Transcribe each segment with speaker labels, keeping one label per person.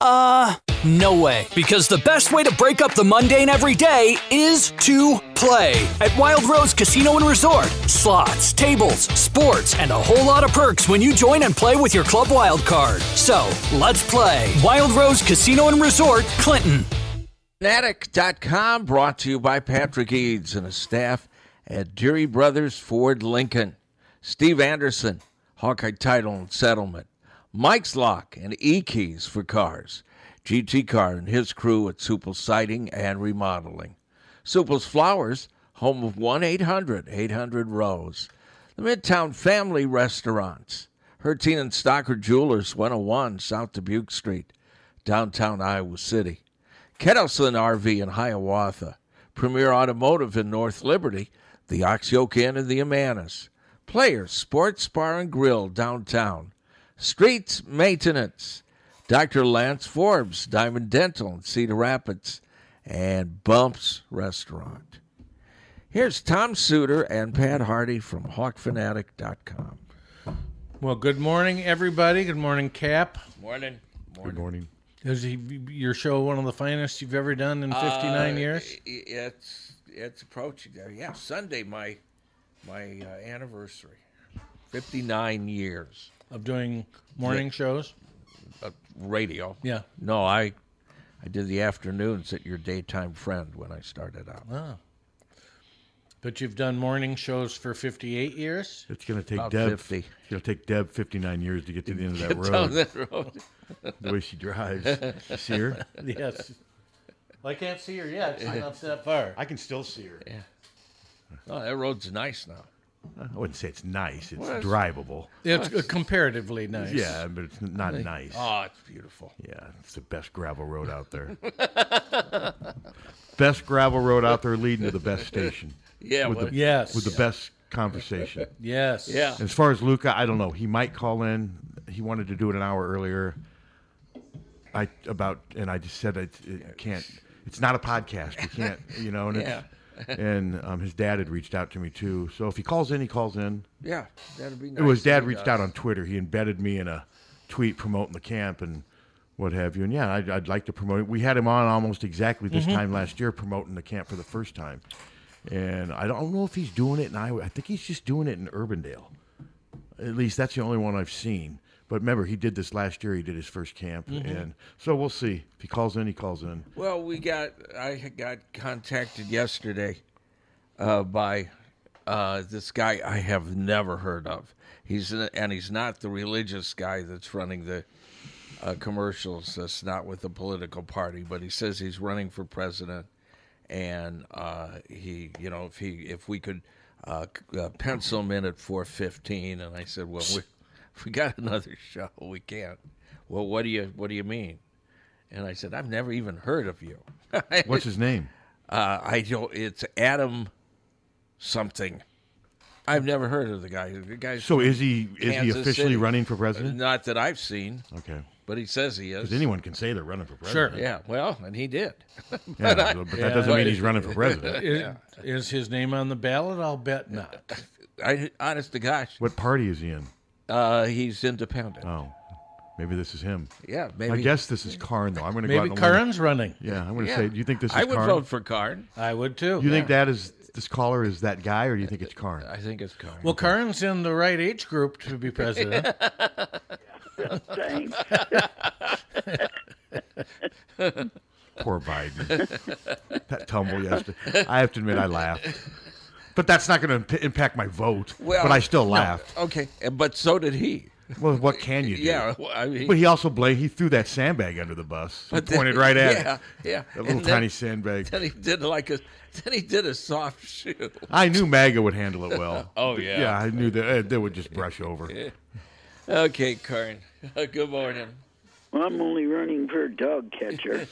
Speaker 1: Uh, no way. Because the best way to break up the mundane every day is to play at Wild Rose Casino and Resort. Slots, tables, sports, and a whole lot of perks when you join and play with your club wild card. So, let's play Wild Rose Casino and Resort, Clinton.
Speaker 2: Fanatic.com brought to you by Patrick Eads and his staff at Deary Brothers Ford Lincoln, Steve Anderson, Hawkeye Title and Settlement, Mike's Lock and E Keys for Cars, GT Car and his crew at Supple Siding and Remodeling, Supple's Flowers, home of 1 800 800 Rose, the Midtown Family Restaurants, Hertine and Stocker Jewelers 101 South Dubuque Street, downtown Iowa City. Kettleson RV in Hiawatha, Premier Automotive in North Liberty, the Oxyoke Inn in the Amanas, Players Sports Bar and Grill downtown, Streets Maintenance, Dr. Lance Forbes, Diamond Dental in Cedar Rapids, and Bumps Restaurant. Here's Tom Suter and Pat Hardy from HawkFanatic.com.
Speaker 3: Well, good morning, everybody. Good morning, Cap.
Speaker 2: Morning.
Speaker 4: Good morning.
Speaker 3: Is he, your show one of the finest you've ever done in 59
Speaker 4: Uh,
Speaker 3: years?
Speaker 2: Uh, It's it's approaching there. Yeah, Sunday my my uh, anniversary, fifty nine years
Speaker 3: Of doing morning shows?
Speaker 2: of radio.
Speaker 3: Yeah.
Speaker 2: No, I I did the afternoons at your daytime friend when I started out.
Speaker 3: But you've done morning shows for 58 years?
Speaker 4: It's gonna take
Speaker 2: About
Speaker 4: Deb.
Speaker 2: 50.
Speaker 4: It's gonna take Deb 59 years to get to the end of that
Speaker 2: Get down
Speaker 4: road.
Speaker 2: that road.
Speaker 4: the way she drives. You see her?
Speaker 3: Yes. I can't see her yet. She's not that far.
Speaker 4: I can still see her.
Speaker 2: Oh, that road's nice now.
Speaker 4: I wouldn't say it's nice. It's
Speaker 2: Well, it's-
Speaker 4: drivable.
Speaker 3: It's uh, comparatively nice.
Speaker 4: Yeah, but it's not nice.
Speaker 2: Oh, it's beautiful.
Speaker 4: Yeah, it's the best gravel road out there. best gravel road out there leading to the best station
Speaker 2: Yeah,
Speaker 4: With
Speaker 2: well,
Speaker 4: the-
Speaker 3: Yes.
Speaker 4: with the best conversation.
Speaker 3: Yes.
Speaker 2: yeah.
Speaker 4: As far as Luca, I don't know. He might call in. He wanted to do it an hour earlier. I about and I just said it, it can't. It's not a podcast. You can't. You know. And it's, and um, his dad had reached out to me too. So if he calls in, he calls in.
Speaker 2: Yeah, that'd be nice.
Speaker 4: It was
Speaker 2: if
Speaker 4: dad
Speaker 2: he
Speaker 4: reached
Speaker 2: does.
Speaker 4: out on Twitter. He embedded me in a tweet promoting the camp and what have you. And yeah, I'd, I'd like to promote it. We had him on almost exactly this time last year promoting the camp for the first time. And I don't know if he's doing it in Iowa. I think he's just doing it in Urbandale. At least that's the only one I've seen. But remember, he did this last year. He did his first camp, and so we'll see if he calls in. He calls in.
Speaker 2: Well, we got I had got contacted yesterday uh, by uh, this guy I have never heard of. He's n- and he's not the religious guy that's running the uh, commercials. That's not with the political party, but he says he's running for president, and uh, he, you know, if he if we could uh, c- uh, pencil him in at four fifteen, and I said, well, we we got another show, we can't. Well, what do you what do you mean? And I said, I've never even heard of you.
Speaker 4: What's his name?
Speaker 2: Uh, I don't. It's Adam something. I've never heard of the guy. The guy's
Speaker 4: So is he is
Speaker 2: Kansas
Speaker 4: he officially
Speaker 2: City. Uh,
Speaker 4: running for president?
Speaker 2: not that I've seen,
Speaker 4: Okay,
Speaker 2: but he says he is.
Speaker 4: because anyone can say they're running for
Speaker 3: Sure.
Speaker 4: president.
Speaker 2: Yeah. Well, and he did.
Speaker 4: Yeah, so- but that doesn't
Speaker 2: but-
Speaker 4: mean he's running for president.
Speaker 3: Is, is his name on the ballot? I'll bet not.
Speaker 2: I honest to gosh,
Speaker 4: What party is he in?
Speaker 2: uh, he's independent.
Speaker 4: Oh, Maybe this is him.
Speaker 2: Yeah,
Speaker 4: I
Speaker 2: maybe.
Speaker 4: guess this is Karn, though. I'm going to go out
Speaker 3: Maybe
Speaker 4: on a limb.
Speaker 3: Karn's running.
Speaker 4: Yeah, I'm going to
Speaker 2: Yeah.
Speaker 4: say. Do you think this is
Speaker 2: I would
Speaker 4: Karn?
Speaker 2: vote for Karn.
Speaker 3: I would too.
Speaker 4: you think that is this caller is that guy, or do you think it's Karn?
Speaker 2: I think it's Karn.
Speaker 3: Well, Karn's in the right age group to be president.
Speaker 5: Thanks.
Speaker 4: Poor Biden. that tumble yesterday. I have to admit, I laughed. But that's not going to impact my vote.
Speaker 2: Well,
Speaker 4: but I still
Speaker 2: no.
Speaker 4: laughed.
Speaker 2: Okay, and- but so did he.
Speaker 4: Well, what can you do?
Speaker 2: Yeah, well, I mean,
Speaker 4: But he also blamed. He threw that sandbag under the bus. He
Speaker 2: but then-
Speaker 4: pointed right at
Speaker 2: yeah,
Speaker 4: it.
Speaker 2: Yeah,
Speaker 4: That little
Speaker 2: And then-
Speaker 4: tiny sandbag.
Speaker 2: Then he did like a. Then he did a soft shoe.
Speaker 4: I knew MAGA would handle it well.
Speaker 2: Oh, yeah.
Speaker 4: Yeah, I knew that eh, they would just brush over.
Speaker 2: Okay, Karn. Good morning.
Speaker 5: Well, I'm only running for dog catcher,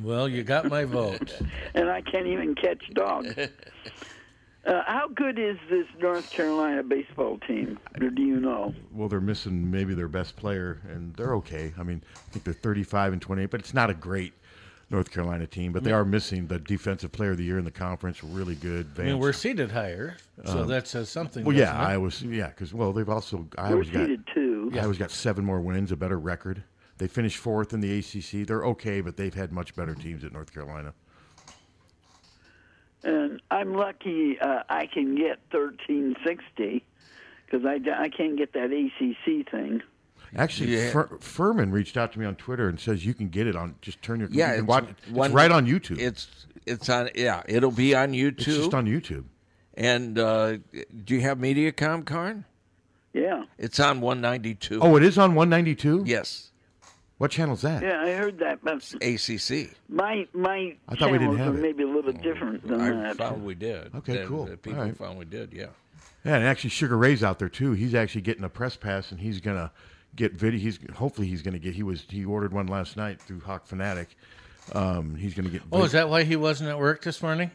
Speaker 3: well, you got my vote.
Speaker 5: and I can't even catch dogs. Uh, how good is this North Carolina baseball team? Or do you know?
Speaker 4: Well, they're missing maybe their best player, and they're okay. I mean, I think they're 35 and 28, but it's not a great North Carolina team. But they are missing the defensive player of the year in the conference. Really good.
Speaker 3: I mean,
Speaker 4: Vance.
Speaker 3: we're seated higher, so that says something.
Speaker 4: Um, Well, yeah,
Speaker 3: doesn't it?
Speaker 4: Iowa's. Yeah, because well, they've also
Speaker 5: We're
Speaker 4: Iowa's got
Speaker 5: seeded two.
Speaker 4: Iowa's got seven more wins, a better record. They finished fourth in the ACC. They're okay, but they've had much better teams at North Carolina.
Speaker 5: and I'm lucky uh, I can get 1360 because I, I can't get that ACC thing.
Speaker 4: Actually,
Speaker 2: Yeah.
Speaker 4: Fur- Furman reached out to me on Twitter and says you can get it on. Just turn your
Speaker 2: Yeah,
Speaker 4: you can
Speaker 2: it's
Speaker 4: watch it. It's
Speaker 2: one-
Speaker 4: right on YouTube. It's,
Speaker 2: It's it's on. Yeah, it'll be on YouTube.
Speaker 4: just on YouTube.
Speaker 2: and uh, do you have MediaCom, Karn?
Speaker 5: Yeah.
Speaker 2: It's on 192.
Speaker 4: Oh, it is on 192.
Speaker 2: yes,
Speaker 4: What channel's that?
Speaker 5: Yeah, I heard that, but
Speaker 2: ACC.
Speaker 5: my my
Speaker 4: I thought we didn't
Speaker 5: channels
Speaker 4: have
Speaker 5: are
Speaker 4: it.
Speaker 5: maybe a little different than
Speaker 2: I
Speaker 5: that.
Speaker 2: found we did.
Speaker 4: Okay,
Speaker 2: And
Speaker 4: cool.
Speaker 2: the People
Speaker 4: All right.
Speaker 2: found we did. Yeah.
Speaker 4: Yeah, and actually Sugar Ray's out there too. He's actually getting a press pass, and he's gonna get video. He's hopefully he's gonna get. He was he ordered one last night through Hawk Fanatic. Um, he's gonna get.
Speaker 3: Oh, is that why he wasn't at work this morning?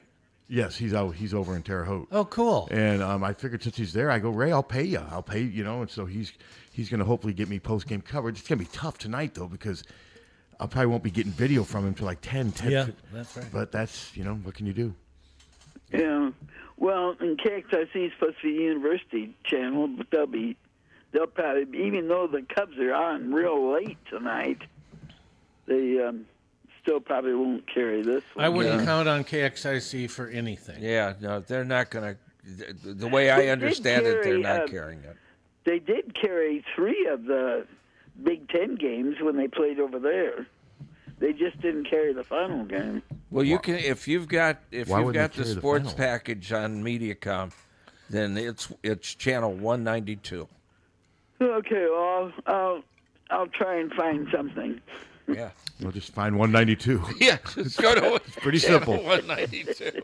Speaker 4: Yes, he's out. He's over in Terre Haute.
Speaker 3: Oh, cool.
Speaker 4: And um, I figured since he's there, I go, Ray, I'll pay you. I'll pay you, you know. And so he's he's going to hopefully get me post game coverage. It's going to be tough tonight though because I probably won't be getting video from him till like 10, 10.
Speaker 3: Yeah, that's right.
Speaker 4: But that's you know what can you do?
Speaker 5: Yeah. Well, in KXIC is supposed to be a university channel, but they'll be, they'll probably, be- even though the Cubs are on real late tonight, they um, still probably won't carry this one.
Speaker 3: I wouldn't count on KXIC for anything.
Speaker 2: Yeah. No, they're not going to. The, the way I
Speaker 5: did
Speaker 2: understand it, they're
Speaker 5: carry,
Speaker 2: not
Speaker 5: uh,
Speaker 2: carrying it.
Speaker 5: They did carry three of the Big Ten games when they played over there. They just didn't carry the final game.
Speaker 2: Well, you can if you've got if
Speaker 4: Why
Speaker 2: you've
Speaker 4: would they
Speaker 2: got the
Speaker 4: carry the
Speaker 2: sports
Speaker 4: final?
Speaker 2: package on MediaCom, then it's it's channel 192.
Speaker 5: Okay, well, I'll, I'll, I'll try and find something.
Speaker 2: Yeah.
Speaker 4: We'll just find 192.
Speaker 2: Yeah. Just go to
Speaker 4: pretty
Speaker 2: channel
Speaker 4: simple.
Speaker 2: 192.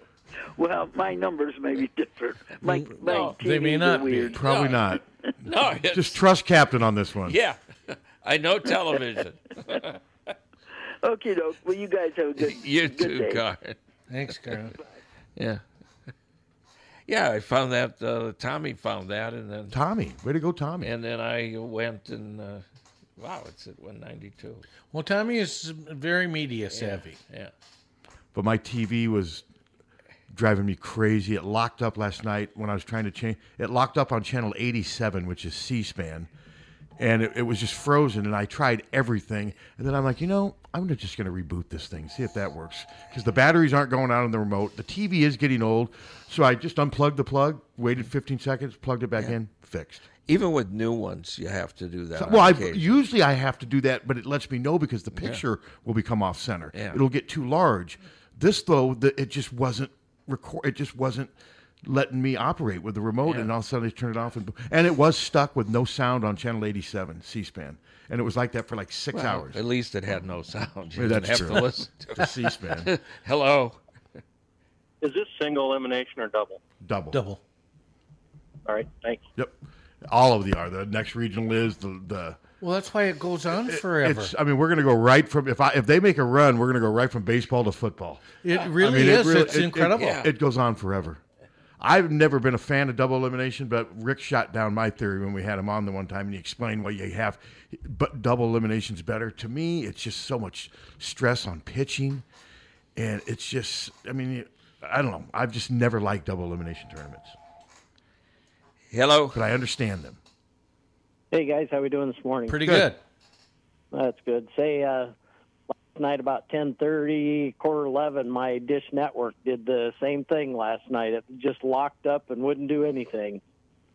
Speaker 5: Well, my numbers may be different. My, my TVs
Speaker 3: they may
Speaker 5: are
Speaker 3: not be.
Speaker 5: weird.
Speaker 4: Probably not.
Speaker 2: No. It's,
Speaker 4: Just trust Captain on this one.
Speaker 2: yeah. I know television.
Speaker 5: Okay, doke. Well, you guys have a good
Speaker 2: You
Speaker 5: good
Speaker 2: too,
Speaker 5: day.
Speaker 2: Karn.
Speaker 3: Thanks, Karen.
Speaker 2: Yeah. Yeah, I found that uh, Tommy found that, and then
Speaker 4: Tommy, way to go, Tommy.
Speaker 2: and then I went and uh, wow, it's at 192.
Speaker 3: Well, Tommy is very media savvy.
Speaker 2: Yeah,
Speaker 4: but my TV was driving me crazy. It locked up last night when I was trying to change. It locked up on channel 87, which is C-SPAN, and it, it was just frozen. And I tried everything, and then I'm like, you know, I'm gonna- just going to reboot this thing, see if that works, because the batteries aren't going out on the remote. The TV is getting old, so I just unplugged the plug, waited 15 seconds, plugged it back in, fixed.
Speaker 2: even with new ones, you have to do that. on
Speaker 4: Well, I,
Speaker 2: occasion.
Speaker 4: usually I have to do that, but it lets me know because the picture will become off center.
Speaker 2: Yeah.
Speaker 4: It'll get too large. This though, the, it just wasn't record. It just wasn't letting me operate with the remote, and all of a sudden I turned it off, and and it was stuck with no sound on channel eighty-seven C-SPAN, and it was like that for like six hours.
Speaker 2: at least it had no sound. You
Speaker 4: Yeah,
Speaker 2: didn't
Speaker 4: that's true.
Speaker 2: have to listen. To
Speaker 4: The C-SPAN
Speaker 2: Hello.
Speaker 6: Is this single elimination or double?
Speaker 4: double.
Speaker 3: Double.
Speaker 6: All right, thank you.
Speaker 4: Yep. All of the are the next regional is the the.
Speaker 3: Well, that's why it goes on forever.
Speaker 4: It's, I mean, we're gonna go right from if I if they make a run, we're gonna go right from baseball to football.
Speaker 3: It really
Speaker 4: mean,
Speaker 3: is.
Speaker 4: really-
Speaker 3: it's incredible.
Speaker 4: It, it goes on forever. I've never been a fan of double elimination, but Rick shot down my theory when we had him on the one time, and he explained why you have, but double elimination's better. To me, it's just so much stress on pitching, and it's just, I mean, I don't know. I've just never liked double elimination tournaments,
Speaker 2: Hello.
Speaker 4: but I understand them.
Speaker 7: Hey guys, how we doing this morning?
Speaker 3: Pretty good.
Speaker 7: That's good. Say uh, last night about ten thirty, quarter eleven, my Dish Network did the same thing last night. It just locked up and wouldn't do anything.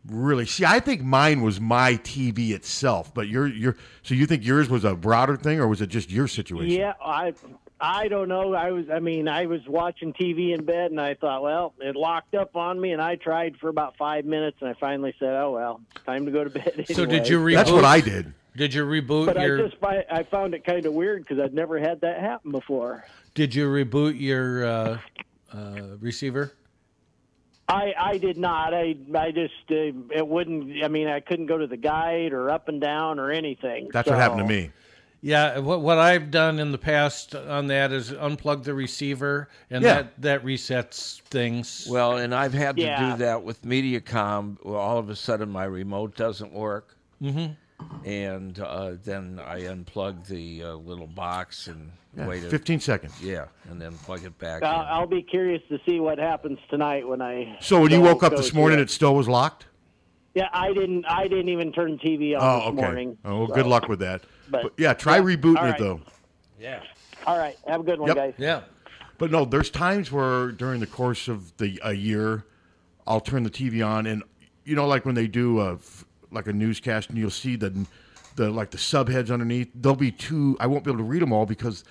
Speaker 4: Really? See, I think mine was my TV itself, but your your so you think yours was a broader thing or was it just your situation?
Speaker 7: Yeah, I I don't know. I was I mean, I was watching TV in bed and I thought, well, it locked up on me and I tried for about 5 minutes and I finally said, oh well, it's time to go to bed.
Speaker 3: So
Speaker 7: anyway.
Speaker 3: did you reboot?
Speaker 4: That's what I did.
Speaker 3: Did you reboot
Speaker 7: But
Speaker 3: your?
Speaker 7: I just fi- I found it kind of weird cuz I'd never had that happen before.
Speaker 3: Did you reboot your uh, uh, receiver?
Speaker 7: I I did not. I I just uh, it wouldn't I mean, I couldn't go to the guide or up and down or anything.
Speaker 4: That's what happened to me.
Speaker 3: Yeah, what what I've done in the past on that is unplug the receiver, and
Speaker 4: Yeah.
Speaker 3: that that resets things.
Speaker 2: Well, and I've had to
Speaker 7: Yeah.
Speaker 2: do that with MediaCom. Well, all of a sudden, my remote doesn't work, mm-hmm. and uh, then I unplug the uh, little box and
Speaker 4: Yeah,
Speaker 2: wait. A,
Speaker 4: Fifteen seconds.
Speaker 2: yeah, and then plug it back.
Speaker 7: I'll,
Speaker 2: in.
Speaker 7: uh, I'll be curious to see what happens tonight when I.
Speaker 4: So when you
Speaker 7: go-
Speaker 4: woke up
Speaker 7: go
Speaker 4: this
Speaker 7: to
Speaker 4: morning,
Speaker 7: it.
Speaker 4: it still was locked.
Speaker 7: yeah, I didn't. I didn't even turn TV on
Speaker 4: Oh,
Speaker 7: this
Speaker 4: okay.
Speaker 7: morning.
Speaker 4: oh, well,
Speaker 7: so-
Speaker 4: good luck with that. But,
Speaker 7: But-
Speaker 4: yeah, try
Speaker 7: yeah,
Speaker 4: rebooting
Speaker 7: all
Speaker 4: it
Speaker 7: right.
Speaker 4: though.
Speaker 2: yeah.
Speaker 7: All right, have a good one,
Speaker 4: Yep.
Speaker 7: guys.
Speaker 3: yeah,
Speaker 4: But no, there's times where during the course of the a year, I'll turn the TV on, and you know, like when they do a f- like a newscast, and you'll see the the like the subheads underneath. There'll be two. I won't be able to read them all because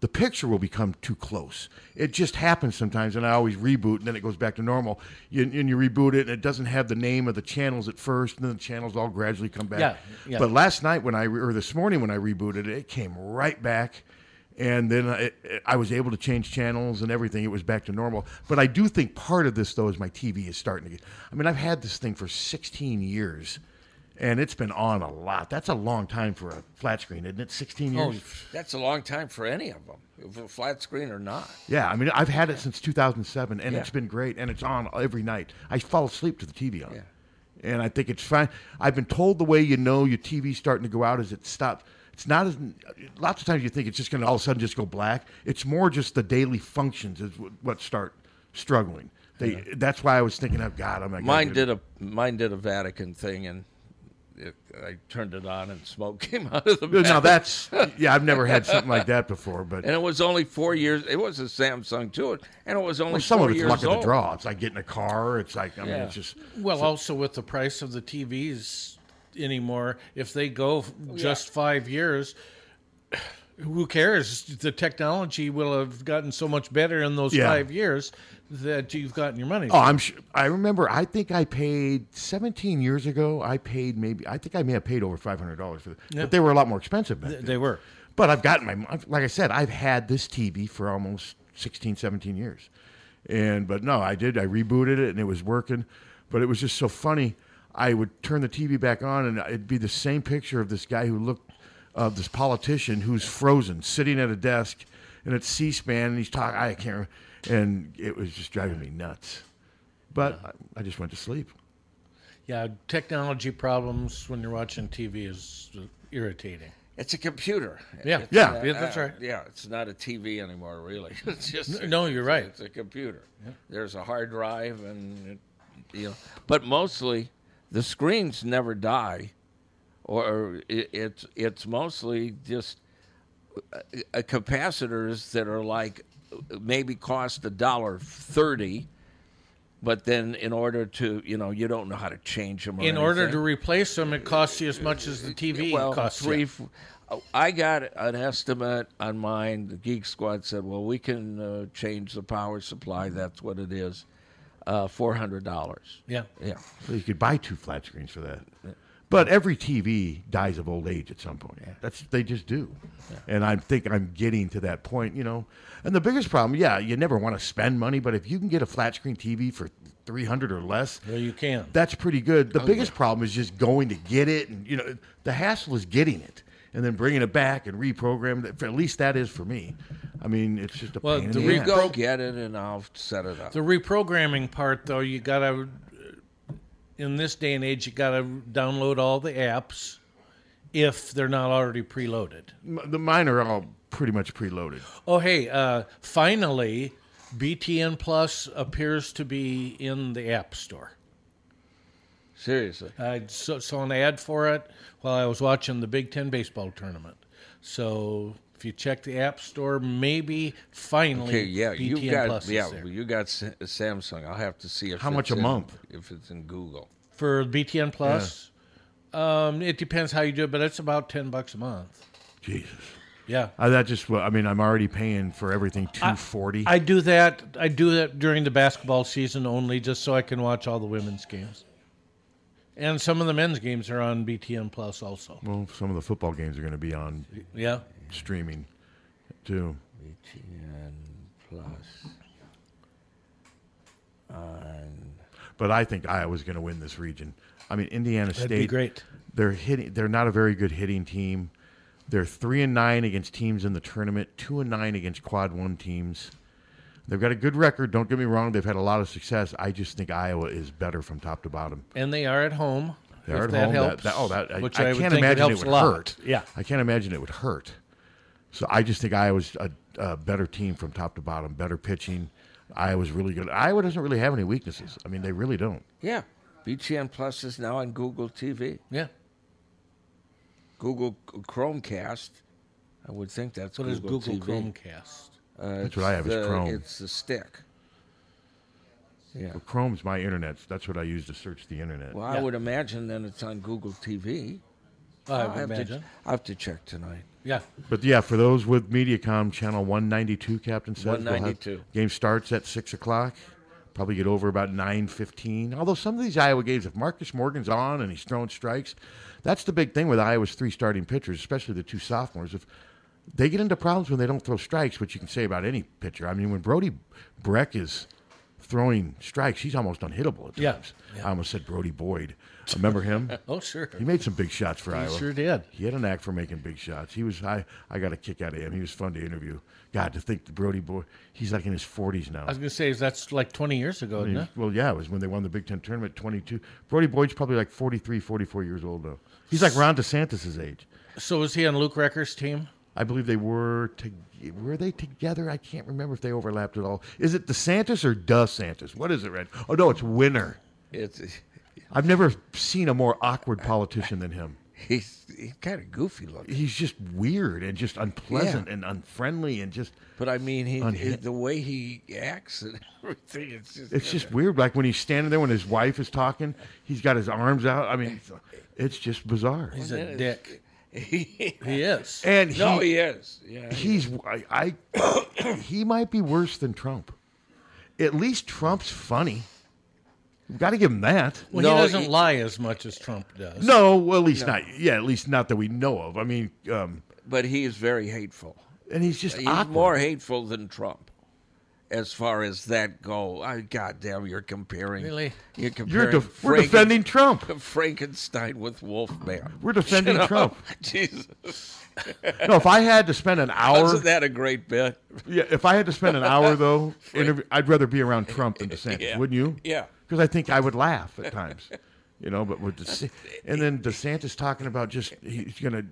Speaker 4: the picture will become too close. It just happens sometimes, and I always reboot, and then it goes back to normal. You, and you reboot it, and it doesn't have the name of the channels at first, and then the channels all gradually come back.
Speaker 3: Yeah, yeah.
Speaker 4: But last night when I re- or this morning when I rebooted it, it came right back, and then I, I was able to change channels and everything. It was back to normal. But I do think part of this though is my TV is starting to get. I mean, I've had this thing for 16 years, and it's been on a lot. That's a long time for a flat screen, isn't it? 16
Speaker 2: Oh,
Speaker 4: years.
Speaker 2: That's a long time for any of them, if a flat screen or not.
Speaker 4: yeah, I mean, I've had it since 2007, and it's been great, and it's on every night. I fall asleep to the TV on.
Speaker 2: Yeah.
Speaker 4: And I think it's fine. I've been told the way you know your TV's starting to go out is it stops. It's not as lots of times you think it's just going to all of a sudden just go black. It's more just the daily functions is what- what start struggling. They that's why I was thinking, oh God, I'm not gonna
Speaker 2: Mine
Speaker 4: get
Speaker 2: did
Speaker 4: it.
Speaker 2: a mine did a Vatican thing, and it, I turned it on, and smoke came out of the.
Speaker 4: Now
Speaker 2: Vatican.
Speaker 4: that's yeah, I've never had something like that before, but
Speaker 2: and it was only four years. It was a Samsung too, and it was only
Speaker 4: well, some
Speaker 2: four
Speaker 4: of it's
Speaker 2: years
Speaker 4: luck of
Speaker 2: old.
Speaker 4: the draw. It's like getting a car. It's like I mean, it's just
Speaker 3: Well, also with the price of the TVs anymore, if they go f- just five years, who cares? The technology will have gotten so much better in those
Speaker 4: Yeah.
Speaker 3: five years that you've gotten your money.
Speaker 4: Oh, I'm sure. I remember. I think I paid 17 years ago. I paid maybe. I think I may have paid over 500 dollars for. Them, But they were a lot more expensive back then.
Speaker 3: they were.
Speaker 4: But I've gotten my. I've- Like I said, I've had this TV for almost 16, 17 years, and but no, I did. I rebooted it and it was working, but it was just so funny. I would turn the TV back on and it'd be the same picture of this guy who looked of this politician who's frozen, sitting at a desk, and it's C-SPAN, and he's talking. I can't. Remember, and it was just driving me nuts. But I, I just went to sleep.
Speaker 3: Yeah, technology problems when you're watching TV is irritating.
Speaker 2: It's a computer.
Speaker 3: Yeah.
Speaker 2: It's uh,
Speaker 4: Yeah.
Speaker 2: not-
Speaker 3: Yeah, that's right.
Speaker 2: yeah, it's not a TV anymore, really. It's just
Speaker 3: N- no, you're
Speaker 2: it's a-
Speaker 3: right.
Speaker 2: It's a computer. There's a hard drive, and it, you know, but mostly the screens never die, or it, it's it's mostly just uh, uh, capacitors that are like uh, maybe cost a dollar thirty. But then, in order to, you know, you don't know how to change them. Or
Speaker 3: In order
Speaker 2: anything.
Speaker 3: to replace them, it costs you as much as the TV
Speaker 2: well,
Speaker 3: costs
Speaker 2: three.
Speaker 3: you.
Speaker 2: f- I got an estimate on mine. The Geek Squad said, "Well, we can uh, change the power supply. That's what it is. Uh, Four hundred dollars.
Speaker 3: Yeah.
Speaker 2: Yeah,
Speaker 4: So you could buy two flat screens for that. But every TV dies of old age at some point. That's they just do. And I think I'm getting to that point, you know. And the biggest problem, yeah, you never want to spend money, but if you can get a flat screen TV for 300 or less,
Speaker 3: Well, you can.
Speaker 4: that's pretty good.
Speaker 3: Oh,
Speaker 4: The biggest problem is just going to get it and you know, the hassle is getting it and then bringing it back and reprogramming it. At least that is for me. I mean, it's just a
Speaker 3: Well,
Speaker 4: pain
Speaker 3: the
Speaker 4: in the
Speaker 3: re-
Speaker 2: you
Speaker 4: ass.
Speaker 3: Yeah.
Speaker 2: go get it, and I'll set it up.
Speaker 3: The reprogramming part, though, you gotta. In this day and age, you gotta download all the apps if they're not already preloaded.
Speaker 4: M- the mine are all pretty much preloaded.
Speaker 3: Oh, hey! Uh, finally, BTN Plus appears to be in the App Store.
Speaker 2: Seriously,
Speaker 3: I saw, saw an ad for it while I was watching the Big Ten baseball tournament. So if you check the App Store, maybe finally
Speaker 2: Okay, yeah,
Speaker 3: BTN
Speaker 2: you got
Speaker 3: Plus
Speaker 2: yeah,
Speaker 3: is there.
Speaker 2: you got S- Samsung. I'll have to see if
Speaker 4: How much a
Speaker 2: it's in-
Speaker 4: month?
Speaker 2: if it's in Google.
Speaker 3: for BTN Plus. Um, it depends how you do it, but it's about ten bucks a month.
Speaker 4: Jesus.
Speaker 3: Yeah.
Speaker 4: I, that just, wa- I mean, I'm already paying for everything two forty.
Speaker 3: I do that. I do that during the basketball season only, just so I can watch all the women's games. And some of the men's games are on BTN Plus also.
Speaker 4: Well, some of the football games are going to be on
Speaker 3: Yeah.
Speaker 4: streaming too.
Speaker 2: BTN Plus.
Speaker 4: But I think Iowa's going to win this region. I mean, Indiana
Speaker 3: That'd be
Speaker 4: State.
Speaker 3: great.
Speaker 4: They're hitting. They're not a very good hitting team. They're three and nine against teams in the tournament. Two and nine against quad one teams. They've got a good record. Don't get me wrong. They've had a lot of success. I just think Iowa is better from top to bottom.
Speaker 3: And they are at home.
Speaker 4: They
Speaker 3: if
Speaker 4: are at
Speaker 3: that
Speaker 4: home. That-
Speaker 3: helps.
Speaker 4: that- oh, that, I,
Speaker 3: which
Speaker 4: I
Speaker 3: I, would
Speaker 4: can't
Speaker 3: think
Speaker 4: imagine
Speaker 3: it helps a lot.
Speaker 4: hurt.
Speaker 3: Yeah.
Speaker 4: I can't imagine it would hurt. So I just think Iowa's a, a better team from top to bottom, better pitching. Iowa's really good. Iowa doesn't really have any weaknesses. I mean, they really don't.
Speaker 2: Yeah, BTN Plus is now on Google TV,
Speaker 3: Yeah.
Speaker 2: Google Chromecast. I would think that's
Speaker 3: What is
Speaker 2: Google
Speaker 3: Google
Speaker 2: TV.
Speaker 3: Chromecast?
Speaker 2: Uh,
Speaker 4: That's what I have
Speaker 2: it's
Speaker 4: is
Speaker 2: the-
Speaker 4: Chrome.
Speaker 2: It's the stick. Yeah.
Speaker 4: Well, Chrome's my internet. That's what I use to search the internet.
Speaker 2: Well, I
Speaker 3: Yeah.
Speaker 2: would imagine then it's on Google TV.
Speaker 3: I
Speaker 2: I'll
Speaker 3: would
Speaker 2: have to-
Speaker 3: imagine.
Speaker 2: I'll have to check tonight.
Speaker 3: Yeah.
Speaker 4: But yeah, for those with MediaCom, channel 192, Captain says. we'll have-
Speaker 2: 192.
Speaker 4: game starts at 6 o'clock. Probably get over about 9.15. Although some of these Iowa games, if Marcus Morgan's on and he's throwing strikes, that's the big thing with Iowa's three starting pitchers, especially the two sophomores. If They get into problems when they don't throw strikes, which you can say about any pitcher. I mean, when Brody Breck is throwing strikes, he's almost unhittable at
Speaker 3: Yeah.
Speaker 4: times. I almost said Brody Boyd. Remember him?
Speaker 3: Oh, sure.
Speaker 4: He made some big shots for Iowa.
Speaker 3: sure did.
Speaker 4: He had an knack for making big shots. He was I I got a kick out of him. He was fun to interview. God, to think the Brody boy, he's like in his forties now.
Speaker 3: I was going to say that's like 20 years ago, isn't it?
Speaker 4: well, yeah, it was when they won the Big Ten tournament, 22. Brody Boyd's probably like 43, 44 years old now. He's like Ron DeSantis' age.
Speaker 3: So was he on Luke Recker's team?
Speaker 4: I believe they were to, were they together? I can't remember if they overlapped at all. Is it DeSantis or DeSantis? What is it, Red? Oh no, it's Winner.
Speaker 2: It's
Speaker 4: I've never seen a more awkward politician than him.
Speaker 2: he's, he's kind of goofy looking,
Speaker 4: he's just weird and just unpleasant and unfriendly and just
Speaker 2: but I mean he, he-
Speaker 4: Unhit-
Speaker 2: the way he acts and everything. It's just
Speaker 4: it's just weird like when he's standing there when his wife is talking he's got his arms out i mean it's, it's just bizarre
Speaker 3: He's a dick. He is.
Speaker 4: and he,
Speaker 2: no, he is. Yeah,
Speaker 4: he's I, I he might be worse than trump at least trump's funny we've got to give him that
Speaker 3: Well,
Speaker 2: No,
Speaker 3: he doesn't
Speaker 2: he-
Speaker 3: lie as much as Trump does.
Speaker 4: no well, at least not yeah at least not that we know of i mean um
Speaker 2: but he is very hateful.
Speaker 4: and he's just
Speaker 2: He's
Speaker 4: awkward.
Speaker 2: more hateful than Trump, as far as that go. I goddamn, you're comparing.
Speaker 3: Really?
Speaker 2: You're comparing.
Speaker 4: you're def- we're
Speaker 2: Franken-
Speaker 4: defending trump
Speaker 2: Frankenstein with Wolfman.
Speaker 4: we're defending
Speaker 2: You know?
Speaker 4: trump
Speaker 2: Jesus,
Speaker 4: no if i had to spend an hour
Speaker 2: wasn't that a great bit?
Speaker 4: Yeah, if I had to spend an hour though, interview, I'd rather be around Trump than DeSantis,
Speaker 2: Yeah.
Speaker 4: wouldn't you?
Speaker 2: Yeah.
Speaker 4: Because I think I would laugh at times, you know. But with DeSantis, and then DeSantis talking about just he's going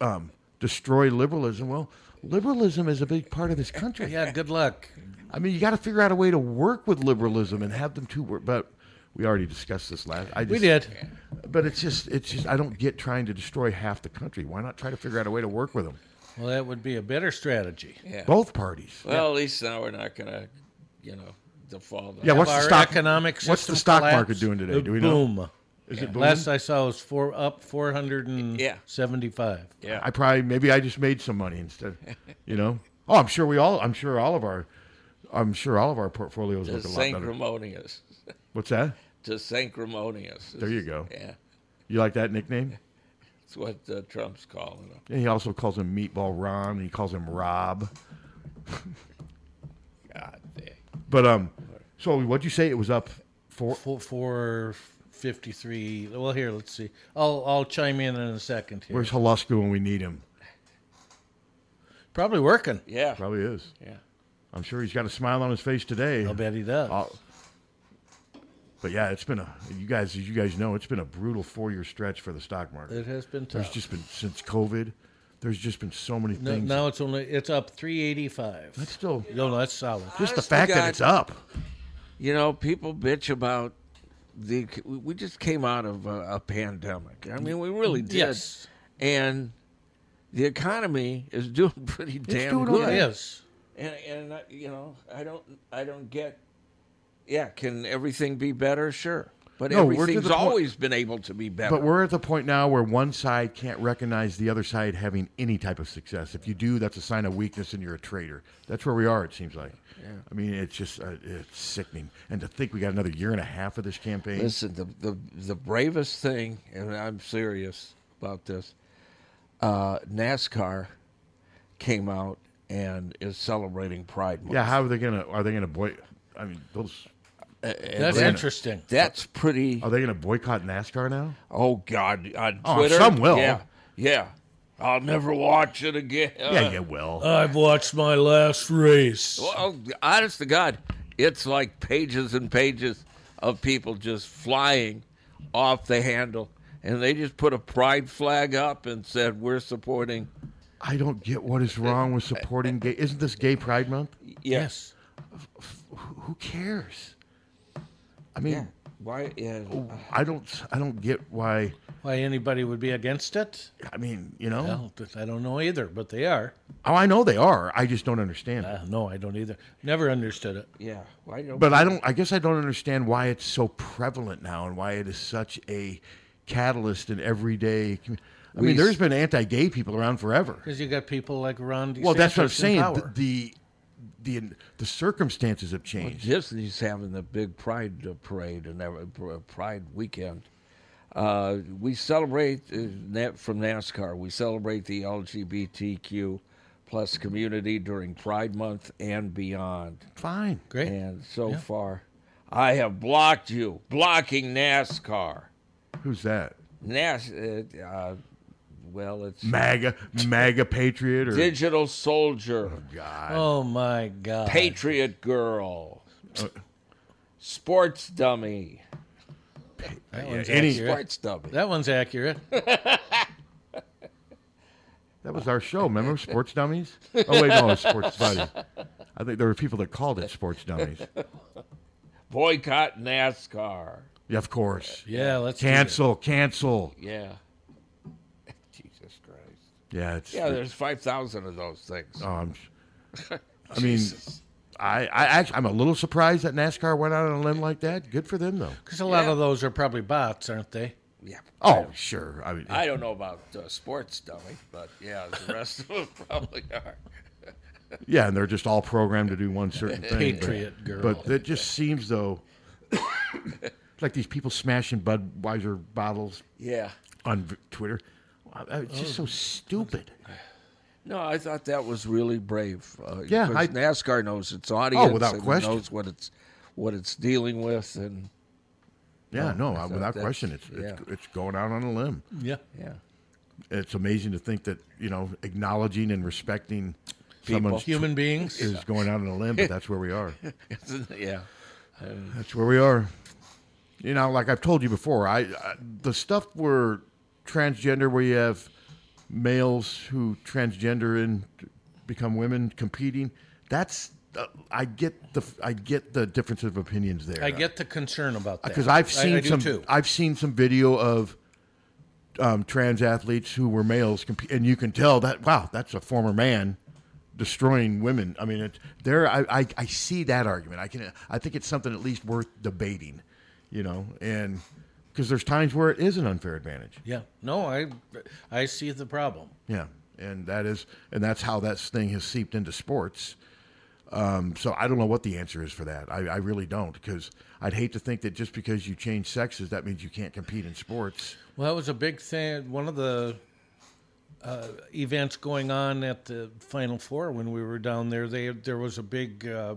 Speaker 4: to um, destroy liberalism. Well, liberalism is a big part of this country.
Speaker 3: Yeah, good luck.
Speaker 4: I mean, you got to figure out a way to work with liberalism and have them two work. But we already discussed this last. I just,
Speaker 3: We did.
Speaker 4: But it's just, it's just, I don't get trying to destroy half the country. Why not try to figure out a way to work with them?
Speaker 3: Well, that would be a better strategy.
Speaker 4: Both parties.
Speaker 2: Well, at least now we're not gonna, you know, default. on
Speaker 4: Yeah,
Speaker 2: it.
Speaker 4: what's
Speaker 3: Our
Speaker 4: the stock
Speaker 3: economic system
Speaker 4: What's the stock
Speaker 3: collapse,
Speaker 4: market doing today?
Speaker 3: the
Speaker 4: Do we know?
Speaker 3: boom.
Speaker 4: Is it booming?
Speaker 3: Last I saw was four up 475.
Speaker 2: yeah.
Speaker 4: I probably maybe I just made some money instead. You know? Oh, I'm sure we all. I'm sure all of our. I'm sure all of our portfolios look
Speaker 2: Just
Speaker 4: a lot better.
Speaker 2: sanctimonious.
Speaker 4: What's that?
Speaker 2: Just sanctimonious.
Speaker 4: There you go.
Speaker 2: Yeah,
Speaker 4: You like that nickname?
Speaker 2: it's what uh, Trump's calling him.
Speaker 4: And he also calls him Meatball Ron. And he calls him Rob.
Speaker 2: God dang.
Speaker 4: But um, so what'd you say? It was up four.
Speaker 3: Four, 453. Well, here, let's see. I'll I'll chime in in a second here.
Speaker 4: Where's Haluska when we need him?
Speaker 3: Probably working.
Speaker 2: Yeah.
Speaker 4: Probably is.
Speaker 2: Yeah.
Speaker 4: I'm sure he's got a smile on his face today.
Speaker 3: I'll bet he does.
Speaker 4: I'll- but yeah, it's been a you guys as you guys know it's been a brutal four year stretch for the stock market.
Speaker 3: it has been
Speaker 4: There's
Speaker 3: tough.
Speaker 4: just been since COVID. There's just been so many
Speaker 3: No,
Speaker 4: things.
Speaker 3: now it's only it's up 385.
Speaker 4: That's still
Speaker 3: no, no, that's solid.
Speaker 4: just the
Speaker 2: Honest to
Speaker 4: fact that
Speaker 2: God.
Speaker 4: it's up.
Speaker 2: You know, people bitch about the. We just came out of a, a pandemic. I mean, we really did.
Speaker 3: Yes.
Speaker 2: And the economy is doing pretty damn
Speaker 3: doing
Speaker 2: good.
Speaker 3: okay. It is.
Speaker 2: And and uh, you know, I don't I don't get. Yeah, can everything be better? Sure, but
Speaker 4: No, we're to
Speaker 2: everything's
Speaker 4: the point-
Speaker 2: always been able to be better.
Speaker 4: But we're at the point now where one side can't recognize the other side having any type of success. If you do, that's a sign of weakness and you're a traitor. That's where we are, it seems like.
Speaker 2: Yeah.
Speaker 4: I mean, it's just uh, it's sickening. And to think we got another year and a half of this campaign.
Speaker 2: Listen, the, the the bravest thing, and I'm serious about this. Uh, NASCAR came out and is celebrating Pride Month.
Speaker 4: yeah, how are they going to, are they going to boy, I mean, those.
Speaker 2: and That's then- interesting. That's pretty.
Speaker 4: Are they going to boycott NASCAR now?
Speaker 2: Oh God, on
Speaker 4: Oh,
Speaker 2: Twitter,
Speaker 4: some will.
Speaker 2: Yeah, yeah. I'll never watch it again.
Speaker 4: Yeah, you will.
Speaker 3: I've watched my last race.
Speaker 2: Well, oh, honest to God, it's like pages and pages of people just flying off the handle, and they just put a pride flag up and said, "We're supporting."
Speaker 4: I don't get what is wrong with supporting gay. Isn't this Gay Pride Month?
Speaker 2: Yes.
Speaker 4: Who cares? I mean,
Speaker 2: Yeah. Why? Yeah.
Speaker 4: I don't, I don't get why.
Speaker 3: Why anybody would be against it?
Speaker 4: I mean, you know.
Speaker 3: Well, I don't know either, but they are.
Speaker 4: Oh, I know they are. I just don't understand. it.
Speaker 3: Uh, no, I don't either. Never understood it.
Speaker 2: Yeah. Why don't?
Speaker 4: But I don't. I guess I don't understand why it's so prevalent now and why it is such a catalyst in everyday. commu- I
Speaker 3: We
Speaker 4: mean,
Speaker 3: s-
Speaker 4: there's been anti-gay people around forever.
Speaker 3: Because you got people like Ron DeSantis
Speaker 4: Well, that's what I'm
Speaker 3: in
Speaker 4: saying.
Speaker 3: power.
Speaker 4: The, the the the circumstances have changed.
Speaker 2: Just he's having the big Pride uh, parade and every, pr- uh, Pride weekend. Uh, we celebrate uh, na- from NASCAR. We celebrate the LGBTQ plus community during Pride Month and beyond.
Speaker 4: Fine,
Speaker 3: great.
Speaker 2: And so far, I have blocked you. Blocking NASCAR.
Speaker 4: Who's that?
Speaker 2: Nas. Uh, uh, well, it's
Speaker 4: MAGA, MAGA patriot, or
Speaker 2: Digital Soldier.
Speaker 3: Oh my God!
Speaker 2: Patriot Girl.
Speaker 4: Uh,
Speaker 2: Sports Dummy.
Speaker 3: That one's
Speaker 4: any-
Speaker 3: accurate.
Speaker 2: Sports Dummy.
Speaker 3: That one's accurate.
Speaker 4: that was our show. Remember Sports Dummies? Oh wait, no, it was Sports Buddies. I think there were people that called it Sports Dummies.
Speaker 2: Boycott NASCAR.
Speaker 4: Yeah, of course.
Speaker 3: Yeah, let's do
Speaker 4: cancel, cancel.
Speaker 2: Yeah. Jesus Christ.
Speaker 4: Yeah, it's
Speaker 2: Yeah, there's 5,000 of those things.
Speaker 4: Oh, I'm, I mean, I, I actually, I'm a little surprised that NASCAR went out on a limb like that. Good for them, though.
Speaker 3: Because a lot of those are probably bots, aren't they?
Speaker 2: Yeah.
Speaker 4: Oh, sure. I mean,
Speaker 2: I don't know about uh, sports dummy, but yeah, the rest of them probably are.
Speaker 4: yeah, and they're just all programmed to do one certain thing. but-
Speaker 3: Patriot girl.
Speaker 4: But it just seems though, it's like these people smashing Budweiser bottles
Speaker 2: Yeah.
Speaker 4: on v- Twitter. Wow, It's just
Speaker 3: Oh.
Speaker 4: so stupid.
Speaker 2: No, I thought that was really brave. Uh,
Speaker 4: Yeah,
Speaker 2: 'cause
Speaker 4: I- Oh,
Speaker 2: NASCAR knows its audience.
Speaker 4: without
Speaker 2: and it
Speaker 4: question.
Speaker 2: knows what it's what it's dealing with, and
Speaker 4: Yeah,
Speaker 2: Oh,
Speaker 4: no,
Speaker 2: I
Speaker 4: I-
Speaker 2: thought
Speaker 4: without
Speaker 2: that's-
Speaker 4: question, it's, it's
Speaker 2: yeah.
Speaker 4: it's going out on a limb.
Speaker 3: Yeah.
Speaker 2: yeah,
Speaker 4: It's amazing to think that you know acknowledging and respecting someone's
Speaker 3: Human beings.
Speaker 4: is going out on a limb, but that's where we are.
Speaker 2: yeah.
Speaker 4: That's where we are. You know, like I've told you before, I, I the stuff where transgender, where you have males who transgender and become women competing. That's uh, I get the I get the difference of opinions there
Speaker 3: I get the concern about that
Speaker 4: because I've
Speaker 3: I-
Speaker 4: seen
Speaker 3: I do
Speaker 4: some.
Speaker 3: too.
Speaker 4: I've seen some video of um, trans athletes who were males, comp- and you can tell that wow, that's a former man destroying women. I mean, it, there I, I I see that argument. I can I think it's something at least worth debating, you know, and because there's times where it is an unfair advantage.
Speaker 3: Yeah. No, I I see the problem.
Speaker 4: Yeah, and that is and that's how that thing has seeped into sports. Um, so I don't know what the answer is for that. I, I really don't because I'd hate to think that just because you change sexes, that means you can't compete in sports.
Speaker 3: Well, that was a big thing. One of the uh, events going on at the Final Four when we were down there, they there was a big. Uh,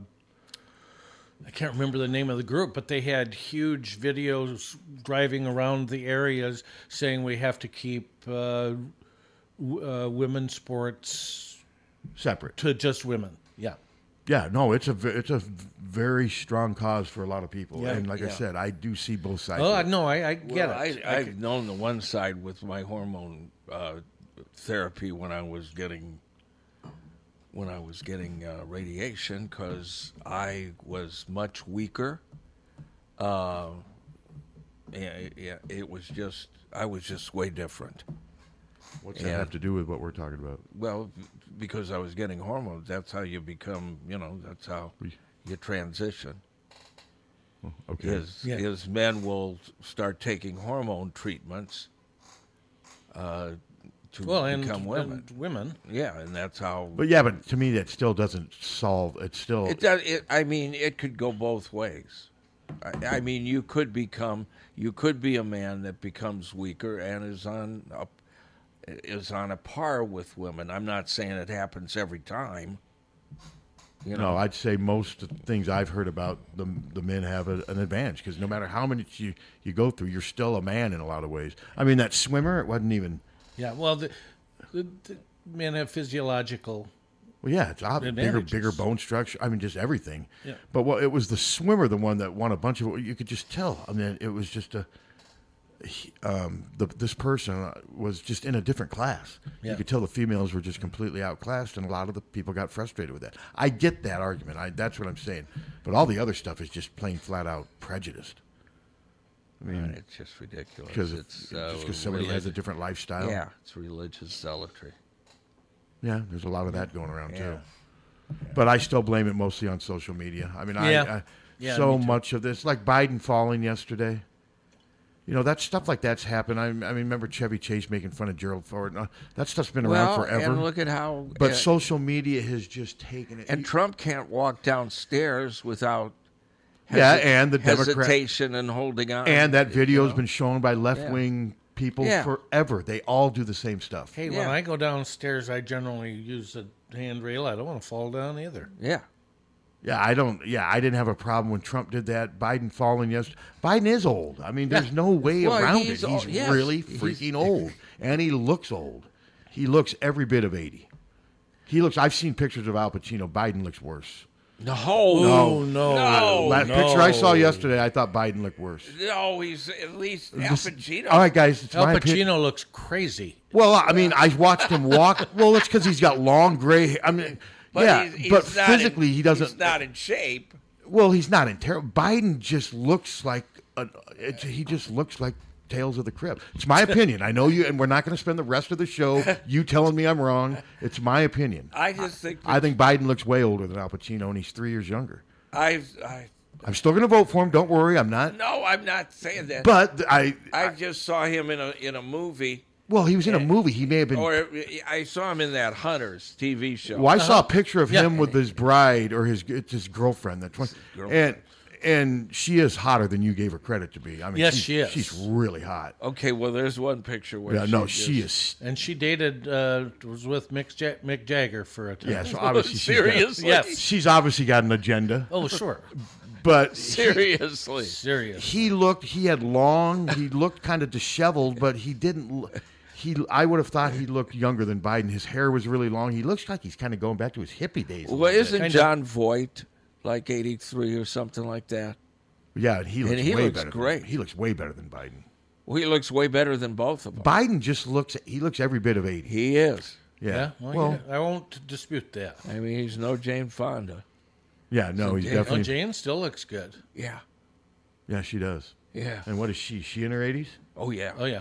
Speaker 3: I can't remember the name of the group, but they had huge videos driving around the areas saying we have to keep uh, w- uh, women's sports
Speaker 4: Separate.
Speaker 3: to just women. Yeah.
Speaker 4: Yeah, no, it's a ve- it's a very strong cause for a lot of people,
Speaker 3: Yeah.
Speaker 4: and like I
Speaker 2: Yeah.
Speaker 4: said, I do see both sides.
Speaker 3: Oh
Speaker 4: of it.
Speaker 3: no, I, I get
Speaker 2: Well,
Speaker 3: it.
Speaker 2: I, I've known the one side with my hormone uh, therapy when I was getting when I was getting uh, radiation because I was much weaker. Uh, yeah, yeah, it was just I was just way different,
Speaker 4: What's that have to do with what we're talking about?
Speaker 2: Well, because I was getting hormones, that's how you become, you know, that's how you transition.
Speaker 4: Mm-hmm. Okay.
Speaker 2: Is, is men will start taking hormone treatments uh, to
Speaker 3: Well, and-
Speaker 2: become women.
Speaker 3: and women.
Speaker 2: Yeah, and that's how.
Speaker 4: But yeah, but to me that still doesn't solve. It's still
Speaker 2: It does. It, I mean, it could go both ways. I, I mean, you could become, you could be a man that becomes weaker and is on up, is on a par with women. I'm not saying it happens every time. You know,
Speaker 4: No, I'd say most of the things I've heard about the the men have a, an advantage because no matter how many you you go through, you're still a man in a lot of ways. I mean, that swimmer, it wasn't even.
Speaker 3: Yeah, well, the, the, the men have physiological.
Speaker 4: Well, yeah, it's ob- bigger,
Speaker 3: Advantages.
Speaker 4: bigger bone structure. I mean, just everything.
Speaker 3: Yeah.
Speaker 4: But well, it was the swimmer, the one that won a bunch of. You could just tell. I mean, it was just a. he- um, the, this person uh, was just in a different class.
Speaker 3: Yeah.
Speaker 4: You could tell the females were just completely outclassed, and a lot of the people got frustrated with that. I get that argument. I, that's what I'm saying. But all the other stuff is just plain flat out prejudiced. I mean,
Speaker 2: And it's just ridiculous.
Speaker 4: 'cause if-
Speaker 2: it's
Speaker 4: just 'cause somebody has a different lifestyle?
Speaker 2: Yeah, it's religious zealotry.
Speaker 4: Yeah, there's a lot of that going around
Speaker 2: Yeah.
Speaker 4: too. But I still blame it mostly on social media. I mean,
Speaker 2: Yeah.
Speaker 4: I, I
Speaker 2: Yeah,
Speaker 4: so
Speaker 2: me too.
Speaker 4: much of this, like Biden falling yesterday. You know that stuff like that's happened. I, I remember Chevy Chase making fun of Gerald Ford. No, That stuff's been around
Speaker 2: Well,
Speaker 4: forever.
Speaker 2: and look at how-
Speaker 4: But
Speaker 2: uh,
Speaker 4: social media has just taken it.
Speaker 2: And Trump can't walk downstairs without.
Speaker 4: Yeah,
Speaker 2: hesi-
Speaker 4: and the Democrat-
Speaker 2: hesitation and holding on.
Speaker 4: and that
Speaker 2: you
Speaker 4: video's
Speaker 2: know?
Speaker 4: been shown by left wing people
Speaker 2: Yeah.
Speaker 4: forever. They all do the same stuff.
Speaker 3: Hey, when I go downstairs, I generally use a handrail. I don't want to fall down either.
Speaker 2: Yeah.
Speaker 4: Yeah, I don't. Yeah, I didn't have a problem when Trump did that. Biden falling yesterday. Biden is old. I mean, there's
Speaker 2: Yeah.
Speaker 4: no way
Speaker 2: Well,
Speaker 4: around
Speaker 2: he's
Speaker 4: it.
Speaker 2: old,
Speaker 4: He's
Speaker 2: yes.
Speaker 4: really
Speaker 2: He's-
Speaker 4: freaking old, and he looks old. He looks every bit of eighty. He looks. I've seen pictures of Al Pacino. Biden looks worse.
Speaker 2: No,
Speaker 3: no,
Speaker 4: Uh, Last
Speaker 2: no.
Speaker 4: picture I saw yesterday, I thought Biden looked worse.
Speaker 2: No, Oh, he's at least Al
Speaker 4: This-
Speaker 2: Pacino.
Speaker 4: all right, guys, it's
Speaker 3: Al
Speaker 4: my
Speaker 3: Pacino
Speaker 4: opinion.
Speaker 3: looks crazy.
Speaker 4: Well, I mean, I watched him walk. Well, that's because he's got long gray. hair. I mean,
Speaker 2: But
Speaker 4: yeah,
Speaker 2: he's- he's
Speaker 4: but
Speaker 2: not in-
Speaker 4: physically, he doesn't.
Speaker 2: He's not in shape.
Speaker 4: Well, he's not in terrible. Biden just looks like a, it, he just looks like Tales of the Crypt. It's my opinion. I know you, and we're not going to spend the rest of the show you telling me I'm wrong. It's my opinion.
Speaker 2: I just think
Speaker 4: I think Biden looks way older than Al Pacino, and he's three years younger.
Speaker 2: I've, I
Speaker 4: I'm still going to vote for him. Don't worry, I'm not.
Speaker 2: no, I'm not saying that.
Speaker 4: But I-
Speaker 2: I just saw him in a in a movie, Eh,
Speaker 4: Well, he was in a movie. He may have been.
Speaker 2: or eh, I saw him in that Hunters TV show. Uh-huh.
Speaker 4: Well, I saw a picture of him with his bride or his it's his girlfriend. That twenty
Speaker 2: girlfriend.
Speaker 4: and and she is hotter than you gave her credit to be. I mean,
Speaker 3: Yes,
Speaker 4: she's,
Speaker 3: she is.
Speaker 4: She's really hot.
Speaker 2: Okay, well, there's one picture where
Speaker 4: Yeah, no,
Speaker 2: just-
Speaker 4: she is
Speaker 3: And she dated, uh, was with Mick, Jag- Mick Jagger for a time.
Speaker 4: Yeah, so obviously she's
Speaker 3: serious.
Speaker 4: Got, she's obviously got an agenda.
Speaker 3: Oh, sure.
Speaker 4: But he-
Speaker 2: Seriously.
Speaker 3: Serious.
Speaker 4: he looked. He had long. He looked kind of disheveled, but he didn't. l- He. I would have thought he looked younger than Biden. His hair was really long. He looks like he's kind of going back to his hippie days. a
Speaker 2: Well,
Speaker 4: little bit.
Speaker 2: isn't John Voight like 83 or something like that?
Speaker 4: Yeah, and he looks
Speaker 2: and he
Speaker 4: way
Speaker 2: looks
Speaker 4: better.
Speaker 2: great.
Speaker 4: Than, he looks way better than Biden.
Speaker 2: Well, he looks way better than both of them.
Speaker 4: Biden just looks. He looks every bit of eighty.
Speaker 2: He is.
Speaker 4: Yeah.
Speaker 3: well,
Speaker 4: well,
Speaker 3: yeah, I won't dispute that.
Speaker 2: I mean, he's no Jane Fonda.
Speaker 4: yeah. No, he's
Speaker 3: Oh,
Speaker 4: definitely.
Speaker 3: Jane still looks good.
Speaker 2: Yeah.
Speaker 4: Yeah, she does.
Speaker 2: Yeah.
Speaker 4: And what is she? She in her eighties?
Speaker 2: Oh yeah.
Speaker 3: Oh yeah.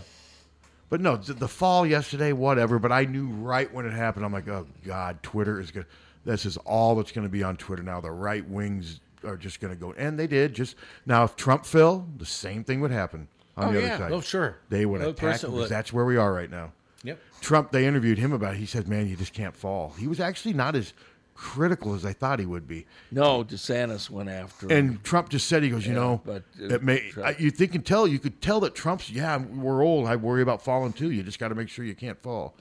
Speaker 4: But no, th- the fall yesterday, whatever. But I knew right when it happened. I'm like, oh god, Twitter is gonna. This is all that's going to be on Twitter now. The right wings are just going to go, and they did. Just now, if Trump fell, the same thing would happen on
Speaker 3: Oh,
Speaker 4: the other
Speaker 3: yeah.
Speaker 4: side.
Speaker 3: Oh, sure.
Speaker 4: they would
Speaker 3: Of course
Speaker 4: attack
Speaker 3: it
Speaker 4: him, 'cause
Speaker 3: would.
Speaker 4: That's where we are right now.
Speaker 3: Yep.
Speaker 4: Trump. They interviewed him about. It. He said, "Man, you just can't fall." He was actually not as critical as I thought he would be.
Speaker 2: No, DeSantis went after him.
Speaker 4: And Trump just said, he goes, you
Speaker 2: Yeah,
Speaker 4: know,
Speaker 2: but, uh,
Speaker 4: it may,
Speaker 2: Trump-
Speaker 4: I- you think and tell, you could tell that Trump's, yeah, we're old. I worry about falling too. You just got to make sure you can't fall.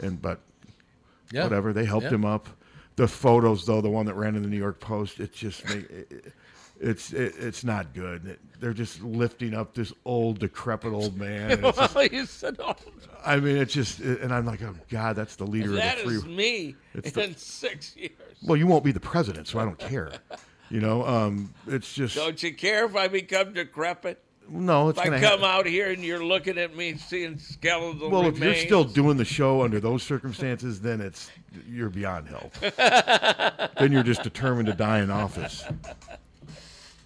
Speaker 4: And, but
Speaker 3: Yeah.
Speaker 4: whatever, they helped
Speaker 3: Yeah.
Speaker 4: him up. The photos, though, the one that ran in the New York Post, it's just, ma- it, it- it's, it, it's not good. It- they're just lifting up this old, decrepit old man. And it's just-
Speaker 2: Well, he said, "Oh,
Speaker 4: I mean, it's just, and I'm like, oh God, that's the leader
Speaker 2: that
Speaker 4: of the free.
Speaker 2: is me
Speaker 4: It's the-
Speaker 2: in six years.
Speaker 4: Well, you won't be the president, so I don't care. You know, um, it's just
Speaker 2: Don't you care if I become decrepit?
Speaker 4: no. It's
Speaker 2: if I
Speaker 4: gonna
Speaker 2: come
Speaker 4: happen.
Speaker 2: out here and you're looking at me seeing skeletal
Speaker 4: Well,
Speaker 2: remains.
Speaker 4: if you're still doing the show under those circumstances, then it's you're beyond help. then you're just determined to die in office.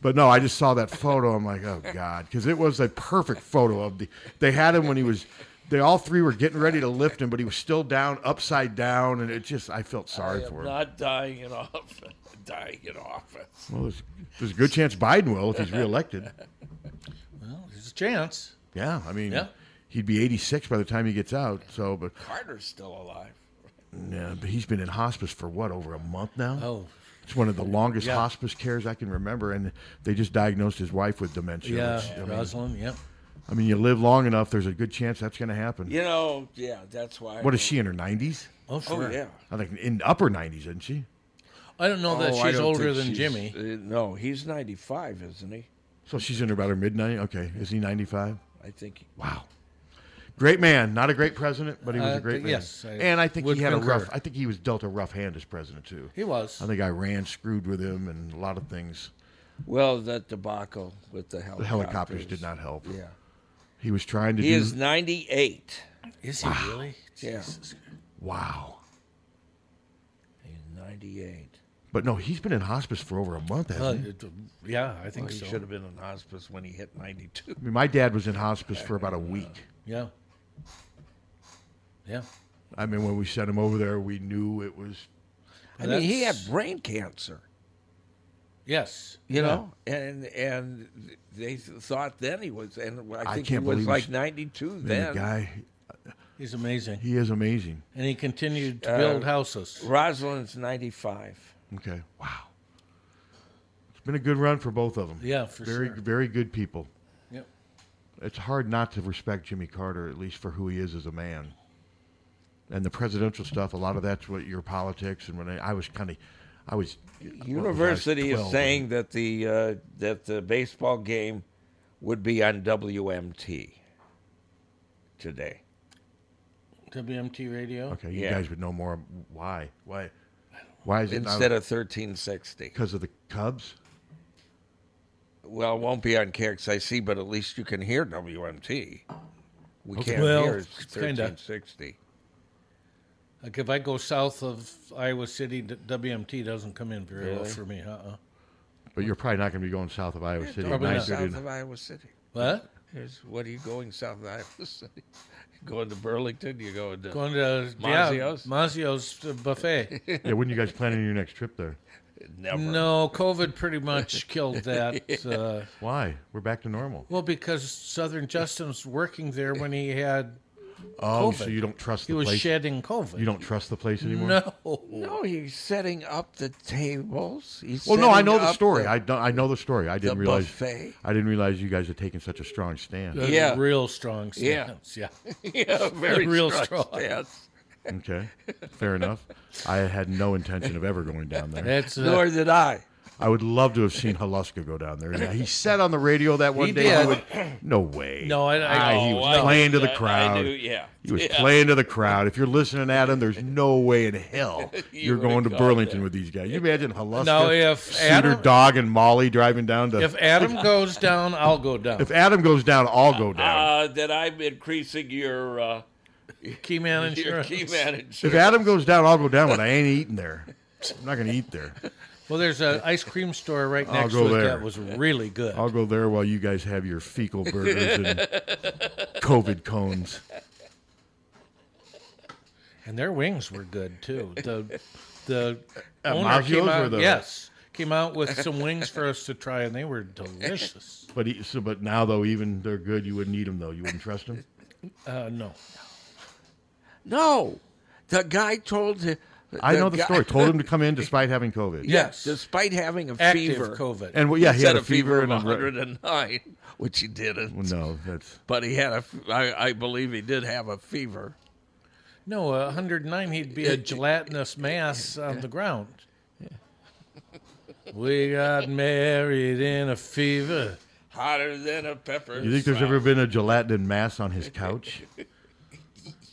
Speaker 4: But no, I just saw that photo. I'm like, oh god, because it was a perfect photo of the. They had him when he was. They all three were getting ready to lift him, but he was still down, upside down, and it just I felt sorry for him.
Speaker 3: Not dying in office. Dying in office.
Speaker 4: Well, there's, there's a good chance Biden will if he's reelected.
Speaker 3: Well, there's a chance.
Speaker 4: Yeah, I mean,
Speaker 3: Yeah.
Speaker 4: he'd be 86 by the time he gets out. So, but
Speaker 3: Carter's still alive.
Speaker 4: yeah, but he's been in hospice for what over a month now.
Speaker 3: Oh.
Speaker 4: It's one of the longest
Speaker 3: Yeah.
Speaker 4: hospice cares I can remember, and they just diagnosed his wife with dementia.
Speaker 3: Yeah,
Speaker 4: It's- I, mean,
Speaker 3: Rosalind. Yep.
Speaker 4: I mean, you live long enough, there's a good chance that's going to happen.
Speaker 2: You know, yeah, that's why.
Speaker 4: What is she in her 90s?
Speaker 3: Oh, sure.
Speaker 2: yeah.
Speaker 4: I think in upper 90s, isn't she?
Speaker 3: I don't know that
Speaker 2: Oh, I
Speaker 3: she's
Speaker 2: don't
Speaker 3: older
Speaker 2: think
Speaker 3: than Jimmy.
Speaker 2: she's- uh, no, he's 95, isn't he?
Speaker 4: So she's in about her mid 90s. Okay, is he 95?
Speaker 2: I think. He,
Speaker 4: Wow. Great man, not a great president, but he was
Speaker 3: Uh,
Speaker 4: a great
Speaker 3: th-
Speaker 4: man.
Speaker 3: yes, I
Speaker 4: and I think
Speaker 3: would
Speaker 4: he had
Speaker 3: concur.
Speaker 4: a rough. I think he was dealt a rough hand as president too.
Speaker 3: He was.
Speaker 4: I think Iran screwed with him and a lot of things.
Speaker 2: well, that debacle with the helicopters.
Speaker 4: The helicopters did not help.
Speaker 2: Yeah.
Speaker 4: He was trying to
Speaker 2: He
Speaker 4: do.
Speaker 2: is 98.
Speaker 3: Is he really?
Speaker 2: Yeah.
Speaker 4: wow.
Speaker 2: He's 98.
Speaker 4: But no, he's been in hospice for over a month. Hasn't
Speaker 3: Uh,
Speaker 4: he?
Speaker 3: it- yeah, I think
Speaker 2: Well, he
Speaker 3: so.
Speaker 2: should have been in hospice when he hit 92.
Speaker 4: I mean, my dad was in hospice for about a week.
Speaker 3: Yeah. Yeah.
Speaker 4: I mean, when we sent him over there, we knew it was.
Speaker 2: I mean, he had
Speaker 3: That's-
Speaker 2: brain cancer,
Speaker 3: Yes.
Speaker 2: you know, and and they thought then he was, and I think he
Speaker 4: can't
Speaker 2: was
Speaker 4: believe
Speaker 2: like
Speaker 4: he's-
Speaker 2: 92
Speaker 4: I mean, the
Speaker 2: then.
Speaker 4: guy,
Speaker 3: He's amazing.
Speaker 4: he is amazing.
Speaker 3: And he continued to build
Speaker 2: Uh,
Speaker 3: houses.
Speaker 2: Rosalind's 95.
Speaker 4: Okay, wow. It's been a good run for both of them.
Speaker 3: Yeah, for
Speaker 4: very,
Speaker 3: sure.
Speaker 4: very good people.
Speaker 3: Yep.
Speaker 4: It's hard not to respect Jimmy Carter, at least for who he is as a man. And the presidential stuff, a lot of that's what your politics and when I, I was kind of, I was. what was I, I was
Speaker 2: University is
Speaker 4: 12,
Speaker 2: saying that the uh, that the baseball game would be on WMT today.
Speaker 3: WMT radio.
Speaker 4: Okay, you
Speaker 2: Yeah.
Speaker 4: guys would know more. Why? Why? Why is it
Speaker 2: Instead
Speaker 4: not
Speaker 2: of 1360.
Speaker 4: because of the Cubs?
Speaker 2: Well, it won't be on KXIC, but at least you can hear WMT. We can't
Speaker 3: Well,
Speaker 2: hear
Speaker 3: kinda.
Speaker 2: 1360.
Speaker 3: Like if I go south of Iowa City, d- WMT doesn't come in very well
Speaker 2: Really?
Speaker 3: for me. Uh-uh.
Speaker 4: But you're probably not going to be going south of Iowa City.
Speaker 3: probably
Speaker 4: at
Speaker 3: not.
Speaker 4: 9:30
Speaker 2: South of Iowa City.
Speaker 3: What?
Speaker 2: Here's, what are you going south of Iowa City? Going to Burlington? You're going to.
Speaker 3: Going to
Speaker 2: Mazio's?
Speaker 3: Yeah, Mazio's buffet.
Speaker 4: yeah, when you guys planning your next trip there?
Speaker 2: never.
Speaker 3: no, COVID pretty much killed that. uh,
Speaker 4: Why? We're back to normal.
Speaker 3: well, because Southern Justin's working there when he had
Speaker 4: Oh,
Speaker 3: COVID.
Speaker 4: so you don't trust
Speaker 3: he
Speaker 4: the
Speaker 3: was
Speaker 4: place?
Speaker 3: shedding COVID.
Speaker 4: You don't trust the place anymore?
Speaker 3: No.
Speaker 2: No, he's setting up the tables. He's
Speaker 4: Well, no, I
Speaker 2: setting
Speaker 4: know the
Speaker 2: up
Speaker 4: story. I don't, I know the story. I didn't
Speaker 2: the
Speaker 4: realize.
Speaker 2: buffet.
Speaker 4: I didn't realize you guys had taken such a strong stand.
Speaker 3: Those are
Speaker 2: Yeah.
Speaker 3: Real strong
Speaker 2: Yeah.
Speaker 3: stands. Yeah.
Speaker 2: yeah, very
Speaker 3: Real
Speaker 2: strong.
Speaker 3: strong.
Speaker 2: Yes.
Speaker 4: Okay, fair enough. I had no intention of ever going down there.
Speaker 3: That's uh,
Speaker 2: Nor did I.
Speaker 4: I would love to have seen Haluska go down there. Yeah, he said on the radio that one
Speaker 3: He
Speaker 4: day.
Speaker 3: did.
Speaker 4: He would, no way.
Speaker 3: No, I- I-
Speaker 4: Ah, he
Speaker 2: Oh,
Speaker 4: was
Speaker 2: I-
Speaker 4: playing to
Speaker 2: I-
Speaker 4: the
Speaker 2: I
Speaker 4: crowd.
Speaker 2: do, yeah.
Speaker 4: He was
Speaker 2: Yeah.
Speaker 4: playing to the crowd. If you're listening, Adam, there's no way in hell you're
Speaker 2: would've
Speaker 4: going to
Speaker 2: gone
Speaker 4: Burlington with these guys. You imagine Haluska,
Speaker 3: Now, if
Speaker 4: Cedar
Speaker 3: Adam-
Speaker 4: Dog, and Molly driving down to.
Speaker 3: if Adam goes down, I'll go down.
Speaker 4: If Adam goes down, I'll go down.
Speaker 2: Uh, that I'm increasing your uh,
Speaker 3: key man
Speaker 2: your
Speaker 3: insurance.
Speaker 2: key manager.
Speaker 4: if Adam goes down, I'll go down, but I ain't eating there. I'm not going to eat there.
Speaker 3: Well, there's an ice cream store right
Speaker 4: I'll
Speaker 3: next
Speaker 4: go
Speaker 3: to it
Speaker 4: there.
Speaker 3: that was really good.
Speaker 4: I'll go there while you guys have your fecal burgers and COVID cones.
Speaker 3: And their wings were good too. The the
Speaker 4: At
Speaker 3: owner
Speaker 4: Mazio's
Speaker 3: came
Speaker 4: or
Speaker 3: out,
Speaker 4: the-
Speaker 3: yes, came out with some wings for us to try, and they were delicious.
Speaker 4: But he, so, but now though, even they're good. You wouldn't eat them though. You wouldn't trust them.
Speaker 3: Uh, no,
Speaker 2: No, the guy told him.
Speaker 4: I know the
Speaker 2: guy-
Speaker 4: story. Told him to come in despite having COVID.
Speaker 3: Yeah.
Speaker 2: Yes, despite having a
Speaker 3: active
Speaker 2: fever.
Speaker 3: COVID.
Speaker 4: And well, yeah, he had
Speaker 2: said
Speaker 4: a fever,
Speaker 2: of
Speaker 4: and a re-
Speaker 2: 109, which he didn't.
Speaker 4: well, no, that's
Speaker 2: But he had a, f- I, I believe he did have a fever.
Speaker 3: no, 109, he'd be a gelatinous mass on the ground. We got married in a fever.
Speaker 2: Hotter than a pepper.
Speaker 4: You think there's
Speaker 2: sack.
Speaker 4: ever been a gelatin mass on his couch?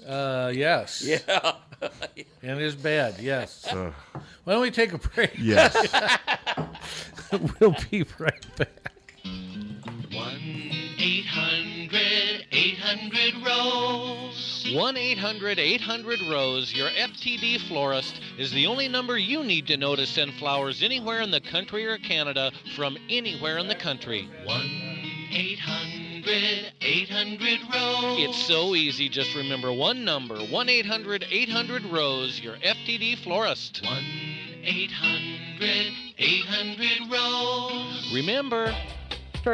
Speaker 3: Uh, yes. Yeah. and his bed, yes. Why don't we take a break?
Speaker 4: Yes.
Speaker 3: we'll be right back.
Speaker 8: 800 800 Rose. 1 800 800 Rose, your FTD florist, is the only number you need to know to send flowers anywhere in the country or Canada from anywhere in the country. 1 800
Speaker 6: 800 800 rows.
Speaker 3: It's so easy. Just remember one number 1 800 800 Rose, your FTD florist. 1
Speaker 6: 800 800 rows.
Speaker 3: Remember,
Speaker 9: For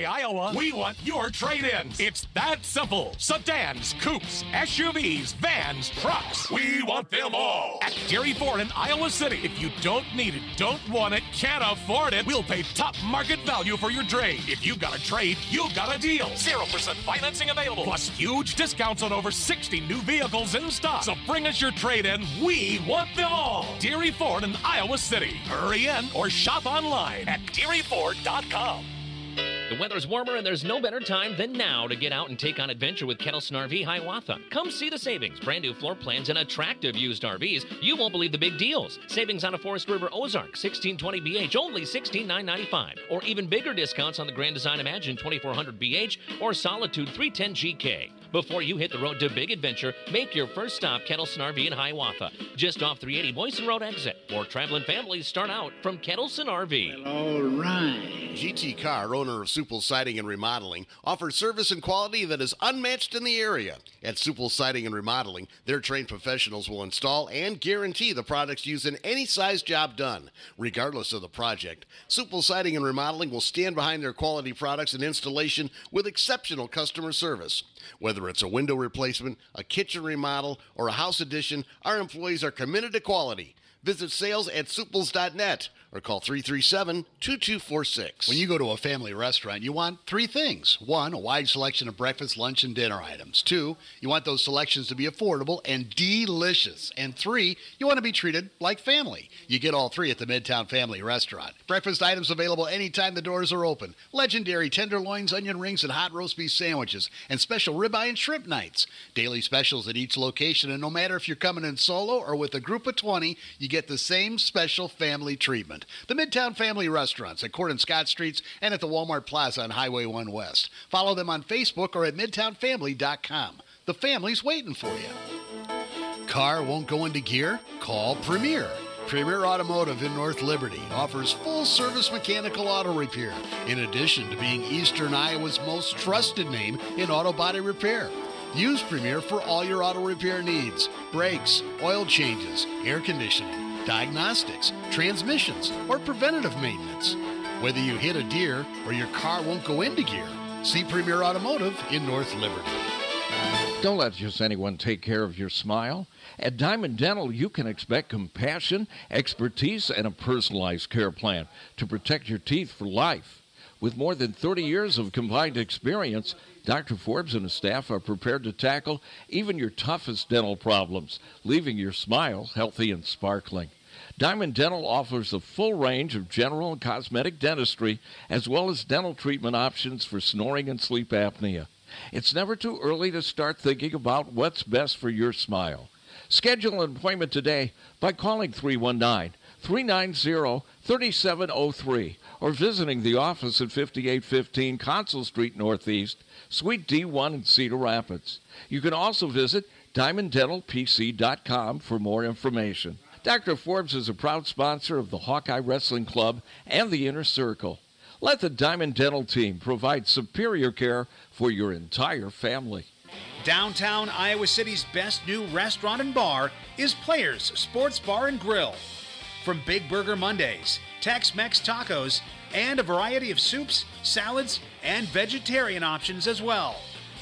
Speaker 10: Hey, Iowa, we want your trade ins. It's that simple. Sedans, coupes, SUVs, vans, trucks. We want them all. At Dairy Ford in Iowa City, if you don't need it, don't want it, can't afford it, we'll pay top market value for your trade. If you got a trade, you got a deal. 0% financing available, plus huge discounts on over 60 new vehicles in stock. So bring us your trade in. We want them all. Dairy Ford in Iowa City. Hurry in or shop online at dairyford.com.
Speaker 11: The weather's warmer, and there's no better time than now to get out and take on adventure with Kettle RV Hiawatha. Come see the savings, brand new floor plans, and attractive used RVs. You won't believe the big deals. Savings on a Forest River Ozark 1620 BH, only 16995, or even bigger discounts on the Grand Design Imagine 2400 BH or Solitude 310 GK. Before you hit the road to big adventure, make your first stop Kettle RV in Hiawatha, just off 380 Boyson Road exit. Or traveling families start out from Kettleson RV.
Speaker 12: All right. GT Car, owner of Supel Siding and Remodeling, offers service and quality that is unmatched in the area. At Supel Siding and Remodeling, their trained professionals will install and guarantee the products used in any size job done, regardless of the project. Supel Siding and Remodeling will stand behind their quality products and installation with exceptional customer service. Whether it's a window replacement, a kitchen remodel, or a house addition, our employees are committed to quality. Visit sales at suples.net or call 337 2246.
Speaker 13: When you go to a family restaurant, you want three things. One, a wide selection of breakfast, lunch, and dinner items. Two, you want those selections to be affordable and delicious. And three, you want to be treated like family. You get all three at the Midtown Family Restaurant. Breakfast items available anytime the doors are open. Legendary tenderloins, onion rings, and hot roast beef sandwiches, and special ribeye and shrimp nights. Daily specials at each location, and no matter if you're coming in solo or with a group of 20, you get the same special family treatment. The Midtown Family Restaurants at Court and Scott Streets and at the Walmart Plaza on Highway 1 West. Follow them on Facebook or at MidtownFamily.com. The family's waiting for you. Car won't go into gear? Call Premier. Premier Automotive in North Liberty offers full service mechanical auto repair, in addition to being Eastern Iowa's most trusted name in auto body repair. Use Premier for all your auto repair needs brakes, oil changes, air conditioning, diagnostics, transmissions, or preventative maintenance. Whether you hit a deer or your car won't go into gear, see Premier Automotive in North Liberty.
Speaker 2: Don't let just anyone take care of your smile. At Diamond Dental, you can expect compassion, expertise, and a personalized care plan to protect your teeth for life. With more than 30 years of combined experience, Dr. Forbes and his staff are prepared to tackle even your toughest dental problems, leaving your smile healthy and sparkling. Diamond Dental offers a full range of general and cosmetic dentistry, as well as dental treatment options for snoring and sleep apnea. It's never too early to start thinking about what's best for your smile. Schedule an appointment today by calling 319 390 3703 or visiting the office at 5815 Consul Street Northeast, Suite D1 in Cedar Rapids. You can also visit diamonddentalpc.com for more information. Dr. Forbes is a proud sponsor of the Hawkeye Wrestling Club and the Inner Circle. Let the Diamond Dental team provide superior care for your entire family.
Speaker 14: Downtown Iowa City's best new restaurant and bar is Players Sports Bar and Grill. From Big Burger Mondays, Tex Mex tacos, and a variety of soups, salads, and vegetarian options as well.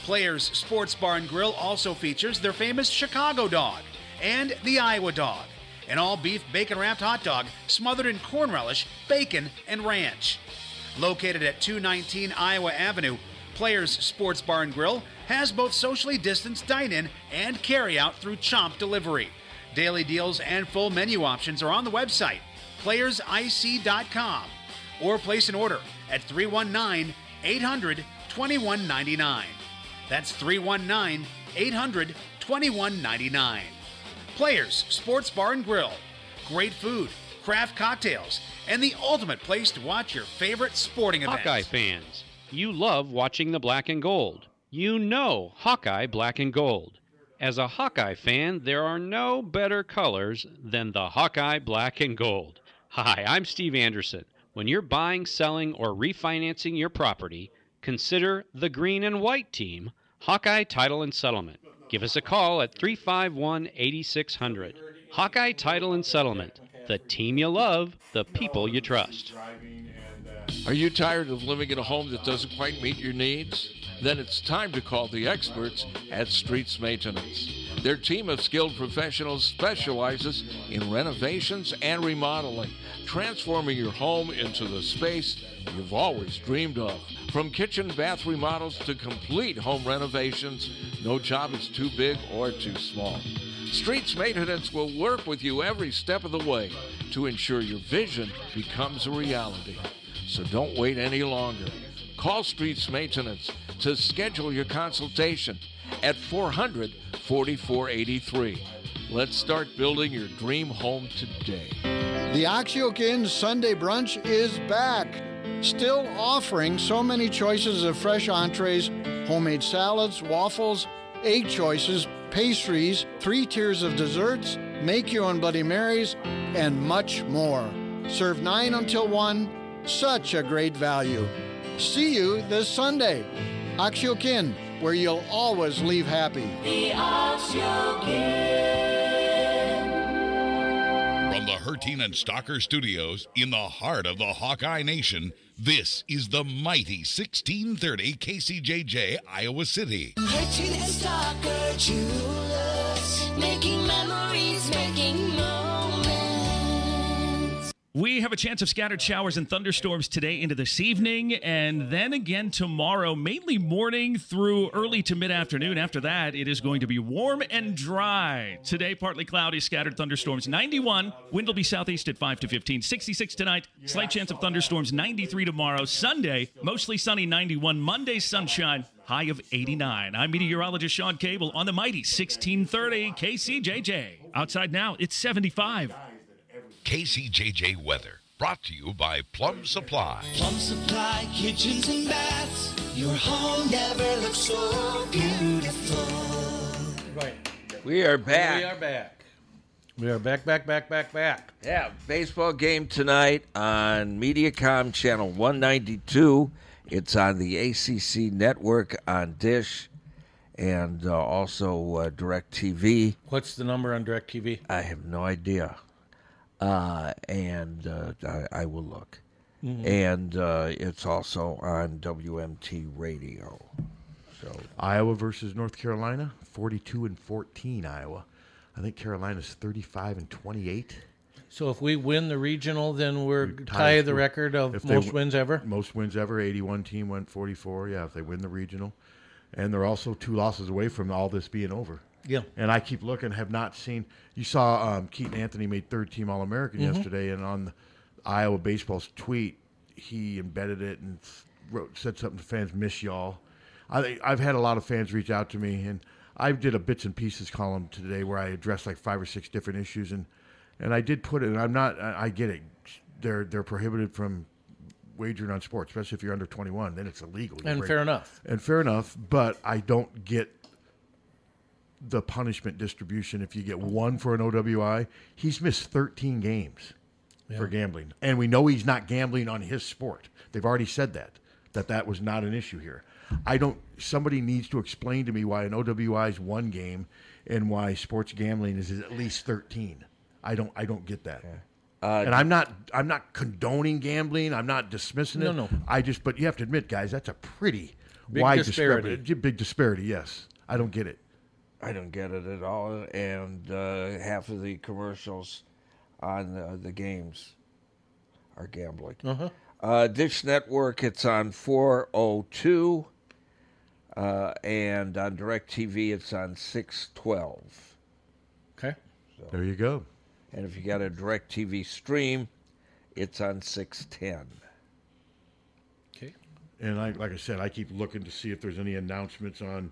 Speaker 14: Players Sports Bar and Grill also features their famous Chicago dog and the Iowa dog, an all beef bacon wrapped hot dog smothered in corn relish, bacon, and ranch. Located at 219 Iowa Avenue, Players Sports Bar and Grill has both socially distanced dine in and carry out through Chomp delivery. Daily deals and full menu options are on the website, playersic.com, or place an order at 319 800 2199. That's 319 800 2199. Players Sports Bar and Grill. Great food, craft cocktails, and the ultimate place to watch your favorite sporting events.
Speaker 15: Hawkeye fans, you love watching the black and gold. You know Hawkeye black and gold. As a Hawkeye fan, there are no better colors than the Hawkeye black and gold. Hi, I'm Steve Anderson. When you're buying, selling, or refinancing your property, consider the green and white team, Hawkeye Title and Settlement. Give us a call at 351 8600. Hawkeye Title and Settlement, the team you love, the people you trust.
Speaker 2: Are you tired of living in a home that doesn't quite meet your needs? Then it's time to call the experts at Streets Maintenance. Their team of skilled professionals specializes in renovations and remodeling, transforming your home into the space you've always dreamed of. From kitchen bath remodels to complete home renovations, no job is too big or too small. Streets Maintenance will work with you every step of the way to ensure your vision becomes a reality. So don't wait any longer. Call Streets Maintenance to schedule your consultation at 400 4483. Let's start building your dream home today.
Speaker 16: The Oxyokin Sunday brunch is back, still offering so many choices of fresh entrees, homemade salads, waffles, egg choices, pastries, three tiers of desserts, make your own Bloody Marys, and much more. Serve 9 until 1. Such a great value. See you this Sunday. Oxyokin, where you'll always leave happy.
Speaker 6: The Oxyokin.
Speaker 17: From the Hertin and Stalker Studios in the heart of the Hawkeye Nation, this is the mighty 1630 KCJJ Iowa City.
Speaker 6: Hertin and Stalker Jewelers. Making memories, making moments.
Speaker 18: We have a chance of scattered showers and thunderstorms today into this evening, and then again tomorrow, mainly morning through early to mid afternoon. After that, it is going to be warm and dry. Today, partly cloudy, scattered thunderstorms 91. Wind will be southeast at 5 to 15, 66 tonight. Slight chance of thunderstorms 93 tomorrow. Sunday, mostly sunny 91. Monday, sunshine, high of 89. I'm meteorologist Sean Cable on the mighty 1630 KCJJ. Outside now, it's 75.
Speaker 17: KCJJ Weather, brought to you by Plum Supply.
Speaker 6: Plum Supply kitchens and baths. Your home never looks so beautiful.
Speaker 2: We are back.
Speaker 3: We are back. We are back, back, back, back, back.
Speaker 2: Yeah, baseball game tonight on Mediacom Channel 192. It's on the ACC network on Dish and uh, also uh, DirecTV.
Speaker 3: What's the number on DirecTV?
Speaker 2: I have no idea. Uh, and uh, I, I will look.
Speaker 3: Mhm.
Speaker 2: And uh, it's also on WMT Radio. So
Speaker 4: Iowa versus North Carolina, 42 and 14. Iowa, I think Carolina's 35 and 28.
Speaker 3: So if we win the regional, then we're tie the record of
Speaker 4: If they
Speaker 3: most
Speaker 4: w-
Speaker 3: wins ever.
Speaker 4: Most wins ever. 81 team went 44. Yeah, if they win the regional, and they're also two losses away from all this being over.
Speaker 3: Yeah.
Speaker 4: And I keep looking, have not seen. You saw um, Keaton Anthony made third team All American
Speaker 3: Mhm.
Speaker 4: yesterday, and on the Iowa baseball's tweet, he embedded it and s- wrote said something to fans, "Miss y'all." I, I've had a lot of fans reach out to me, and I did a bits and pieces column today where I addressed like five or six different issues, and and I did put it. And I'm not. I I get it. They're they're prohibited from wagering on sports, especially if you're under 21. Then it's illegal. You
Speaker 3: And
Speaker 4: break-
Speaker 3: fair enough.
Speaker 4: And fair enough. But I don't get the punishment distribution if you get one for an OWI. He's missed 13 games for
Speaker 3: Yeah.
Speaker 4: gambling. And we know he's not gambling on his sport. They've already said that, that that was not an issue here. I don't, somebody needs to explain to me why an OWI is one game and why sports gambling is at least 13. I don't, I don't get that.
Speaker 2: Uh,
Speaker 4: and I'm not, I'm not condoning gambling. I'm not dismissing it.
Speaker 3: No, no.
Speaker 4: I just, but you have to admit, guys, that's a pretty
Speaker 3: Big
Speaker 4: wide
Speaker 3: disparity.
Speaker 4: discrepancy. Big disparity, yes. I don't get it.
Speaker 2: I don't get it at all. And uh, half of the commercials on uh, the games are gambling.
Speaker 3: Uh-huh.
Speaker 2: Uh, Dish Network, it's on 402. Uh, and on DirecTV, it's on 612.
Speaker 3: Okay.
Speaker 4: There you go.
Speaker 2: And if you got a DirecTV stream, it's on 610.
Speaker 4: And I, like I said, I keep looking to see if there's any announcements on.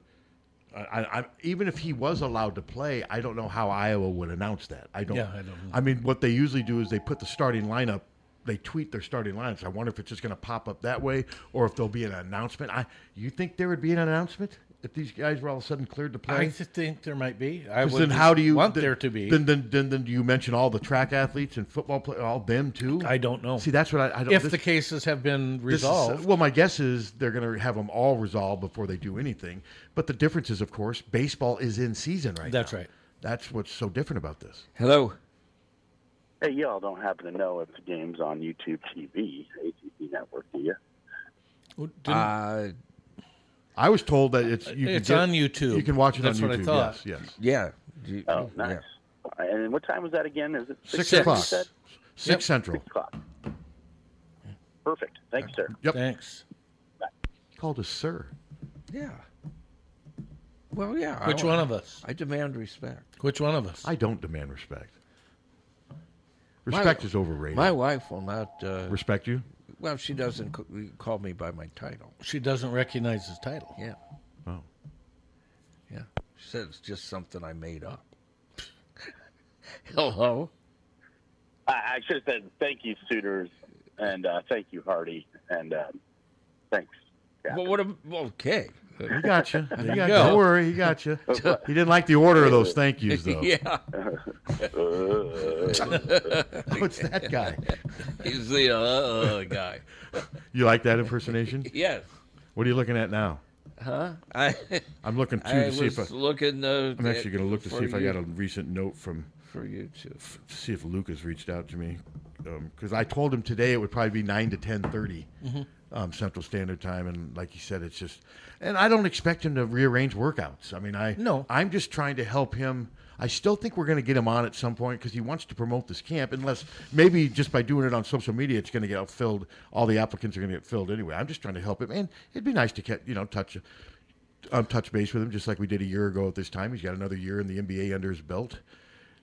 Speaker 4: I, I, I, even if he was allowed to play, I don't know how Iowa would announce that. I don't.
Speaker 3: Yeah, I don't know.
Speaker 4: I mean, what they usually do is they put the starting lineup. They tweet their starting lineups. I wonder if it's just going to pop up that way, or if there'll be an announcement. I, you think there would be an announcement if these guys were all of a sudden cleared to play?
Speaker 3: I th- think there might be. I
Speaker 4: 'Cause
Speaker 3: would
Speaker 4: then how do you
Speaker 3: want
Speaker 4: then-
Speaker 3: there to be?
Speaker 4: Then then then, then do you mention all the track athletes and football play all them too? I
Speaker 3: don't know.
Speaker 4: See, that's what I, I don't.
Speaker 3: if
Speaker 4: this-
Speaker 3: the cases have been
Speaker 4: this is-
Speaker 3: resolved,
Speaker 4: well, my guess is they're going to have them all resolved before they do anything. But the difference is, of course, baseball is in season right
Speaker 3: That's
Speaker 4: now.
Speaker 3: right.
Speaker 4: That's what's so different about this.
Speaker 2: Hello.
Speaker 19: Hey, y'all don't happen to know if the game's on YouTube TV, ATP Network, do you?
Speaker 2: Uh,
Speaker 4: I was told that it's you
Speaker 3: It's
Speaker 4: can get-
Speaker 3: on YouTube.
Speaker 4: You can watch it
Speaker 3: That's
Speaker 4: on YouTube.
Speaker 3: what I thought.
Speaker 4: Yes, yes.
Speaker 2: Yeah.
Speaker 19: Oh, nice. And what time was that again? Is it
Speaker 4: Mm-hmm. Six,
Speaker 19: you
Speaker 4: o'clock.
Speaker 19: said?
Speaker 4: Six central.
Speaker 19: Perfect. Thanks, sir.
Speaker 4: Yep.
Speaker 3: Thanks.
Speaker 4: Called us sir.
Speaker 2: Yeah. Well, yeah. I
Speaker 3: Which
Speaker 2: wa-
Speaker 3: one of us?
Speaker 2: I demand respect.
Speaker 3: Which one of us?
Speaker 4: I don't demand respect.
Speaker 2: My-
Speaker 4: Respect is overrated.
Speaker 2: My wife will not. Uh,
Speaker 4: Respect you?
Speaker 2: Well, she doesn't c- call me by my title.
Speaker 3: She doesn't recognize his title.
Speaker 2: Yeah.
Speaker 4: Oh.
Speaker 2: Yeah. She said it's just something I made up. Hello.
Speaker 19: I, I should have said thank you, suitors, and uh, thank you, Hardy, and uh, thanks.
Speaker 2: Well, what? A, okay.
Speaker 4: He got you. He got
Speaker 2: There you
Speaker 4: you.
Speaker 2: go.
Speaker 4: Don't worry, he got you. he didn't like the order of those thank yous, though.
Speaker 2: yeah.
Speaker 4: What's that guy?
Speaker 2: He's the uh, guy.
Speaker 4: You like that impersonation?
Speaker 2: Yes.
Speaker 4: What are you looking at now?
Speaker 2: Huh? I,
Speaker 4: I'm looking too
Speaker 2: I
Speaker 4: to see if I,
Speaker 2: was looking. Uh,
Speaker 4: I'm actually going to look to
Speaker 2: for
Speaker 4: see if I
Speaker 2: you.
Speaker 4: got a recent note from
Speaker 2: for you too.
Speaker 4: to see if Luke has reached out to me because I told him today it would probably be nine to ten
Speaker 2: Mhm.
Speaker 4: um, Central Standard Time, and like you said, it's just and I don't expect him to rearrange workouts. I mean, I no, I'm just trying to help him. I still think we're going to get him on at some point because he wants to promote this camp. Unless maybe just by doing it on social media, it's going to get filled. All the applicants are going to get filled anyway. I'm just trying to help him, and it'd be nice to get you know touch um, touch base with him, just like we did a year ago at this time. He's got another year in the NBA under his belt.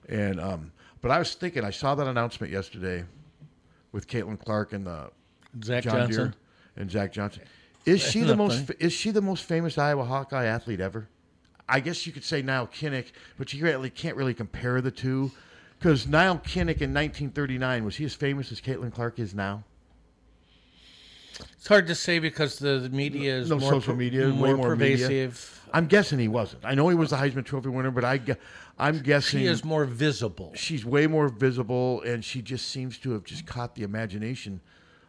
Speaker 4: And um, but I was thinking, I saw that announcement yesterday with Caitlin Clark and the
Speaker 3: Zach
Speaker 4: John
Speaker 3: Johnson.
Speaker 4: Deere and Zach Johnson. Is she
Speaker 3: Isn't
Speaker 4: the
Speaker 3: that
Speaker 4: most? Is she the most famous Iowa Hawkeye athlete ever? I guess you could say Niall Kinnick, but you really can't really compare the two because Niall Kinnick in 1939 was he as famous as Caitlin Clark is now?
Speaker 3: It's hard to say because the, the media is
Speaker 4: no
Speaker 3: more
Speaker 4: social
Speaker 3: per-
Speaker 4: media,
Speaker 3: more,
Speaker 4: way more media.
Speaker 3: pervasive.
Speaker 4: I'm guessing he wasn't. I know he was the Heisman Trophy winner, but I, gue- I'm guessing
Speaker 3: She is more visible.
Speaker 4: She's way more visible, and she just seems to have just caught the imagination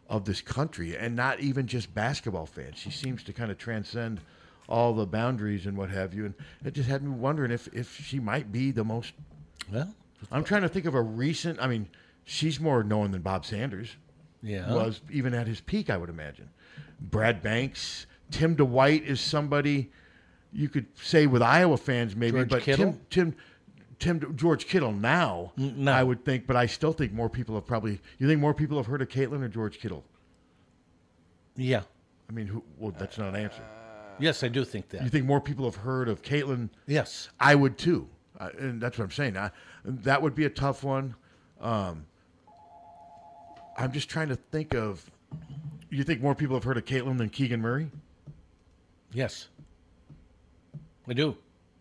Speaker 4: of this country, and not even just basketball fans. She seems to kind of transcend all the boundaries and what have you. And it just had me wondering if if she might be the most.
Speaker 3: Well,
Speaker 4: I'm trying to think of a recent. I mean, she's more known than Bob Sanders.
Speaker 3: Yeah.
Speaker 4: was even at his peak, I would imagine. Brad Banks, Tim DeWhite is somebody you could say with Iowa fans maybe,
Speaker 3: George
Speaker 4: but
Speaker 3: Kittle?
Speaker 4: Tim Tim Tim George Kittle now I would think, but I still think more people have probably. You think more people have heard of Caitlin or George Kittle?
Speaker 3: Yeah.
Speaker 4: I mean, who, well, that's not an answer.
Speaker 3: Uh, Yes, I do think that.
Speaker 4: You think more people have heard of Caitlin?
Speaker 3: Yes,
Speaker 4: I would too, I, and that's what I'm saying. I, that would be a tough one. Um, I'm just trying to think of. You think more people have heard of Caitlin than Keegan Murray?
Speaker 3: Yes, I do.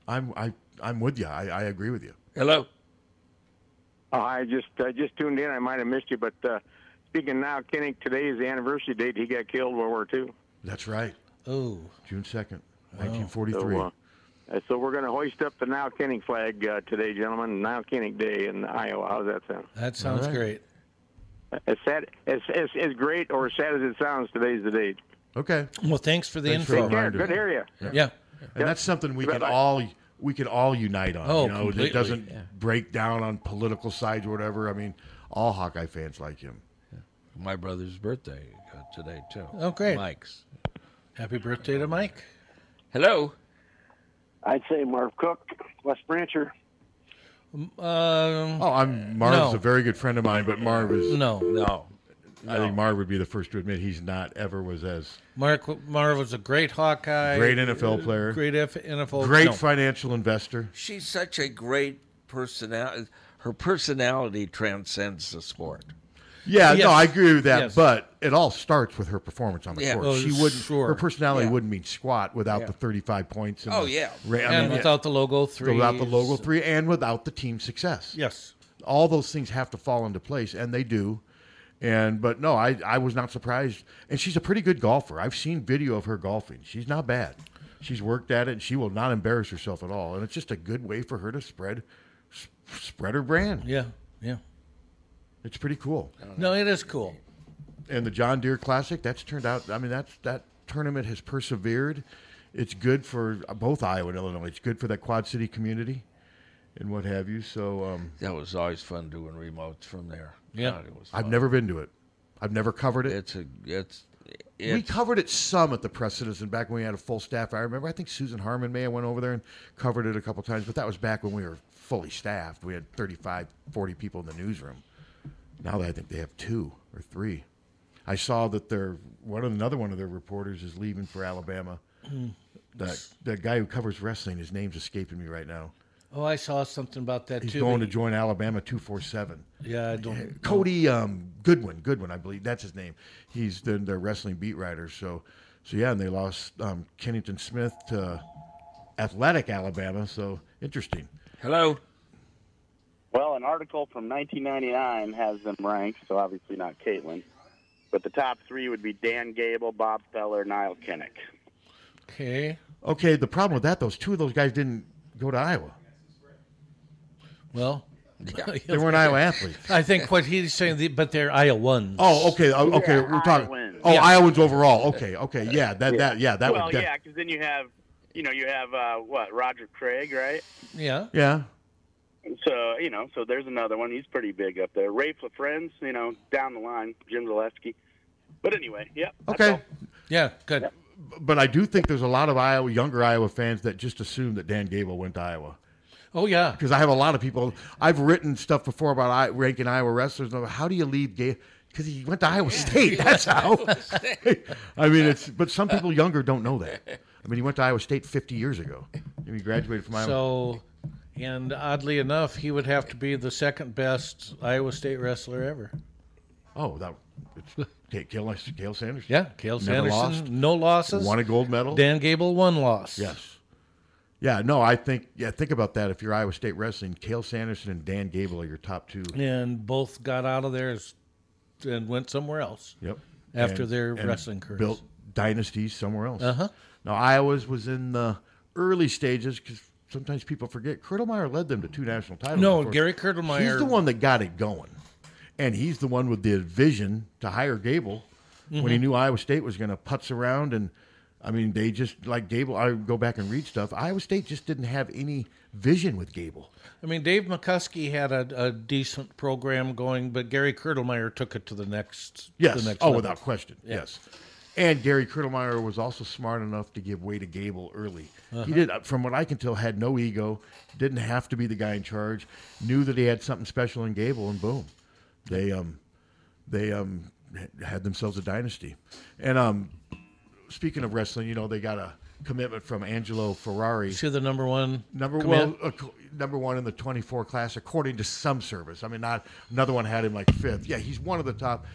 Speaker 4: I'm I I'm with you. I, I agree with you.
Speaker 2: Hello.
Speaker 20: Oh, I just I just tuned in. I might have missed you, but uh, speaking now, Kinnick, today is the anniversary date he got killed World War II.
Speaker 4: That's right.
Speaker 3: Oh,
Speaker 4: June second, 1943.
Speaker 20: So, uh, Uh, so we're going to hoist up the now Kinnick flag uh, today, gentlemen. Now Kinnick Day in Iowa. How's that sound?
Speaker 3: that sounds
Speaker 20: right.
Speaker 3: great.
Speaker 20: As sad, as, as as great or as sad as it sounds, today's the date.
Speaker 4: okay.
Speaker 3: Well, thanks for the
Speaker 4: Thanks for
Speaker 3: info.
Speaker 4: the reminder. Good to
Speaker 20: hear you.
Speaker 3: Yeah.
Speaker 4: And that's something we can all we can all unite on.
Speaker 3: Oh,
Speaker 4: you know,
Speaker 3: completely.
Speaker 4: it doesn't
Speaker 3: Yeah.
Speaker 4: break down on political sides or whatever. I mean, all Hawkeye fans like him.
Speaker 2: My brother's birthday uh, today too.
Speaker 3: Oh, great.
Speaker 2: Mike's.
Speaker 3: Happy birthday to Mike.
Speaker 2: Hello.
Speaker 21: I'd say Marv Cook, West Brancher.
Speaker 3: Um, oh,
Speaker 4: Oh, I'm Marv's
Speaker 3: No.
Speaker 4: a very good friend of mine, but Marv is
Speaker 3: No. No.
Speaker 4: I think Marv would be the first to admit he's not ever was as
Speaker 3: Mark Marv was a great Hawkeye,
Speaker 4: Great NFL
Speaker 3: uh,
Speaker 4: player.
Speaker 3: great F- NFL,
Speaker 4: great
Speaker 3: no.
Speaker 4: financial investor.
Speaker 2: She's such a great personality. Her personality transcends the sport.
Speaker 4: Yeah,
Speaker 2: Yes.
Speaker 4: no, I agree with that.
Speaker 2: Yes.
Speaker 4: But it all starts with her performance on the
Speaker 2: Yeah.
Speaker 4: court.
Speaker 2: Oh,
Speaker 4: she wouldn't.
Speaker 3: sure.
Speaker 4: Her personality
Speaker 3: Yeah.
Speaker 4: wouldn't mean squat without
Speaker 3: Yeah.
Speaker 4: the thirty-five points.
Speaker 3: Oh,
Speaker 4: the
Speaker 3: yeah.
Speaker 4: ra- I
Speaker 3: And
Speaker 4: mean,
Speaker 3: without the logo
Speaker 4: Without the logo
Speaker 3: threes.
Speaker 4: three, and without the team success.
Speaker 3: Yes.
Speaker 4: All those things have to fall into place, and they do. And but no, I I was not surprised. And she's a pretty good golfer. I've seen video of her golfing. She's not bad. She's worked at it, and she will not embarrass herself at all. And it's just a good way for her to spread s- spread her brand.
Speaker 3: Yeah, yeah.
Speaker 4: It's pretty cool.
Speaker 3: No, it is cool.
Speaker 4: And the John Deere Classic, that's turned out. I mean, that's that tournament has persevered. It's good for uh, both Iowa and Illinois. It's good for that Quad City community, and what have you. So um,
Speaker 2: That was always fun doing remotes from there. God, it was
Speaker 4: I've
Speaker 2: fun.
Speaker 4: never been to it. I've never covered it.
Speaker 2: It's a it's.
Speaker 4: we
Speaker 2: it's
Speaker 4: covered it some at the press citizen back when we had a full staff. I remember. I think Susan Harmon may have went over there and covered it a couple times, but that was back when we were fully staffed. We had 35, 40 people in the newsroom. Now that I think they have two or three. I saw that their one another one of their reporters is leaving for Alabama.
Speaker 3: Hmm.
Speaker 4: That that guy who covers wrestling, his name's escaping me right now.
Speaker 3: Oh, I saw something about that
Speaker 4: He's
Speaker 3: too.
Speaker 4: going
Speaker 3: but-
Speaker 4: to join Alabama two four seven.
Speaker 3: Yeah, I don't-
Speaker 4: Cody um, Goodwin, Goodwin, I believe that's his name. He's the, their wrestling beat writer. So, so yeah, and they lost um, Kennington Smith to Athletic Alabama. So interesting.
Speaker 2: Hello.
Speaker 1: Well, an article from 1999 has them ranked, so obviously not Caitlin. But the top three would be Dan Gable, Bob Feller, Niall Kinnick.
Speaker 3: Okay.
Speaker 4: Okay, the problem with that, those two of those guys didn't go to Iowa.
Speaker 3: Well,
Speaker 4: They weren't Iowa athletes.
Speaker 3: I think what he's saying, the, but they're Iowans.
Speaker 4: Oh, okay, oh, okay. we're talking. Oh,
Speaker 3: Yeah.
Speaker 4: Iowans overall. Okay, okay, yeah, that that yeah that
Speaker 1: well,
Speaker 4: would.
Speaker 1: yeah, because then you have, you know, you have uh, what Roger Craig, right?
Speaker 3: yeah.
Speaker 4: Yeah.
Speaker 1: So you know, so there's another one. He's pretty big up there. Ray Friends, you know, down the line, Jim Zaleski. But anyway, yep.
Speaker 4: Okay.
Speaker 3: Yeah, good.
Speaker 4: But I do think there's a lot of Iowa younger Iowa fans that just assume that Dan Gable went to Iowa.
Speaker 3: Oh yeah,
Speaker 4: because I have a lot of people. I've written stuff before about I, ranking Iowa wrestlers. and I'm like, How do you leave Gable? Because he went to Iowa State. That's how. I mean, it's but some people younger don't know that. I mean, he went to Iowa State 50 years ago. And he graduated from Iowa.
Speaker 3: So, and oddly enough, he would have to be the second best Iowa State wrestler ever.
Speaker 4: oh, that it's K- Kale, Kale Sanders.
Speaker 3: Yeah, Kale
Speaker 4: Never
Speaker 3: Sanderson,
Speaker 4: lost.
Speaker 3: no losses.
Speaker 4: Won a gold medal.
Speaker 3: Dan Gable, one loss.
Speaker 4: Yes. Yeah, no, I think yeah. Think about that. If you're Iowa State wrestling, Kale Sanderson and Dan Gable are your top two.
Speaker 3: And both got out of there and went somewhere else.
Speaker 4: Yep.
Speaker 3: After
Speaker 4: And-
Speaker 3: their
Speaker 4: and
Speaker 3: wrestling careers.
Speaker 4: Built dynasties somewhere else.
Speaker 3: Uh-huh.
Speaker 4: Now Iowa's was in the early stages because sometimes people forget Kurtelmeyer led them to two national titles.
Speaker 3: No,
Speaker 4: before.
Speaker 3: Gary
Speaker 4: He's
Speaker 3: Kurtelmeyer-
Speaker 4: the one that got it going, and he's the one with the vision to hire Gable when he
Speaker 3: Mhm.
Speaker 4: knew Iowa State was going to putz around and. I mean, they just like Gable. I go back and read stuff. Iowa State just didn't have any vision with Gable.
Speaker 3: I mean, Dave McCuskey had a, a decent program going, but Gary Kurtelmeyer took it to the next.
Speaker 4: Yes.
Speaker 3: The next
Speaker 4: oh,
Speaker 3: level.
Speaker 4: without question.
Speaker 3: Yeah.
Speaker 4: Yes. And Gary Kurtelmeyer was also smart enough to give way to Gable early.
Speaker 3: Uh-huh.
Speaker 4: He did, uh, from what I can tell, had no ego, didn't have to be the guy in charge, knew that he had something special in Gable, and boom, they um, they um, ha- had themselves a dynasty. And um, speaking of wrestling, you know they got a commitment from Angelo Ferrari.
Speaker 3: See the number one
Speaker 4: number
Speaker 3: commit?
Speaker 4: well, ac- uh, number one in the twenty four class according to some service. I mean, not another one had him like fifth. Yeah, he's one of the top,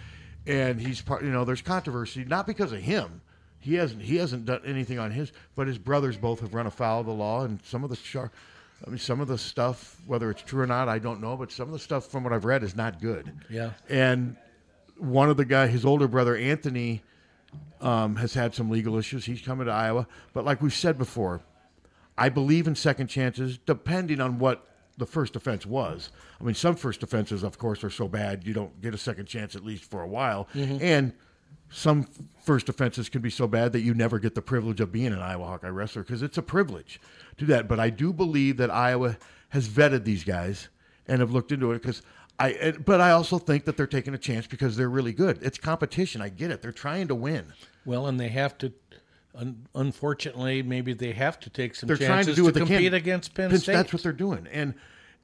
Speaker 4: and he's part. You know, there's controversy not because of him. He hasn't he hasn't done anything on his, but his brothers both have run afoul of the law, and some of the char- I mean, some of the stuff, whether it's true or not, I don't know, but some of the stuff from what I've read is not good.
Speaker 3: Yeah.
Speaker 4: And one of the guy, his older brother Anthony, um, has had some legal issues. He's coming to Iowa, but like we've said before, I believe in second chances, depending on what the first offense was. I mean, some first offenses, of course, are so bad you don't get a second chance at least for a while,
Speaker 3: Mhm.
Speaker 4: and some first offenses can be so bad that you never get the privilege of being an Iowa Hawkeye wrestler because it's a privilege to do that. But I do believe that Iowa has vetted these guys and have looked into it because I. and- But I also think that they're taking a chance because they're really good. It's competition. I get it. They're trying to win.
Speaker 3: Well, and they have to. un- unfortunately, maybe they have to take some
Speaker 4: they're trying to
Speaker 3: chances
Speaker 4: do what they
Speaker 3: compete
Speaker 4: can.
Speaker 3: against Penn, State.
Speaker 4: That's what they're doing, and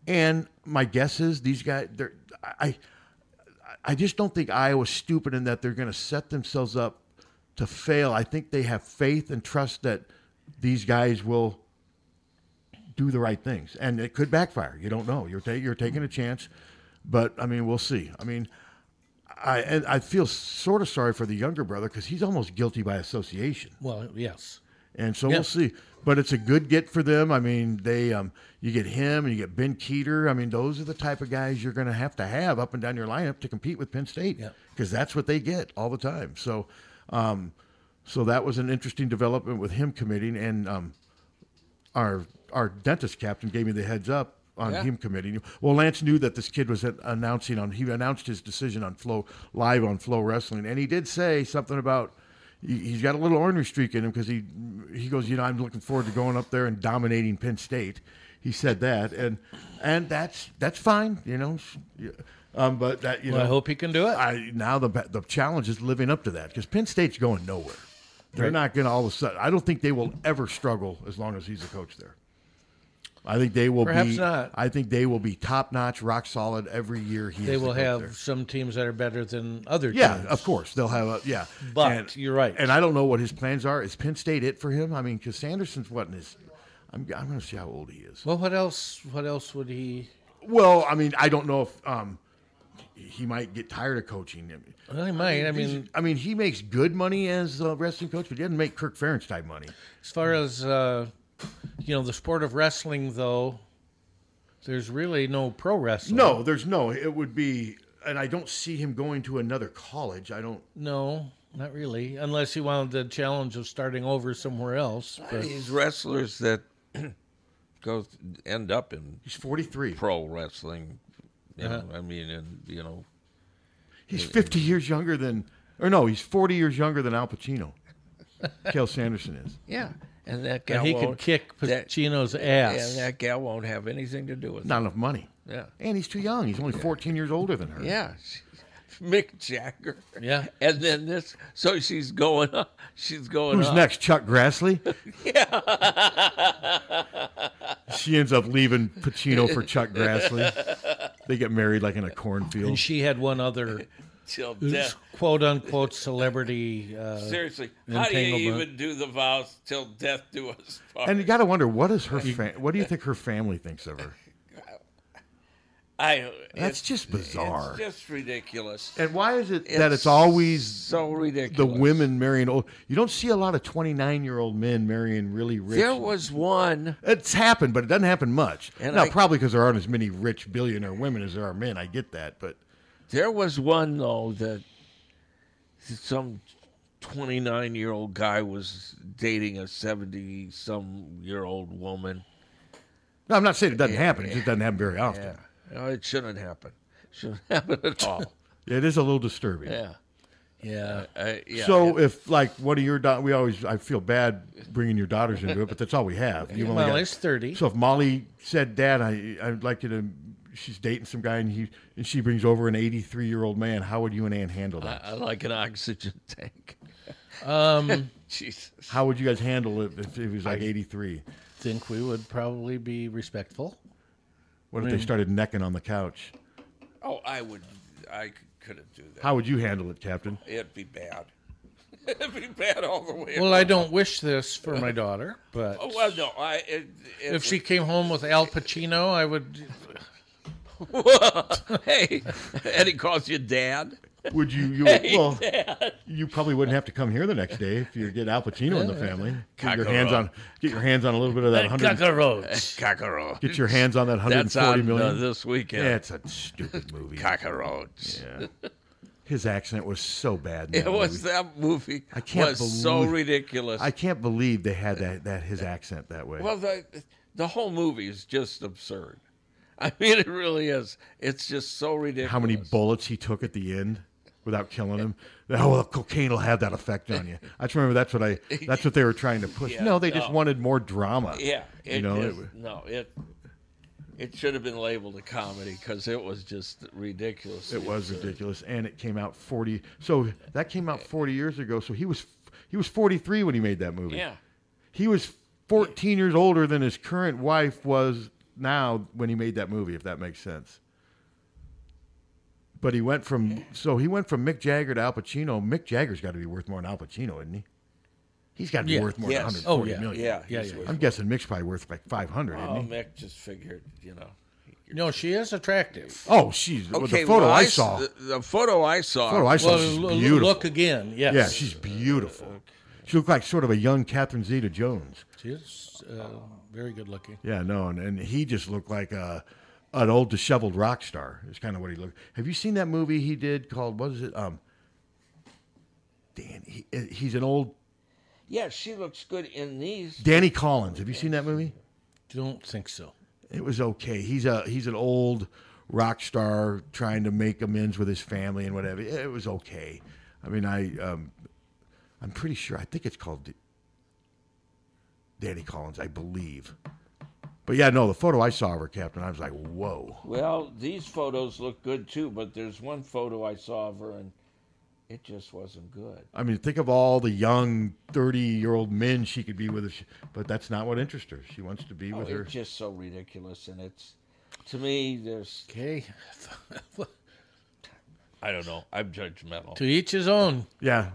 Speaker 4: and my guess is these guys. They're I, I- I just don't think Iowa's stupid in that they're going to set themselves up to fail. I think they have faith and trust that these guys will do the right things, and it could backfire. You don't know. You're ta- you're taking a chance, but I mean, we'll see. I mean. I and I feel sort of sorry for the younger brother because he's almost guilty by association.
Speaker 3: Well, yes.
Speaker 4: And so
Speaker 3: Yeah.
Speaker 4: we'll see. But it's a good get for them. I mean, they um, you get him and you get Ben Keeter. I mean, those are the type of guys you're going to have to have up and down your lineup to compete with Penn State because that's what they get all the time. So, um, so that was an interesting development with him committing, and um, our our dentist captain gave me the heads up on
Speaker 5: Yeah.
Speaker 4: him committing. Well, Lance knew that this kid was at- announcing on. He announced his decision on Flow live on Flow Wrestling, and he did say something about he- he's got a little ornery streak in him because he he goes, you know, I'm looking forward to going up there and dominating Penn State. He said that, and and that's that's fine, you know. s- yeah. Um, but that you
Speaker 3: Well, I
Speaker 4: know,
Speaker 3: hope he can do it.
Speaker 4: I now the ba- the challenge is living up to that because Penn State's going nowhere. They're
Speaker 3: Right.
Speaker 4: not going to all of a sudden. I don't think they will ever struggle as long as he's the coach there. I think they will
Speaker 3: Perhaps
Speaker 4: be.
Speaker 3: not.
Speaker 4: I think they will be top notch, rock solid every year. He
Speaker 3: They
Speaker 4: is the
Speaker 3: will
Speaker 4: coach
Speaker 3: have
Speaker 4: there.
Speaker 3: some teams that are better than other
Speaker 4: Yeah,
Speaker 3: teams.
Speaker 4: of course they'll have a yeah.
Speaker 3: But
Speaker 4: And-
Speaker 3: you're right.
Speaker 4: and I don't know what his plans are. Is Penn State it for him? I mean, because Sanderson's what in his. I'm I'm going to see how old he is.
Speaker 3: Well, what else? What else would he?
Speaker 4: Well, I mean, I don't know if um, he might get tired of coaching.
Speaker 3: Well, he might. I
Speaker 4: these-
Speaker 3: mean-
Speaker 4: I mean, he makes good money as a wrestling coach, but he doesn't make Kirk Ferentz type money.
Speaker 3: As far as uh, you know, the sport of wrestling, though, there's really no pro wrestling.
Speaker 4: No, there's no. It would be, and I don't see him going to another college. I don't.
Speaker 3: no, not really, unless he wanted the challenge of starting over somewhere else. But
Speaker 2: These wrestlers that go end up in
Speaker 4: he's 43
Speaker 2: pro wrestling. You
Speaker 4: Uh-huh.
Speaker 2: know, I mean, and you know,
Speaker 4: He's 50 years younger than, or no, he's 40 years younger than Al Pacino. Kel Sanderson is.
Speaker 2: yeah, and that guy
Speaker 3: And he
Speaker 2: won't,
Speaker 3: could kick Pacino's ass.
Speaker 2: and that gal won't have anything to do with
Speaker 4: Not
Speaker 2: it.
Speaker 4: enough money.
Speaker 2: Yeah.
Speaker 4: And he's too young. He's only 14 years older than her.
Speaker 2: Yeah, Mick Jagger.
Speaker 3: Yeah,
Speaker 2: and then this. So she's going up. She's going.
Speaker 4: Who's
Speaker 2: up.
Speaker 4: next? Chuck Grassley?
Speaker 2: Yeah.
Speaker 4: She ends up leaving Pacino for Chuck Grassley. They get married like in a cornfield.
Speaker 3: and she had one other
Speaker 2: Till death.
Speaker 3: quote unquote celebrity. Uh,
Speaker 2: Seriously, how do you
Speaker 3: entanglement.
Speaker 2: even do the vows till death do us part?
Speaker 4: And you got to wonder what is her fa- what do you think her family thinks of her?
Speaker 2: I,
Speaker 4: That's
Speaker 2: it's-
Speaker 4: just bizarre.
Speaker 2: It's just ridiculous.
Speaker 4: And why is it that it's always
Speaker 2: so
Speaker 4: the
Speaker 2: ridiculous?
Speaker 4: women marrying old? You don't see a lot of twenty nine year old men marrying really rich.
Speaker 2: There was one.
Speaker 4: It's happened, but it doesn't happen much.
Speaker 2: And
Speaker 4: now,
Speaker 2: I-
Speaker 4: probably because there aren't as many rich billionaire women as there are men. I get that, but
Speaker 2: There was one though that some twenty-nine-year-old guy was dating a seventy-some-year-old woman.
Speaker 4: no, I'm not saying it doesn't happen. It just doesn't happen very often.
Speaker 2: Yeah, No, it shouldn't happen. Shouldn't happen at all.
Speaker 4: It is a little disturbing.
Speaker 2: yeah,
Speaker 3: yeah.
Speaker 2: I, Uh, yeah.
Speaker 4: so
Speaker 2: it-
Speaker 4: if like one of your da- we always I feel bad bringing your daughters into it, but that's all we have. You've only got-
Speaker 3: Molly's 30.
Speaker 4: So if Molly said, "Dad, I I'd like you to," she's dating some guy and he and she brings over an eighty three year old man. How would you and Ann handle that?
Speaker 2: I, I like an oxygen tank.
Speaker 3: Um,
Speaker 2: Jesus.
Speaker 4: How would you guys handle it if it was like eighty three?
Speaker 3: Think we would probably be respectful.
Speaker 4: What if
Speaker 3: I
Speaker 4: they
Speaker 3: mean-
Speaker 4: started necking on the couch?
Speaker 2: Oh, I would. I couldn't do that.
Speaker 4: How would you handle it, Captain?
Speaker 2: It'd be bad. It'd be bad all the way.
Speaker 3: Well, I
Speaker 2: around.
Speaker 3: don't wish this for my daughter, but
Speaker 2: Oh, well, no. I it, it
Speaker 3: if she came home with Al Pacino, I would.
Speaker 2: hey, and he calls you dad.
Speaker 4: Would you? you
Speaker 2: Hey,
Speaker 4: well,
Speaker 2: Dad.
Speaker 4: you probably wouldn't have to come here the next day if you get Al Pacino in the
Speaker 2: Yeah.
Speaker 4: family. Get your hands on.
Speaker 2: Cockroach.
Speaker 4: Get your hands on a little bit of that hundred.
Speaker 2: cockroach. Cockroach.
Speaker 4: Get your hands on that
Speaker 2: That's
Speaker 4: 140
Speaker 2: on,
Speaker 4: million.
Speaker 2: uh, this weekend.
Speaker 4: Yeah, it's a stupid movie.
Speaker 2: Cockroach.
Speaker 4: Yeah. His accent was so bad. in
Speaker 2: It
Speaker 4: that
Speaker 2: was
Speaker 4: movie.
Speaker 2: that movie.
Speaker 4: I can't
Speaker 2: was so
Speaker 4: believe-
Speaker 2: ridiculous.
Speaker 4: I can't believe they had that, that his accent that way.
Speaker 2: Well, the the whole movie is just absurd. I mean, it really is. It's just so ridiculous.
Speaker 4: How many bullets he took at the end without killing him? Oh, well, cocaine will have that effect on you. I just remember that's what I. That's what they were trying to push.
Speaker 2: Yeah,
Speaker 4: no, they just
Speaker 2: no.
Speaker 4: wanted more drama.
Speaker 2: Yeah, it,
Speaker 4: you know.
Speaker 2: it-
Speaker 4: it wa-
Speaker 2: no, it it should have been labeled a comedy because it was just ridiculous.
Speaker 4: It was ridiculous, and it came out forty. So that came out forty years ago. So he was he was 43 when he made that movie.
Speaker 2: Yeah.
Speaker 4: He was 14 years older than his current wife was now when he made that movie, if that makes sense. But he went from so he went from Mick Jagger to Al Pacino. Mick Jagger's got to be worth more than Al Pacino, isn't he? He's got to be
Speaker 2: Yeah.
Speaker 4: worth more
Speaker 2: Yes.
Speaker 4: than 140
Speaker 2: Oh, yeah.
Speaker 4: million.
Speaker 2: Yeah, Yeah, he's yeah. worth
Speaker 4: I'm
Speaker 2: more.
Speaker 4: guessing Mick's probably worth like 500,
Speaker 2: Oh,
Speaker 4: isn't he?
Speaker 2: Mick just figured, you know.
Speaker 3: No, she is attractive.
Speaker 4: Oh, she's the photo
Speaker 2: well,
Speaker 4: I
Speaker 2: s-
Speaker 4: saw.
Speaker 2: The, the photo I saw.
Speaker 4: photo I saw, she's
Speaker 3: l- l-
Speaker 4: beautiful.
Speaker 3: look again, yes.
Speaker 4: Yeah, she's
Speaker 2: Uh,
Speaker 4: beautiful. She looked like sort of a young Catherine Zeta Jones.
Speaker 3: She is uh, very good looking.
Speaker 4: Yeah, no, and, and he just looked like a an old disheveled rock star. Is kind of what he looked. Have you seen that movie he did called what is it? Um, Dan, he, uh, he's an old
Speaker 2: Yeah, she looks good in these.
Speaker 4: Danny Collins. Have you seen that movie?
Speaker 3: Don't think so.
Speaker 4: It was okay. He's a he's an old rock star trying to make amends with his family and whatever. It was okay. I mean, I um, I'm pretty sure. I think it's called D- Danny Collins, I believe. But yeah, no, the photo I saw of her, Captain, I was like, whoa.
Speaker 2: Well, these photos look good too, but there's one photo I saw of her and it just wasn't good.
Speaker 4: I mean, think of all the young 30 year old men she could be with, if she- but that's not what interests her. She wants to be
Speaker 2: Oh,
Speaker 4: with her.
Speaker 2: it's just so ridiculous, and it's to me there's
Speaker 3: okay.
Speaker 2: I don't know. I'm judgmental.
Speaker 3: To each his own.
Speaker 4: Yeah.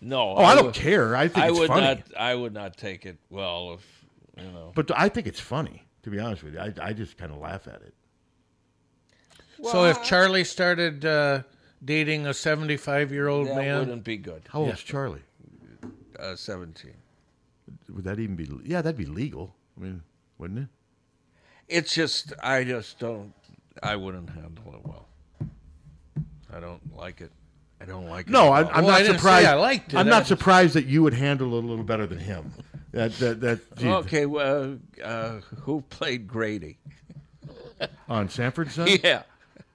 Speaker 2: No.
Speaker 4: Oh, I don't
Speaker 2: would-
Speaker 4: care. I think
Speaker 2: I
Speaker 4: it's
Speaker 2: would
Speaker 4: funny.
Speaker 2: not. I would not take it well if you know.
Speaker 4: But I think it's funny, to be honest with you. I, I just kind of laugh at it.
Speaker 3: so if Charlie started uh, dating a 75 year old
Speaker 2: That
Speaker 3: man,
Speaker 2: wouldn't be good.
Speaker 4: How old's Charlie?
Speaker 2: Uh, Seventeen.
Speaker 4: Would that even be? Yeah, that'd be legal. I mean, wouldn't it?
Speaker 2: It's just I just don't. I wouldn't handle it well. I don't like it. I don't like it.
Speaker 4: No, I,
Speaker 2: at all.
Speaker 4: I'm not surprised.
Speaker 2: I liked it.
Speaker 4: I'm not surprised that you would handle it a little better than him. That that that. gee,
Speaker 2: Okay, well, uh, who played Grady?
Speaker 4: on Sanford's son.
Speaker 2: Yeah.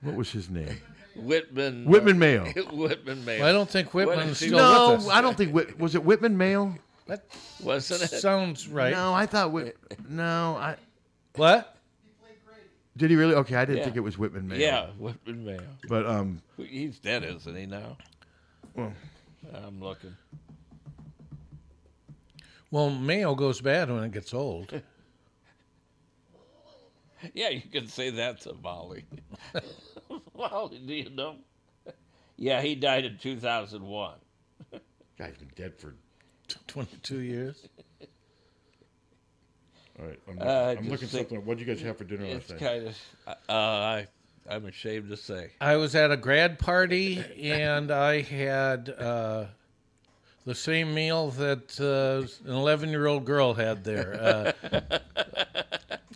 Speaker 4: What was his name?
Speaker 2: Whitman. uh,
Speaker 4: Whitman Mayo.
Speaker 2: Whitman Mayo.
Speaker 3: Well, I don't think
Speaker 2: What
Speaker 3: Whitman's
Speaker 2: is he-
Speaker 3: still
Speaker 4: no,
Speaker 3: with us.
Speaker 4: I don't think. Whit- Was it Whitman Mayo?
Speaker 3: That
Speaker 2: wasn't it?
Speaker 3: Sounds right.
Speaker 4: No, I thought. Whit- no, I.
Speaker 3: What?
Speaker 4: Did he really? Okay, I didn't
Speaker 2: Yeah.
Speaker 4: think it was Whitman Mayo.
Speaker 2: Yeah, Whitman Mayo.
Speaker 4: But um,
Speaker 2: He's dead, isn't he now?
Speaker 4: Well,
Speaker 2: I'm looking.
Speaker 3: Well, mayo goes bad when it gets old.
Speaker 2: Yeah, you can say that to Molly. Molly, do you know? Yeah, he died in 2001.
Speaker 4: Guy's been dead for
Speaker 3: 22 years.
Speaker 4: all right, I'm
Speaker 2: Uh,
Speaker 4: looking,
Speaker 2: I
Speaker 4: I'm
Speaker 2: just
Speaker 4: looking
Speaker 2: think
Speaker 4: something. up. What did you guys have for dinner
Speaker 2: It's
Speaker 4: last night?
Speaker 2: kind of. Uh, I, I'm ashamed to say.
Speaker 3: I was at a grad party and I had uh, the same meal that uh, an 11 year old girl had there uh,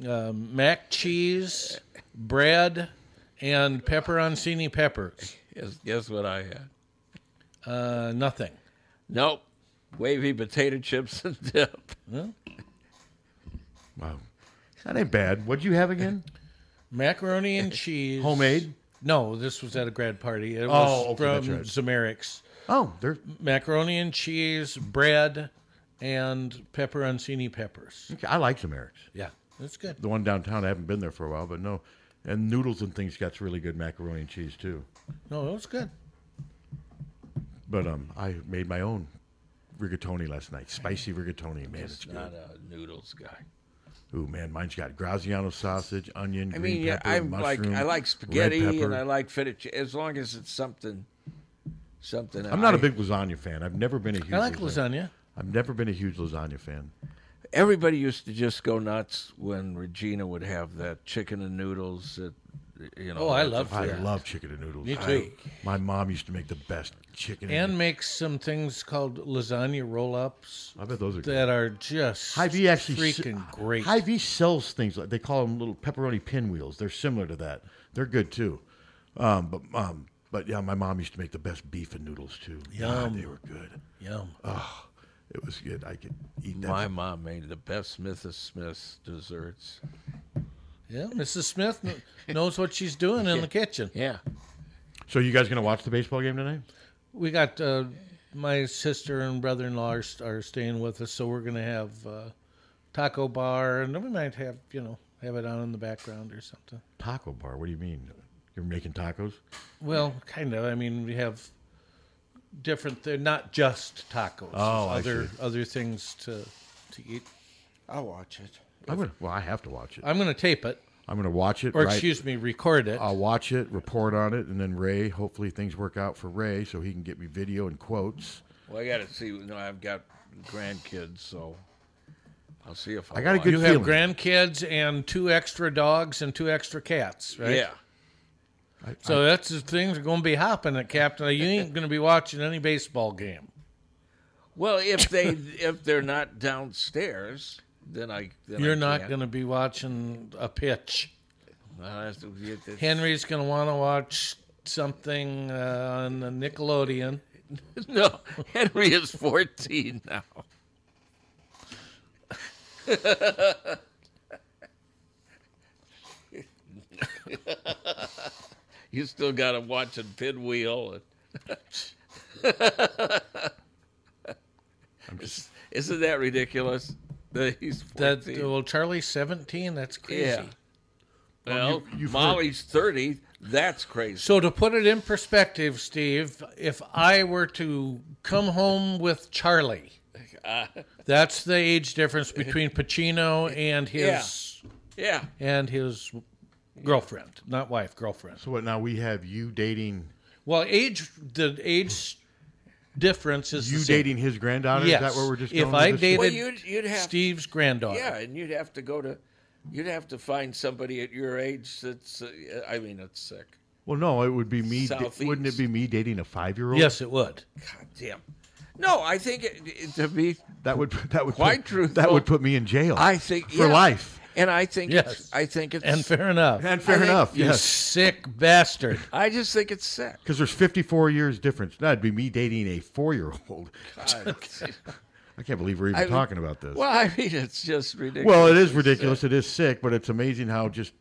Speaker 3: uh, mac cheese, bread, and pepperoncini peppers.
Speaker 2: Guess, guess what I had?
Speaker 3: Uh, nothing.
Speaker 2: Nope. Wavy potato chips and dip.
Speaker 4: Wow, that ain't bad. What'd you have again?
Speaker 3: Macaroni and cheese.
Speaker 4: Homemade?
Speaker 3: No, this was at a grad party. It
Speaker 4: Oh,
Speaker 3: was
Speaker 4: okay, that's
Speaker 3: from
Speaker 4: right.
Speaker 3: Zamerix.
Speaker 4: Oh, they're
Speaker 3: macaroni and cheese, bread, and pepperoncini peppers.
Speaker 4: Okay, I like Zamerix.
Speaker 3: Yeah, that's good.
Speaker 4: The one downtown, I haven't been there for a while, but no. And noodles and things got really good macaroni and cheese too.
Speaker 3: No, it was good.
Speaker 4: But um, I made my own rigatoni last night. Spicy rigatoni, man, it's
Speaker 2: Just
Speaker 4: good.
Speaker 2: not a noodles guy.
Speaker 4: Ooh man, mine's got Graziano sausage, onion,
Speaker 2: I
Speaker 4: green
Speaker 2: mean, yeah,
Speaker 4: pepper,
Speaker 2: I like
Speaker 4: mushroom,
Speaker 2: I like
Speaker 4: red
Speaker 2: spaghetti
Speaker 4: pepper.
Speaker 2: and I like fettuccine as long as it's something, something.
Speaker 4: I'm not
Speaker 2: a
Speaker 4: a big lasagna fan. I've never been a huge.
Speaker 2: like
Speaker 3: lasagna.
Speaker 4: I've never been a huge lasagna fan.
Speaker 2: Everybody used to just go nuts when Regina would have that chicken and noodles. That you know. Oh, that-
Speaker 4: I love chicken and noodles.
Speaker 3: Me
Speaker 4: I-
Speaker 3: too.
Speaker 4: my mom used to make the best chicken.
Speaker 3: And makes some things called lasagna roll ups.
Speaker 4: I bet those are
Speaker 3: that are just
Speaker 4: Hy-Vee actually
Speaker 3: freaking great.
Speaker 4: Hy-Vee sells things like they call them little pepperoni pinwheels. They're similar to that. They're good too. Um, but um, but yeah, my mom used to make the best beef and noodles too. God,
Speaker 3: Yum.
Speaker 4: they were good.
Speaker 3: Yum.
Speaker 4: Oh, it was good. I could eat that.
Speaker 2: My mom made the best Smith of Smith's desserts.
Speaker 3: Yeah, Mrs. Smith kn- knows what she's doing in the kitchen.
Speaker 2: Yeah.
Speaker 4: So you guys gonna watch the baseball game tonight?
Speaker 3: We got uh, my sister and brother in law are, are staying with us, so we're going to have uh, taco bar, and then we might have, you know, have it on in the background or something.
Speaker 4: Taco bar. What do you mean? You're making tacos?
Speaker 3: Well, kind of. I mean, we have different. They're not just tacos.
Speaker 4: Oh, I
Speaker 3: other
Speaker 4: see.
Speaker 3: other things to to eat. I'll watch it.
Speaker 4: I'm gonna, well, I have to watch it.
Speaker 3: I'm going to tape it.
Speaker 4: I'm going to watch it.
Speaker 3: Or
Speaker 4: right-
Speaker 3: excuse me, record it.
Speaker 4: I'll watch it, report on it, and then Ray. Hopefully things work out for Ray, so he can get me video and quotes.
Speaker 2: Well, I got to see. You know, I've got grandkids, so I'll see if I,
Speaker 4: I got a
Speaker 2: watch.
Speaker 4: good
Speaker 3: you have grandkids and two extra dogs and two extra cats, right?
Speaker 2: Yeah.
Speaker 3: so that's the things are going to be hopping at Captain. You ain't going to be watching any baseball game.
Speaker 2: Well, if they if they're not downstairs, then I then
Speaker 3: You're
Speaker 2: I
Speaker 3: not
Speaker 2: can't.
Speaker 3: going to be watching a pitch.
Speaker 2: I'll have to get this-
Speaker 3: Henry's going to want to watch something uh, on the Nickelodeon.
Speaker 2: No, Henry is 14 now. you still got him watching Pinwheel. And Isn't that ridiculous? That he's 14.
Speaker 3: That well, Charlie's seventeen. That's crazy.
Speaker 2: yeah. Well, Molly's 30. That's crazy.
Speaker 3: So to put it in perspective, Steve, if I were to come home with Charlie,
Speaker 2: Uh,
Speaker 3: that's the age difference between Pacino and his
Speaker 2: Yeah.
Speaker 3: and his girlfriend, not wife, girlfriend.
Speaker 4: So what? Now we have you dating
Speaker 3: Well, age the age difference is
Speaker 4: You
Speaker 3: the same.
Speaker 4: dating his granddaughter? Is
Speaker 3: Yes.
Speaker 4: that where we're just
Speaker 3: if
Speaker 4: going with
Speaker 3: I
Speaker 4: this?
Speaker 3: dated
Speaker 4: Well,
Speaker 2: you'd- you'd have-
Speaker 3: Steve's granddaughter.
Speaker 2: Yeah, and you'd have to go to, you'd have to find somebody at your age that's, uh, I mean, it's sick.
Speaker 4: Well, no, it would be me. da-
Speaker 2: Southeast.
Speaker 4: wouldn't it be me dating a five-year-old?
Speaker 3: Yes, it would.
Speaker 2: God damn. No, I think it, it, to be
Speaker 4: That would that would
Speaker 2: quite
Speaker 4: put,
Speaker 2: truthful.
Speaker 4: That would put me in jail.
Speaker 2: I think
Speaker 4: for
Speaker 2: yeah.
Speaker 4: life.
Speaker 2: and I think
Speaker 4: Yes.
Speaker 2: it's, I think it's
Speaker 3: And fair enough.
Speaker 4: And fair
Speaker 2: I think-
Speaker 4: enough.
Speaker 3: you
Speaker 4: yes.
Speaker 3: sick bastard.
Speaker 2: I just think it's sick.
Speaker 4: Because there's 54 years difference. That'd be me dating a four-year-old.
Speaker 2: God.
Speaker 4: I can't believe we're even
Speaker 2: I mean-
Speaker 4: talking about this.
Speaker 2: Well, I mean, it's just ridiculous.
Speaker 4: Well, it is
Speaker 2: It's
Speaker 4: ridiculous.
Speaker 2: sick.
Speaker 4: It is sick, but it's amazing how just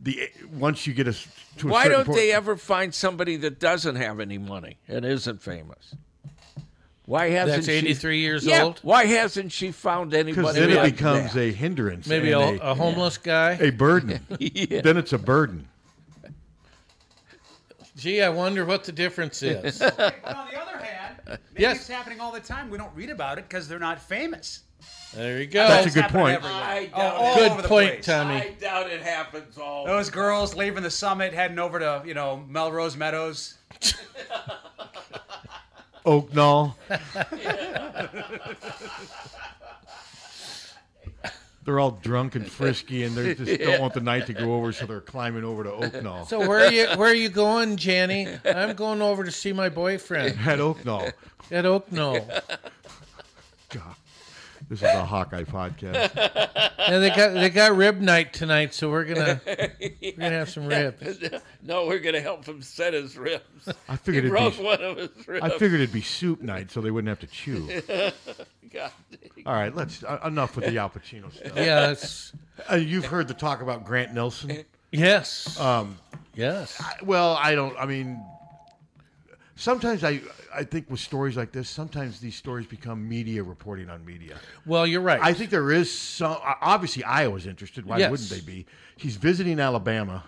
Speaker 4: the once you get us to a
Speaker 2: Why
Speaker 4: certain
Speaker 2: don't
Speaker 4: point-
Speaker 2: they ever find somebody that doesn't have any money and isn't famous? Why hasn't
Speaker 3: That's
Speaker 2: she-
Speaker 3: 83 years
Speaker 2: Yeah,
Speaker 3: old?
Speaker 2: Why hasn't she found anybody?
Speaker 4: Because then it
Speaker 2: like
Speaker 4: becomes
Speaker 2: that?
Speaker 4: a hindrance.
Speaker 3: Maybe
Speaker 4: and
Speaker 3: a- a homeless guy?
Speaker 4: A burden.
Speaker 2: Yeah.
Speaker 4: Then it's a burden.
Speaker 3: Gee, I wonder what the difference is.
Speaker 14: But on the other hand, maybe
Speaker 3: Yes.
Speaker 14: it's happening all the time. We don't read about it because they're not famous.
Speaker 3: there you go.
Speaker 14: That's a good point.
Speaker 2: I
Speaker 14: Oh,
Speaker 2: doubt
Speaker 14: all
Speaker 2: it.
Speaker 14: Good over the point, place. Tommy.
Speaker 2: I doubt it happens all.
Speaker 14: Those girls leaving the summit, heading over to you know Melrose Meadows.
Speaker 4: Oaknall. They're all drunk and frisky, and they just don't want the night to go over, so they're climbing over to Oaknall.
Speaker 3: So where are you where are you going, Jenny? I'm going over to see my boyfriend
Speaker 4: At Oaknall.
Speaker 3: At Oaknall.
Speaker 4: This is a Hawkeye podcast.
Speaker 3: And they got they got rib night tonight, so we're gonna we're gonna have some ribs.
Speaker 2: No, we're gonna help him set his ribs.
Speaker 4: I figured it'd
Speaker 2: he broke
Speaker 4: be,
Speaker 2: one of his ribs.
Speaker 4: I figured it'd be soup night, so they wouldn't have to chew.
Speaker 2: God.
Speaker 4: All right, let's uh, enough with the Al Pacino stuff.
Speaker 3: Yeah, it's-
Speaker 4: uh, you've heard the talk about Grant Nelson.
Speaker 3: Yes.
Speaker 4: Um,
Speaker 3: yes.
Speaker 4: well, I don't. I mean, sometimes I I think with stories like this, sometimes these stories become media reporting on media.
Speaker 3: Well, you're right.
Speaker 4: I think there is some. Obviously, Iowa's interested. Why
Speaker 3: Yes.
Speaker 4: wouldn't they be? He's visiting Alabama,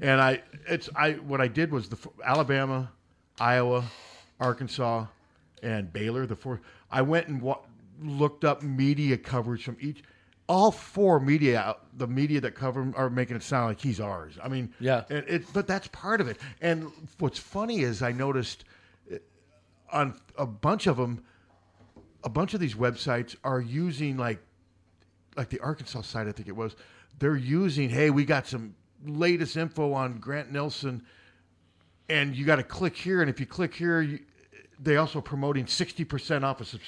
Speaker 4: and I it's I what I did was the f- Alabama, Iowa, Arkansas, and Baylor. The four I went and wa- looked up media coverage from each. All four media, out- the media that cover him are making it sound like he's ours. I mean,
Speaker 3: Yeah.
Speaker 4: And it, but that's part of it. And what's funny is I noticed uh, on a bunch of them, a bunch of these websites are using like like the Arkansas site, I think it was. They're using, hey, we got some latest info on Grant Nelson, and you got to click here. And if you click here, you, they also promoting sixty percent off of. Subs-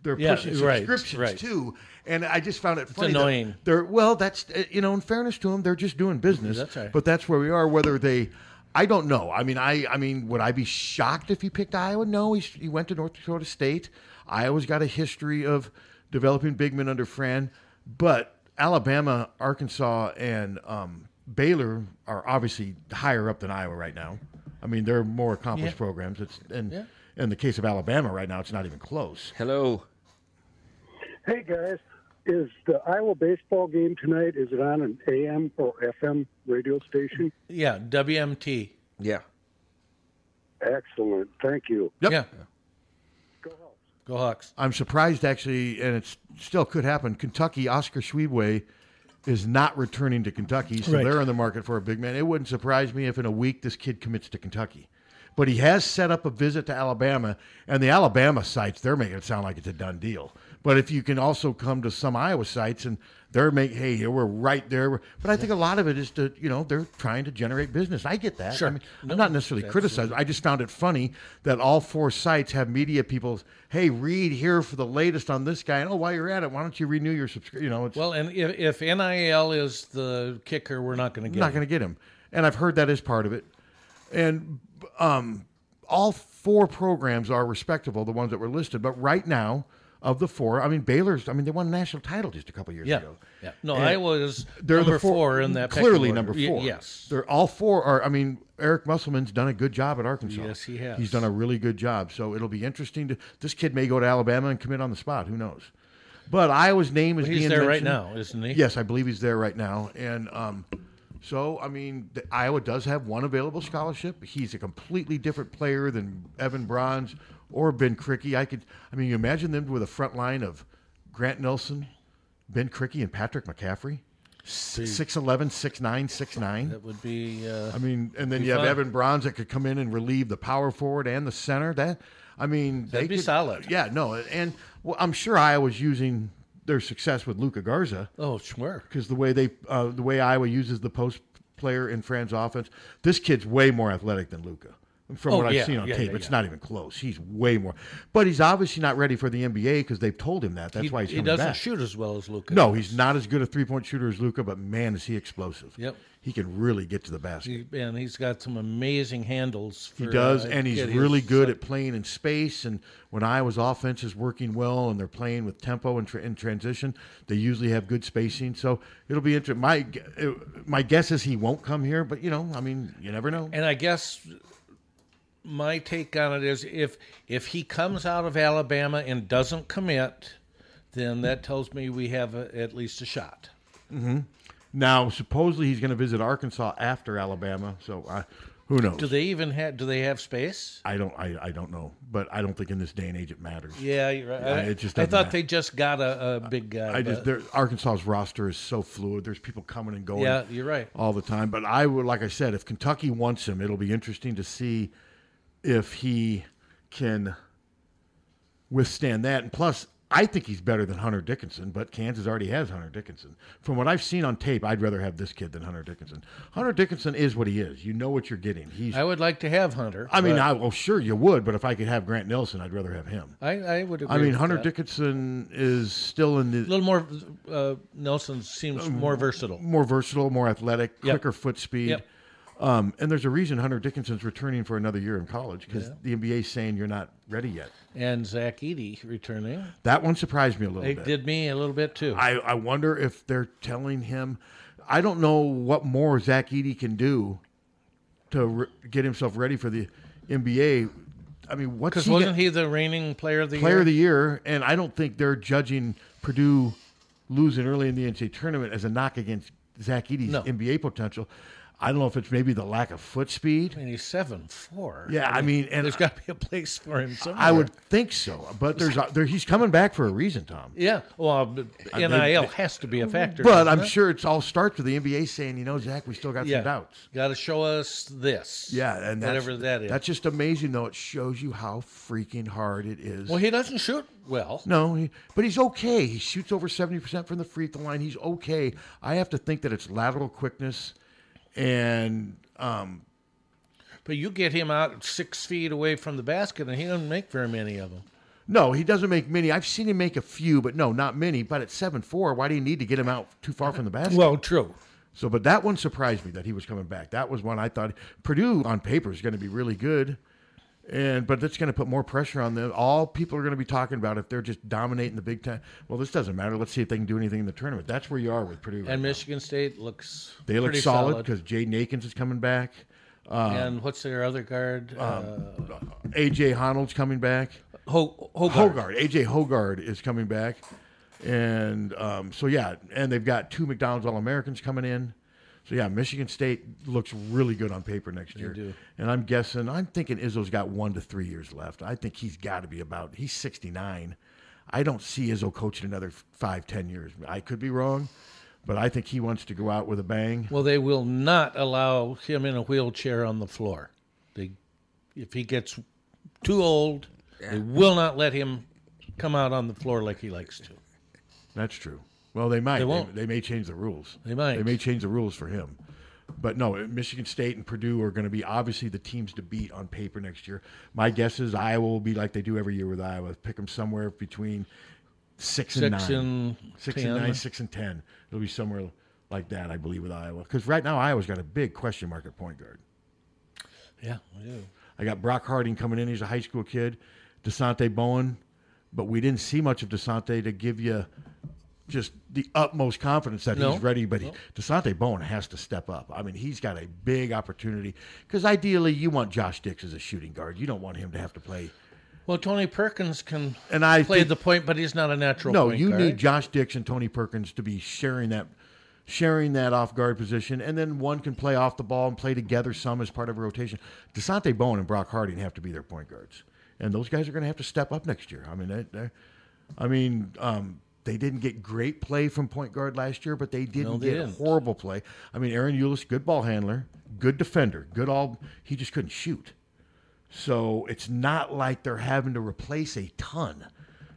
Speaker 4: they're
Speaker 3: Yeah,
Speaker 4: pushing
Speaker 3: right,
Speaker 4: subscriptions
Speaker 3: right.
Speaker 4: too, and I just found it funny. that
Speaker 3: annoying.
Speaker 4: They're well, that's uh, you know, in fairness to them, they're just doing business.
Speaker 3: That's right.
Speaker 4: But that's where we are. Whether they, I don't know. I mean, I, I mean, would I be shocked if he picked Iowa? No, he he went to North Dakota State. Iowa's got a history of developing big men under Fran, but Alabama, Arkansas, and um, Baylor are obviously higher up than Iowa right now. I mean, they're more accomplished
Speaker 3: Yeah.
Speaker 4: programs. It's and
Speaker 3: Yeah.
Speaker 4: in the case of Alabama right now, it's not even close.
Speaker 2: Hello.
Speaker 5: Hey guys, is the Iowa baseball game tonight? Is it on an AM or FM radio station?
Speaker 3: Yeah, WMT.
Speaker 2: Yeah.
Speaker 5: Excellent. Thank you.
Speaker 3: Yeah. Go Hawks.
Speaker 4: I'm surprised actually, and it still could happen. Kentucky Oscar Schwebway is not returning to Kentucky, so
Speaker 7: Right.
Speaker 4: they're in the market for a big man. It wouldn't surprise me if in a week this kid commits to Kentucky. But he has set up a visit to Alabama, and the Alabama sites they're making it sound like it's a done deal. But if you can also come to some Iowa sites and they're make hey we're right there. But I think a lot of it is to you know they're trying to generate business. I get that.
Speaker 3: Sure.
Speaker 4: I mean, I'm not necessarily
Speaker 3: Absolutely.
Speaker 4: criticizing. I just found it funny that all four sites have media people. Hey, read here for the latest on this guy. And oh, while you're at it, why don't you renew your subscription? You know, it's
Speaker 3: Well, and if, if NIL is the kicker, we're not going to get.
Speaker 4: not
Speaker 3: it.
Speaker 4: going to get him. And I've heard that is part of it. And um, all four programs are respectable, the ones that were listed. But right now, of the four, I mean, Baylor's. I mean, they won a national title just a couple years
Speaker 3: Yeah.
Speaker 4: ago.
Speaker 3: Yeah. No,
Speaker 4: And
Speaker 3: Iowa is number four in that pecking
Speaker 4: Clearly
Speaker 3: order.
Speaker 4: number
Speaker 3: Y-
Speaker 4: four.
Speaker 3: yes.
Speaker 4: they're all four are. I mean, Eric Musselman's done a good job at Arkansas.
Speaker 3: Yes, he has.
Speaker 4: He's done a really good job. So it'll be interesting to. This kid may go to Alabama and commit on the spot. Who knows? But Iowa's name is
Speaker 3: Well, he's
Speaker 4: being
Speaker 3: there right
Speaker 4: mentioned.
Speaker 3: now, isn't he?
Speaker 4: Yes, I believe he's there right now. And um, so, I mean, the, Iowa does have one available scholarship. He's a completely different player than Evan Bronze or Ben Cricky. I could, I mean, you imagine them with a front line of Grant Nelson, Ben Cricky, and Patrick McCaffrey. Six eleven, six nine, six nine.
Speaker 3: That would be. Uh,
Speaker 4: I mean, and then
Speaker 3: be
Speaker 4: you have
Speaker 3: fun.
Speaker 4: Evan Bronze that could come in and relieve the power forward and the center. That I mean,
Speaker 3: That'd be
Speaker 4: could-
Speaker 3: solid.
Speaker 4: Yeah, no, and well, I'm sure Iowa's using their success with Luca Garza
Speaker 3: Oh, sure.
Speaker 4: because the way they uh, the way Iowa uses the post player in Fran's offense, this kid's way more athletic than Luca. From
Speaker 3: Oh,
Speaker 4: what
Speaker 3: yeah,
Speaker 4: I've seen on
Speaker 3: yeah,
Speaker 4: tape,
Speaker 3: yeah,
Speaker 4: it's
Speaker 3: yeah.
Speaker 4: not even close. He's way more, but he's obviously not ready for the NBA because they've told him that. That's
Speaker 3: He-
Speaker 4: why he's
Speaker 3: he
Speaker 4: coming
Speaker 3: doesn't
Speaker 4: back.
Speaker 3: shoot as well as Luka
Speaker 4: No,
Speaker 3: does.
Speaker 4: he's not as good a three point shooter as Luca, but man, is he explosive.
Speaker 3: Yep.
Speaker 4: he can really get to the basket.
Speaker 3: He, and he's got some amazing handles. For,
Speaker 4: He does,
Speaker 3: uh,
Speaker 4: and he's
Speaker 3: kid.
Speaker 4: really good at playing in space. And when Iowa's offense is working well, and they're playing with tempo and, tra- and transition, they usually have good spacing. So it'll be interesting. My gu- uh, my guess is he won't come here, but you know, I mean, you never know.
Speaker 3: And I guess my take on it is if if he comes out of Alabama and doesn't commit, then that tells me we have a, at least a shot. Mm-hmm.
Speaker 4: hmm Now, supposedly he's going to visit Arkansas after Alabama. So uh, who knows?
Speaker 3: Do they even have? Do they have space?
Speaker 4: I don't. I, I don't know, but I don't think in this day and age it matters.
Speaker 3: Yeah, you're right.
Speaker 4: Uh,
Speaker 3: I,
Speaker 4: it just
Speaker 3: I
Speaker 4: doesn't
Speaker 3: thought
Speaker 4: matter.
Speaker 3: they just got a, a big guy.
Speaker 4: I just
Speaker 3: but-
Speaker 4: there- Arkansas's roster is so fluid. There's people coming and going.
Speaker 3: Yeah, you're right.
Speaker 4: All the time. But I would, like I said, if Kentucky wants him, it'll be interesting to see if he can withstand that. And plus, I think he's better than Hunter Dickinson. But Kansas already has Hunter Dickinson. From what I've seen on tape, I'd rather have this kid than Hunter Dickinson. Hunter Dickinson is what he is. You know what you're getting. He's.
Speaker 3: I would like to have Hunter.
Speaker 4: I mean,
Speaker 3: but
Speaker 4: I well, sure you would, but if I could have Grant Nelson, I'd rather have him.
Speaker 3: I, I would. Agree
Speaker 4: I mean,
Speaker 3: with
Speaker 4: Hunter
Speaker 3: that.
Speaker 4: Dickinson is still in the
Speaker 3: A little more. Uh, Nelson
Speaker 4: Um,
Speaker 3: seems more versatile.
Speaker 4: more versatile, more athletic,
Speaker 3: Yep.
Speaker 4: quicker foot speed.
Speaker 3: Yep.
Speaker 4: Um, and there's a reason Hunter Dickinson's returning for another year in college because
Speaker 3: Yeah.
Speaker 4: the NBA's saying you're not ready yet.
Speaker 3: And Zach Eady returning.
Speaker 4: That one surprised me a little
Speaker 3: It
Speaker 4: bit.
Speaker 3: did me a little bit too.
Speaker 4: I, I wonder if they're telling him. I don't know what more Zach Eady can do to re- get himself ready for the NBA. I mean, what's
Speaker 3: Because
Speaker 4: he
Speaker 3: wasn't
Speaker 4: got-
Speaker 3: he the reigning player of the
Speaker 4: player
Speaker 3: year?
Speaker 4: of the year, and I don't think they're judging Purdue losing early in the NCAA tournament as a knock against Zach Eady's NBA potential. I don't know if it's maybe the lack of foot speed.
Speaker 3: I mean, he's seven four.
Speaker 4: Yeah, I mean, and
Speaker 3: there's got to be a place for him somewhere.
Speaker 4: I would think so, but there's a, there, he's coming back for a reason, Tom.
Speaker 3: Yeah. Well, but
Speaker 4: I mean,
Speaker 3: nil has to be a factor.
Speaker 4: But
Speaker 3: doesn't
Speaker 4: I'm
Speaker 3: it?
Speaker 4: sure it's all starts with the NBA saying, you know, Zach, we still got
Speaker 3: Yeah.
Speaker 4: some doubts.
Speaker 3: Got to show us this.
Speaker 4: Yeah, and that's,
Speaker 3: whatever that is.
Speaker 4: That's just amazing, though. It shows you how freaking hard it is.
Speaker 3: Well, he doesn't shoot well.
Speaker 4: No, he, but he's okay. He shoots over 70% from the free throw line. He's okay. I have to think that it's lateral quickness and um,
Speaker 3: But you get him out six feet away from the basket, and he doesn't make very many of them.
Speaker 4: no, he doesn't make many. I've seen him make a few, but no, not many. But at 7'4, why do you need to get him out too far from the basket?
Speaker 3: Well, true.
Speaker 4: So, but that one surprised me that he was coming back. That was one I thought Purdue on paper is going to be really good. And but that's going to put more pressure on them. All people are going to be talking about if they're just dominating the Big Ten. Well, this doesn't matter. Let's see if they can do anything in the tournament. That's where you are with Purdue.
Speaker 3: And Michigan State looks
Speaker 4: They look
Speaker 3: pretty
Speaker 4: solid because Jaden Akins is coming back. Um,
Speaker 3: and what's their other guard? uh,
Speaker 4: AJ Honold's coming back.
Speaker 3: Ho- Hogard.
Speaker 4: Hogard. AJ Hogard is coming back, and um, so yeah, and they've got two McDonald's All Americans coming in. So yeah, Michigan State looks really good on paper next
Speaker 3: They
Speaker 4: year.
Speaker 3: do.
Speaker 4: And I'm guessing, I'm thinking Izzo's got one to three years left. I think he's got to be about, he's 69. I don't see Izzo coaching another f- five, ten years. I could be wrong, but I think he wants to go out with a bang.
Speaker 3: Well, they will not allow him in a wheelchair on the floor. They, if he gets too old, they will not let him come out on the floor like he likes to.
Speaker 4: That's true. Well, they might. They,
Speaker 3: They won't.
Speaker 4: they may change the rules.
Speaker 3: They might.
Speaker 4: They may change the rules for him. But no, Michigan State and Purdue are going to be obviously the teams to beat on paper next year. My guess is Iowa will be like they do every year with Iowa. Pick them somewhere between six and
Speaker 3: Six
Speaker 4: nine,
Speaker 3: and
Speaker 4: six
Speaker 3: 10.
Speaker 4: and nine, six and ten. It'll be somewhere like that, I believe, with Iowa. Because right now Iowa's got a big question mark at point guard.
Speaker 3: Yeah, we do.
Speaker 4: I got Brock Harding coming in. He's a high school kid. Desante Bowen, but we didn't see much of Desante to give you just the utmost confidence that
Speaker 3: No.
Speaker 4: he's ready. But
Speaker 3: No.
Speaker 4: he, Desante Bowen has to step up. I mean, he's got a big opportunity because ideally you want Josh Dix as a shooting guard. You don't want him to have to play.
Speaker 3: Well, Tony Perkins can
Speaker 4: And I
Speaker 3: play
Speaker 4: think-
Speaker 3: the point, but he's not a natural.
Speaker 4: No,
Speaker 3: point
Speaker 4: you
Speaker 3: guard.
Speaker 4: need Josh Dix and Tony Perkins to be sharing that sharing that off guard position, and then one can play off the ball and play together some as part of a rotation. Desante Bowen and Brock Harding have to be their point guards, and those guys are going to have to step up next year. I mean, they, they're- I mean, um, they didn't get great play from point guard last year, but they didn't
Speaker 3: they
Speaker 4: get
Speaker 3: didn't.
Speaker 4: horrible play. I mean, Aaron Eulis, good ball handler, good defender, good all. He just couldn't shoot. So it's not like they're having to replace a ton.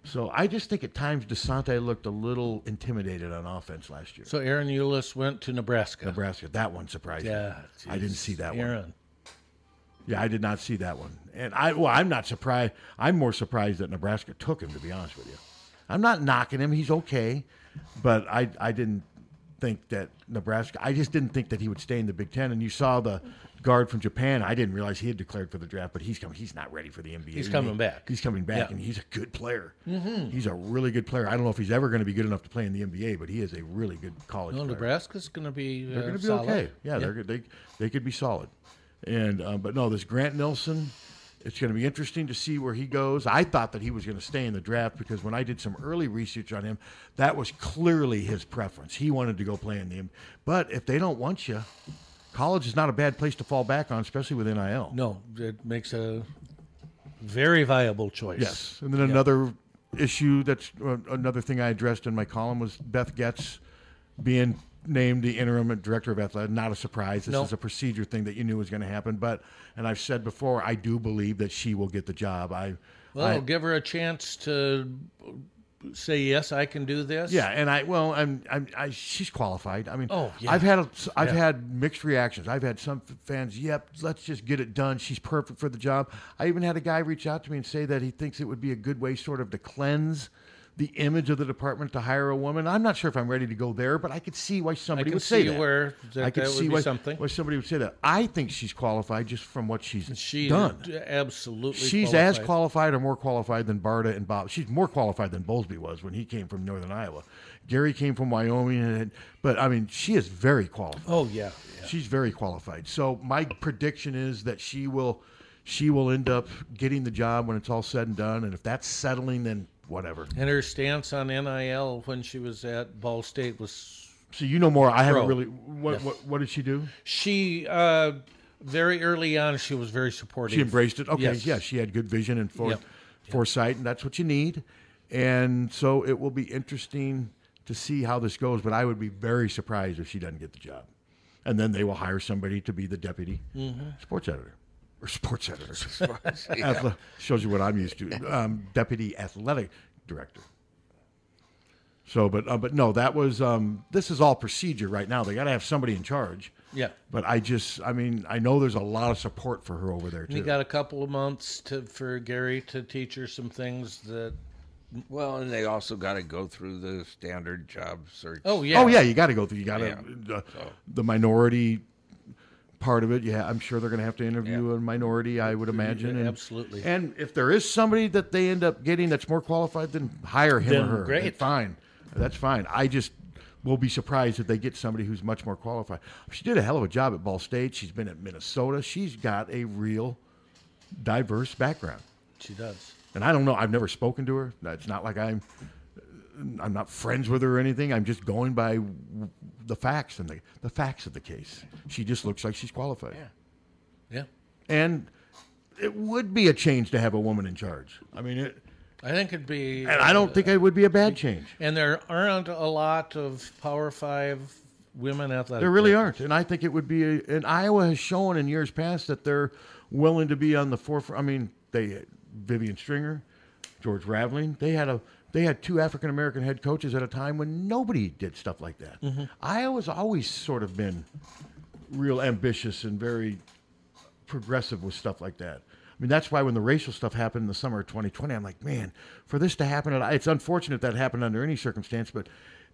Speaker 4: So I just think at times Desante looked a little intimidated on offense last year.
Speaker 3: So Aaron Eulis went to Nebraska.
Speaker 4: Nebraska. That one surprised me.
Speaker 3: Yeah,
Speaker 4: I didn't see that one.
Speaker 3: Aaron.
Speaker 4: Yeah, I did not see that one. And I well, I'm not surprised. I'm more surprised that Nebraska took him to be honest with you. I'm not knocking him. He's okay, but I I didn't think that Nebraska I just didn't think that he would stay in the Big 10 and you saw the guard from Japan. I didn't realize he had declared for the draft, but he's coming he's not ready for the NBA.
Speaker 3: He's coming back.
Speaker 4: He's coming back
Speaker 3: Yeah.
Speaker 4: and he's a good player.
Speaker 3: Mhm.
Speaker 4: He's a really good player. I don't know if he's ever going to be good enough to play in the NBA, but he is a really good college
Speaker 3: No,
Speaker 4: player
Speaker 3: Nebraska's going to be.
Speaker 4: they're
Speaker 3: uh,
Speaker 4: going to be
Speaker 3: solid.
Speaker 4: okay. Yeah, they're good. They they could be solid. And uh, but no, this Grant Nelson, it's going to be interesting to see where he goes. I thought that he was going to stay in the draft because when I did some early research on him, that was clearly his preference. He wanted to go play in the. M- But if they don't want you, college is not a bad place to fall back on, especially with NIL.
Speaker 3: No, it makes a very viable choice.
Speaker 4: Yes, and then
Speaker 3: Yeah.
Speaker 4: another issue that's uh, another thing I addressed in my column was Beth Getz being named the interim director of athletics. Not a surprise. This
Speaker 3: No.
Speaker 4: is a procedure thing that you knew was going to happen. But and I've said before, I do believe that she will get the job. I
Speaker 3: Well,
Speaker 4: I-
Speaker 3: it'll give her a chance to say yes, I can do this.
Speaker 4: Yeah, and I well, I'm, I'm I she's qualified. I mean,
Speaker 3: Oh, yeah.
Speaker 4: I've had a, I've
Speaker 3: Yeah.
Speaker 4: had mixed reactions. I've had some f- fans, yep, let's just get it done. She's perfect for the job. I even had a guy reach out to me and say that he thinks it would be a good way, sort of, to cleanse the image of the department to hire a woman. I'm not sure if I'm ready to go there, but I could see why somebody
Speaker 3: can
Speaker 4: would say
Speaker 3: see
Speaker 4: that.
Speaker 3: where that-
Speaker 4: I could
Speaker 3: that would
Speaker 4: see
Speaker 3: be
Speaker 4: why,
Speaker 3: something.
Speaker 4: why somebody would say that. I think she's qualified just from what she's
Speaker 3: She
Speaker 4: done.
Speaker 3: d- absolutely.
Speaker 4: She's as qualified or more qualified than Barta and Bob. She's more qualified than Bowlesby was when he came from Northern Iowa. Gary came from Wyoming, and but I mean, she is very qualified.
Speaker 3: Oh yeah,
Speaker 4: she's very qualified. So my prediction is that she will, she will end up getting the job when it's all said and done. And if that's settling, then whatever.
Speaker 3: And her stance on NIL when she was at Ball State was
Speaker 4: So you know more. I haven't
Speaker 3: Pro.
Speaker 4: really. What, what what did she do?
Speaker 3: she uh, very early on she was very supportive.
Speaker 4: She embraced it. Okay,
Speaker 3: Yes.
Speaker 4: yeah, she had good vision and fore-
Speaker 3: Yep.
Speaker 4: foresight, and that's what you need. And so it will be interesting to see how this goes. But I would be very surprised if she doesn't get the job, and then they will hire somebody to be the deputy
Speaker 3: Mhm.
Speaker 4: sports editor or sports editor.
Speaker 3: Sports, yeah.
Speaker 4: Athle- shows you what I'm used to. Um, deputy athletic director. So, but uh, but no, that was um, this is all procedure right now. They got to have somebody in charge.
Speaker 3: Yeah.
Speaker 4: But I just, I mean, I know there's a lot of support for her over there
Speaker 3: And he
Speaker 4: too.
Speaker 3: got a couple of months to for Gary to teach her some things that.
Speaker 2: Well, and they also got to go through the standard job search.
Speaker 3: Oh
Speaker 4: Oh yeah, you got to go through. You got to
Speaker 2: Yeah.
Speaker 4: the, the minority part of it. Yeah, I'm sure they're going to have to interview a minority. I would imagine. And,
Speaker 3: Absolutely.
Speaker 4: And if there is somebody that they end up getting that's more qualified, then hire him
Speaker 3: Then
Speaker 4: or her.
Speaker 3: great.
Speaker 4: fine. That's fine. I just will be surprised if they get somebody who's much more qualified. She did a hell of a job at Ball State. She's been at Minnesota. She's got a real diverse background
Speaker 3: She does.
Speaker 4: and I don't know. I've never spoken to her. It's not like I'm I'm not friends with her or anything. I'm just going by w- the facts and the, the facts of the case. She just looks like she's qualified.
Speaker 3: Yeah.
Speaker 4: And it would be a change to have a woman in charge. I mean, it,
Speaker 3: I think it'd be.
Speaker 4: and I don't think it would be a bad change.
Speaker 3: And there aren't a lot of Power Five women athletic.
Speaker 4: There really aren't, and I think it would be. A, and Iowa has shown in years past that they're willing to be on the forefront. I mean, they Vivian Stringer, George Raveling, they had a they had two African American head coaches at a time when nobody did stuff like that.
Speaker 7: Mhm.
Speaker 4: Iowa's always sort of been real ambitious and very progressive with stuff like that. I mean, that's why when the racial stuff happened in the summer of 2020, I'm like, man, for this to happen, and I- it's unfortunate that happened under any circumstance, but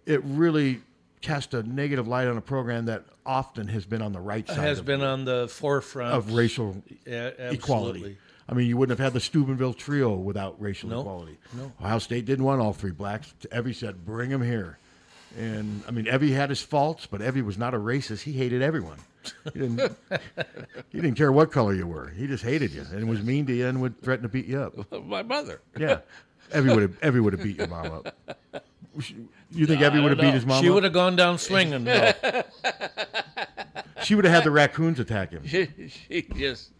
Speaker 4: it really cast a negative light on a program that often has been on the right side
Speaker 3: has
Speaker 4: of,
Speaker 3: been on the forefront
Speaker 4: of racial
Speaker 3: Yeah, absolutely.
Speaker 4: equality. I mean, you wouldn't have had the Steubenville trio without racial
Speaker 3: No,
Speaker 4: equality.
Speaker 3: no.
Speaker 4: Ohio State didn't want all three blacks. Evie said, bring them here. And I mean, Evie had his faults, but Evie was not a racist. He hated everyone. He didn't, he didn't care what color you were. He just hated you and was mean to you and would threaten to beat you up.
Speaker 2: My mother.
Speaker 4: Yeah. Evie would have Evie would have beat your mom up. You think
Speaker 3: I
Speaker 4: Evie would have
Speaker 3: don't
Speaker 4: beat
Speaker 3: know.
Speaker 4: his mom
Speaker 3: She
Speaker 4: up?
Speaker 3: would have gone down swinging. though.
Speaker 4: She would have had the raccoons attack him.
Speaker 2: she, she just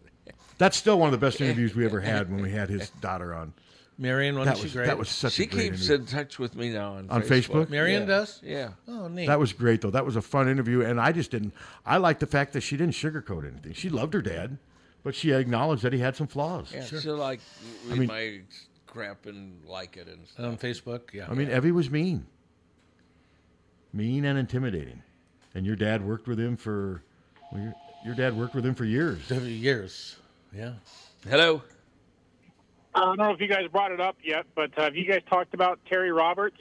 Speaker 4: That's still one of the best interviews we ever had when we had his daughter on.
Speaker 3: Marion,
Speaker 4: that
Speaker 3: wasn't she
Speaker 4: was,
Speaker 3: great?
Speaker 4: That was such
Speaker 2: she
Speaker 4: a great
Speaker 2: keeps
Speaker 4: interview.
Speaker 2: in touch with me now on,
Speaker 4: On Facebook?
Speaker 3: Marion
Speaker 2: Yeah.
Speaker 3: does.
Speaker 2: Yeah.
Speaker 3: Oh, neat.
Speaker 4: That was great though. That was a fun interview, and I just didn't. I liked the fact that she didn't sugarcoat anything. She loved her dad, but she acknowledged that he had some flaws.
Speaker 2: Yeah, she like
Speaker 4: I
Speaker 2: read
Speaker 4: mean-
Speaker 2: my crap and like it and stuff.
Speaker 3: on Facebook. Yeah.
Speaker 4: I mean, Evie was mean, mean and intimidating, and your dad worked with him for. Well, your, your dad worked with him for years.
Speaker 3: Years. Yeah.
Speaker 2: Hello.
Speaker 22: I don't know if you guys brought it up yet, but uh, have you guys talked about Terry Roberts?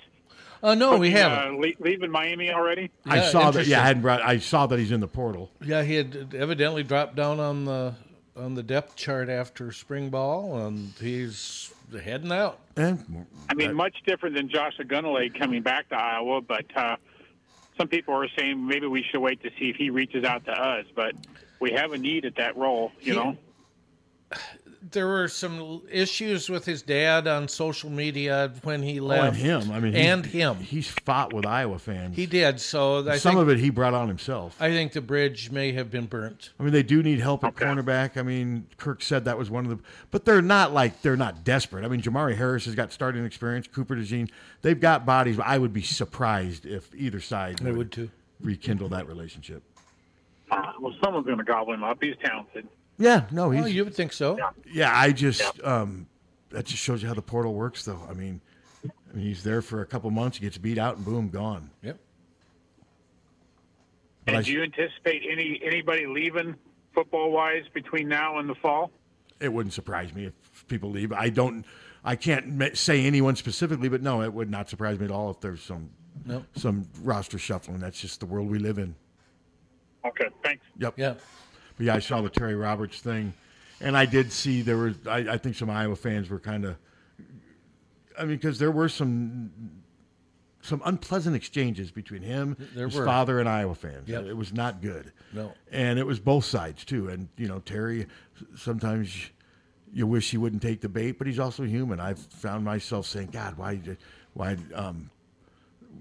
Speaker 3: Oh no, we
Speaker 22: Fucking, uh,
Speaker 3: haven't.
Speaker 22: le- leaving Miami already.
Speaker 4: I saw that. Yeah, I hadn't brought. I saw that he's in the portal.
Speaker 3: Yeah, he had evidently dropped down on the on the depth chart after spring ball, and he's heading out.
Speaker 4: And
Speaker 22: I mean, much different than Josh Agunale coming back to Iowa, but uh, some people are saying maybe we should wait to see if he reaches out to us. But we have a need at that role, you
Speaker 3: He-
Speaker 22: know.
Speaker 3: there were some issues with his dad on social media when he left.
Speaker 4: Oh, and him. I mean, he-
Speaker 3: and him.
Speaker 4: He's fought with Iowa fans.
Speaker 3: He did. So I
Speaker 4: some
Speaker 3: think,
Speaker 4: of it he brought on himself.
Speaker 3: I think the bridge may have been burnt.
Speaker 4: I mean, they do need help at cornerback. I mean, Kirk said that was one of the, but they're not like they're not desperate. I mean, Jamari Harris has got starting experience. Cooper DeJean, they've got bodies. I would be surprised if either side
Speaker 22: I would too.
Speaker 4: rekindle that relationship.
Speaker 22: Uh, well, someone's going to gobble him up. He's talented.
Speaker 4: Yeah, no, he's
Speaker 3: Well, you would think so.
Speaker 4: yeah. I just um, that just shows you how the portal works, though. I mean, I mean, he's there for a couple months, he gets beat out, and boom, gone.
Speaker 3: Yep.
Speaker 4: But I-
Speaker 22: And do you anticipate any anybody leaving football wise between now and the fall?
Speaker 4: it wouldn't surprise me if people leave. I don't, I can't ma- say anyone specifically, but no, it would not surprise me at all if there's some
Speaker 3: Nope.
Speaker 4: some roster shuffling. That's just the world we live in.
Speaker 22: Okay, thanks.
Speaker 4: Yep.
Speaker 3: Yeah.
Speaker 4: But yeah, I saw the Terry Roberts thing, and I did see there were. I, I think some Iowa fans were kind of. I mean, because there were some some unpleasant exchanges between him,
Speaker 3: There
Speaker 4: his
Speaker 3: were.
Speaker 4: father, and Iowa fans.
Speaker 3: Yep.
Speaker 4: It was not good.
Speaker 3: No.
Speaker 4: and it was both sides too. And you know, Terry, sometimes you wish he wouldn't take the bait, but he's also human. I've found myself saying, God, why, did- why, um,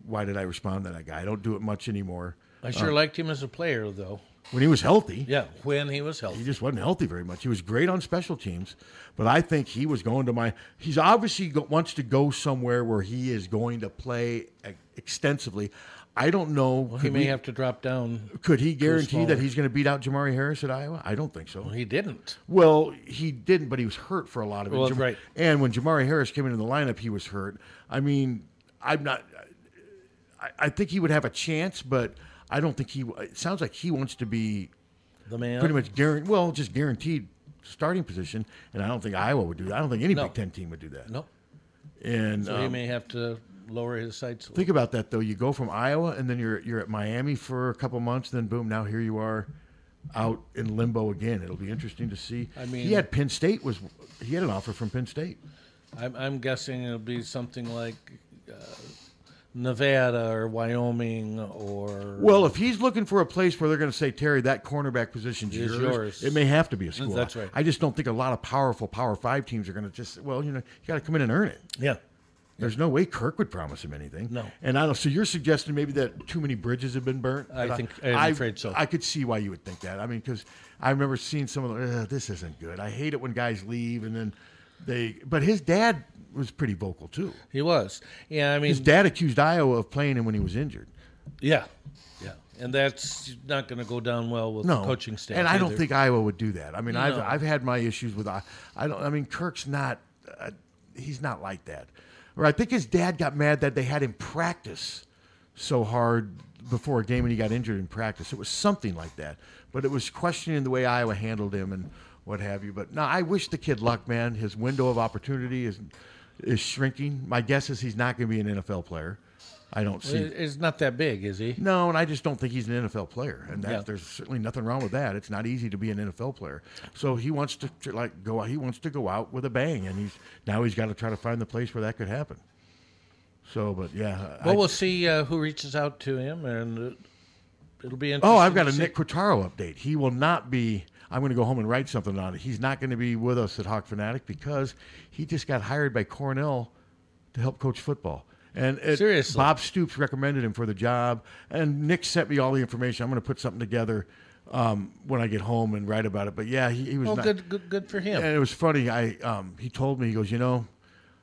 Speaker 4: why did I respond to that guy? I don't do it much anymore.
Speaker 3: I sure
Speaker 4: Uh,
Speaker 3: liked him as a player, though.
Speaker 4: when he was healthy.
Speaker 3: Yeah, when he was healthy.
Speaker 4: He just wasn't healthy very much. He was great on special teams, but I think he was going to my. He's obviously go, wants to go somewhere where he is going to play e- extensively. I don't know.
Speaker 3: Well, he may have to drop down.
Speaker 4: Could he
Speaker 3: to a
Speaker 4: guarantee
Speaker 3: smaller-
Speaker 4: that he's going to beat out Jamari Harris at Iowa? I don't think so.
Speaker 3: he didn't.
Speaker 4: Well, he didn't, but he was hurt for a lot of it.
Speaker 3: Well,
Speaker 4: Jam-
Speaker 3: right.
Speaker 4: And when Jamari Harris came into the lineup, he was hurt. I mean, I'm not. I, I think he would have a chance, but I don't think he. It sounds like he wants to be
Speaker 3: the man?
Speaker 4: pretty much guaranteed. Well, just guaranteed starting position, and I don't think Iowa would do that. I don't think any Big Ten team would do that.
Speaker 3: No.
Speaker 4: And
Speaker 3: so he
Speaker 4: um,
Speaker 3: may have to lower his sights. a
Speaker 4: think about that though. You go from Iowa, and then you're you're at Miami for a couple months, then boom, now here you are, out in limbo again. It'll be interesting to see.
Speaker 3: I mean-
Speaker 4: he had Penn State was he had an offer from Penn State.
Speaker 3: I'm, I'm guessing it'll be something like uh, Nevada or Wyoming or.
Speaker 4: Well, if he's looking for a place where they're going to say Terry, that cornerback position's
Speaker 3: Is
Speaker 4: yours,
Speaker 3: yours.
Speaker 4: it may have to be a school.
Speaker 3: That's right.
Speaker 4: I just don't think a lot of powerful Power Five teams are going to just well, you know, you got to come in and earn it.
Speaker 3: Yeah.
Speaker 4: There's no way Kirk would promise him anything. No. And I don't. So you're suggesting maybe that too many bridges have been burnt.
Speaker 3: I
Speaker 4: But
Speaker 3: think- I'm afraid so.
Speaker 4: I could see why you would think that. I mean, because I remember seeing some of the. "Ugh, This isn't good. I hate it when guys leave and then they. But his dad was pretty vocal too.
Speaker 3: He was. Yeah, I mean,
Speaker 4: his dad accused Iowa of playing him when he was injured.
Speaker 3: Yeah, yeah, and that's not going to go down well with
Speaker 4: no
Speaker 3: the coaching staff.
Speaker 4: And I don't
Speaker 3: either.
Speaker 4: think Iowa would do that. I mean, I've
Speaker 3: No.
Speaker 4: I've had my issues with I. I don't. I mean, Kirk's not. Uh, he's not like that. Or I think his dad got mad that they had him practice so hard before a game and he got injured in practice. It was something like that. But it was questioning the way Iowa handled him and what have you. But no, I wish the kid luck, man. His window of opportunity is is shrinking. My guess is he's not going to be an NFL player. I don't see.
Speaker 3: It- it's not that big, is he?
Speaker 4: No, and I just don't think he's an NFL player, and that,
Speaker 3: Yeah.
Speaker 4: there's certainly nothing wrong with that. It's not easy to be an NFL player, so he wants to, to, like go. He wants to go out with a bang, and he's now he's got to try to find the place where that could happen. So, but yeah, I-
Speaker 3: Well, we'll see uh, who reaches out to him, and it- it'll be interesting.
Speaker 4: oh, I've got
Speaker 3: to
Speaker 4: a
Speaker 3: see.
Speaker 4: Nick Quattaro update. He will not be. I'm going to go home and write something on it. He's not going to be with us at Hawk Fanatic because he just got hired by Cornell to help coach football. And it,
Speaker 3: Seriously.
Speaker 4: Bob Stoops recommended him for the job, and Nick sent me all the information. I'm going to put something together um, when I get home and write about it. But yeah, he, he was
Speaker 3: Well,
Speaker 4: not-
Speaker 3: good, good, good for him.
Speaker 4: and it was funny. I um, he told me he goes, you know,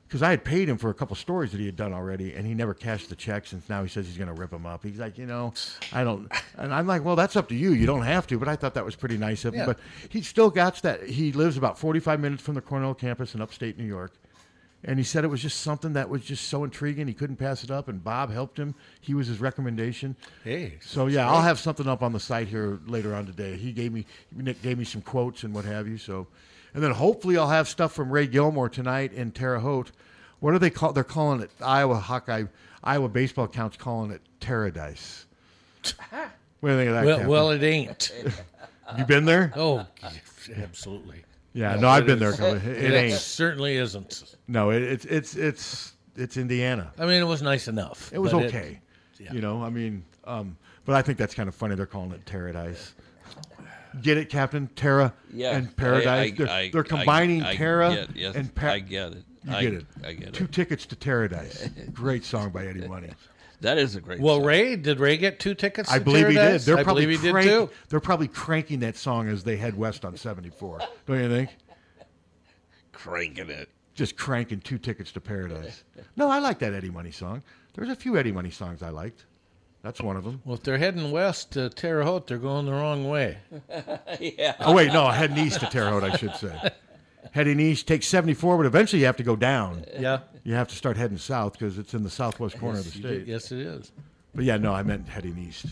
Speaker 4: because I had paid him for a couple stories that he had done already, and he never cashed the checks. And now he says he's going to rip them up. He's like, you know, I don't. And I'm like, well, that's up to you. You don't have to. But I thought that was pretty nice of him.
Speaker 3: Yeah.
Speaker 4: But he still got that. He lives about 45 minutes from the Cornell campus in upstate New York. And he said it was just something that was just so intriguing. He couldn't pass it up, and Bob helped him. He was his recommendation.
Speaker 3: Hey,
Speaker 4: so
Speaker 3: that's
Speaker 4: yeah, I'll
Speaker 3: great.
Speaker 4: have something up on the site here later on today. He gave me Nick gave me some quotes and what have you. So, and then hopefully I'll have stuff from Ray Gilmore tonight in Terre Haute. What are they call? They're calling it Iowa Hawkeye. Iowa baseball counts calling it Paradise. what do you think of that?
Speaker 3: well,
Speaker 4: Captain?
Speaker 3: well, it ain't.
Speaker 4: you been there?
Speaker 3: Oh, absolutely.
Speaker 4: Yeah, no, I've
Speaker 3: it
Speaker 4: been there a
Speaker 3: is-
Speaker 4: couple- it ain't.
Speaker 3: certainly isn't.
Speaker 4: No, it, it's it's it's it's Indiana.
Speaker 3: I mean, it was nice enough.
Speaker 4: It was
Speaker 3: but
Speaker 4: okay. You know, I mean, um, but I think that's kind of funny. They're calling it paradise. Get it, Captain Terra
Speaker 2: Yeah, I-
Speaker 4: and paradise.
Speaker 2: I-
Speaker 4: they're,
Speaker 2: I-
Speaker 4: they're
Speaker 2: I-
Speaker 4: combining
Speaker 2: I
Speaker 4: Terra
Speaker 2: get- yes,
Speaker 4: and pa-
Speaker 2: I get it.
Speaker 4: You
Speaker 2: I-
Speaker 4: get it.
Speaker 2: I get it.
Speaker 4: Two tickets to paradise. Great song by Eddie Money.
Speaker 2: That is a great.
Speaker 3: Well, Ray, did Ray get two tickets?
Speaker 4: I
Speaker 3: to
Speaker 4: believe he did.
Speaker 3: Paradise?
Speaker 4: They're
Speaker 3: I
Speaker 4: probably
Speaker 3: believe he did
Speaker 4: crank-
Speaker 3: too.
Speaker 4: They're probably cranking that song as they head west on 74. Don't you think?
Speaker 2: cranking it.
Speaker 4: Just cranking two tickets to paradise. No, I like that Eddie Money song. There's a few Eddie Money songs I liked. That's one of them.
Speaker 3: Well, if they're heading west to Terre Haute, they're going the wrong way.
Speaker 2: yeah.
Speaker 4: Oh wait, no, heading east to Terre Haute, I should say. Heading east takes 74, but eventually you have to go down.
Speaker 3: Yeah.
Speaker 4: You have to start heading south because it's in the southwest corner
Speaker 3: yes,
Speaker 4: of the
Speaker 3: you
Speaker 4: state.
Speaker 3: did. Yes, it is.
Speaker 4: But yeah, no, I meant heading east.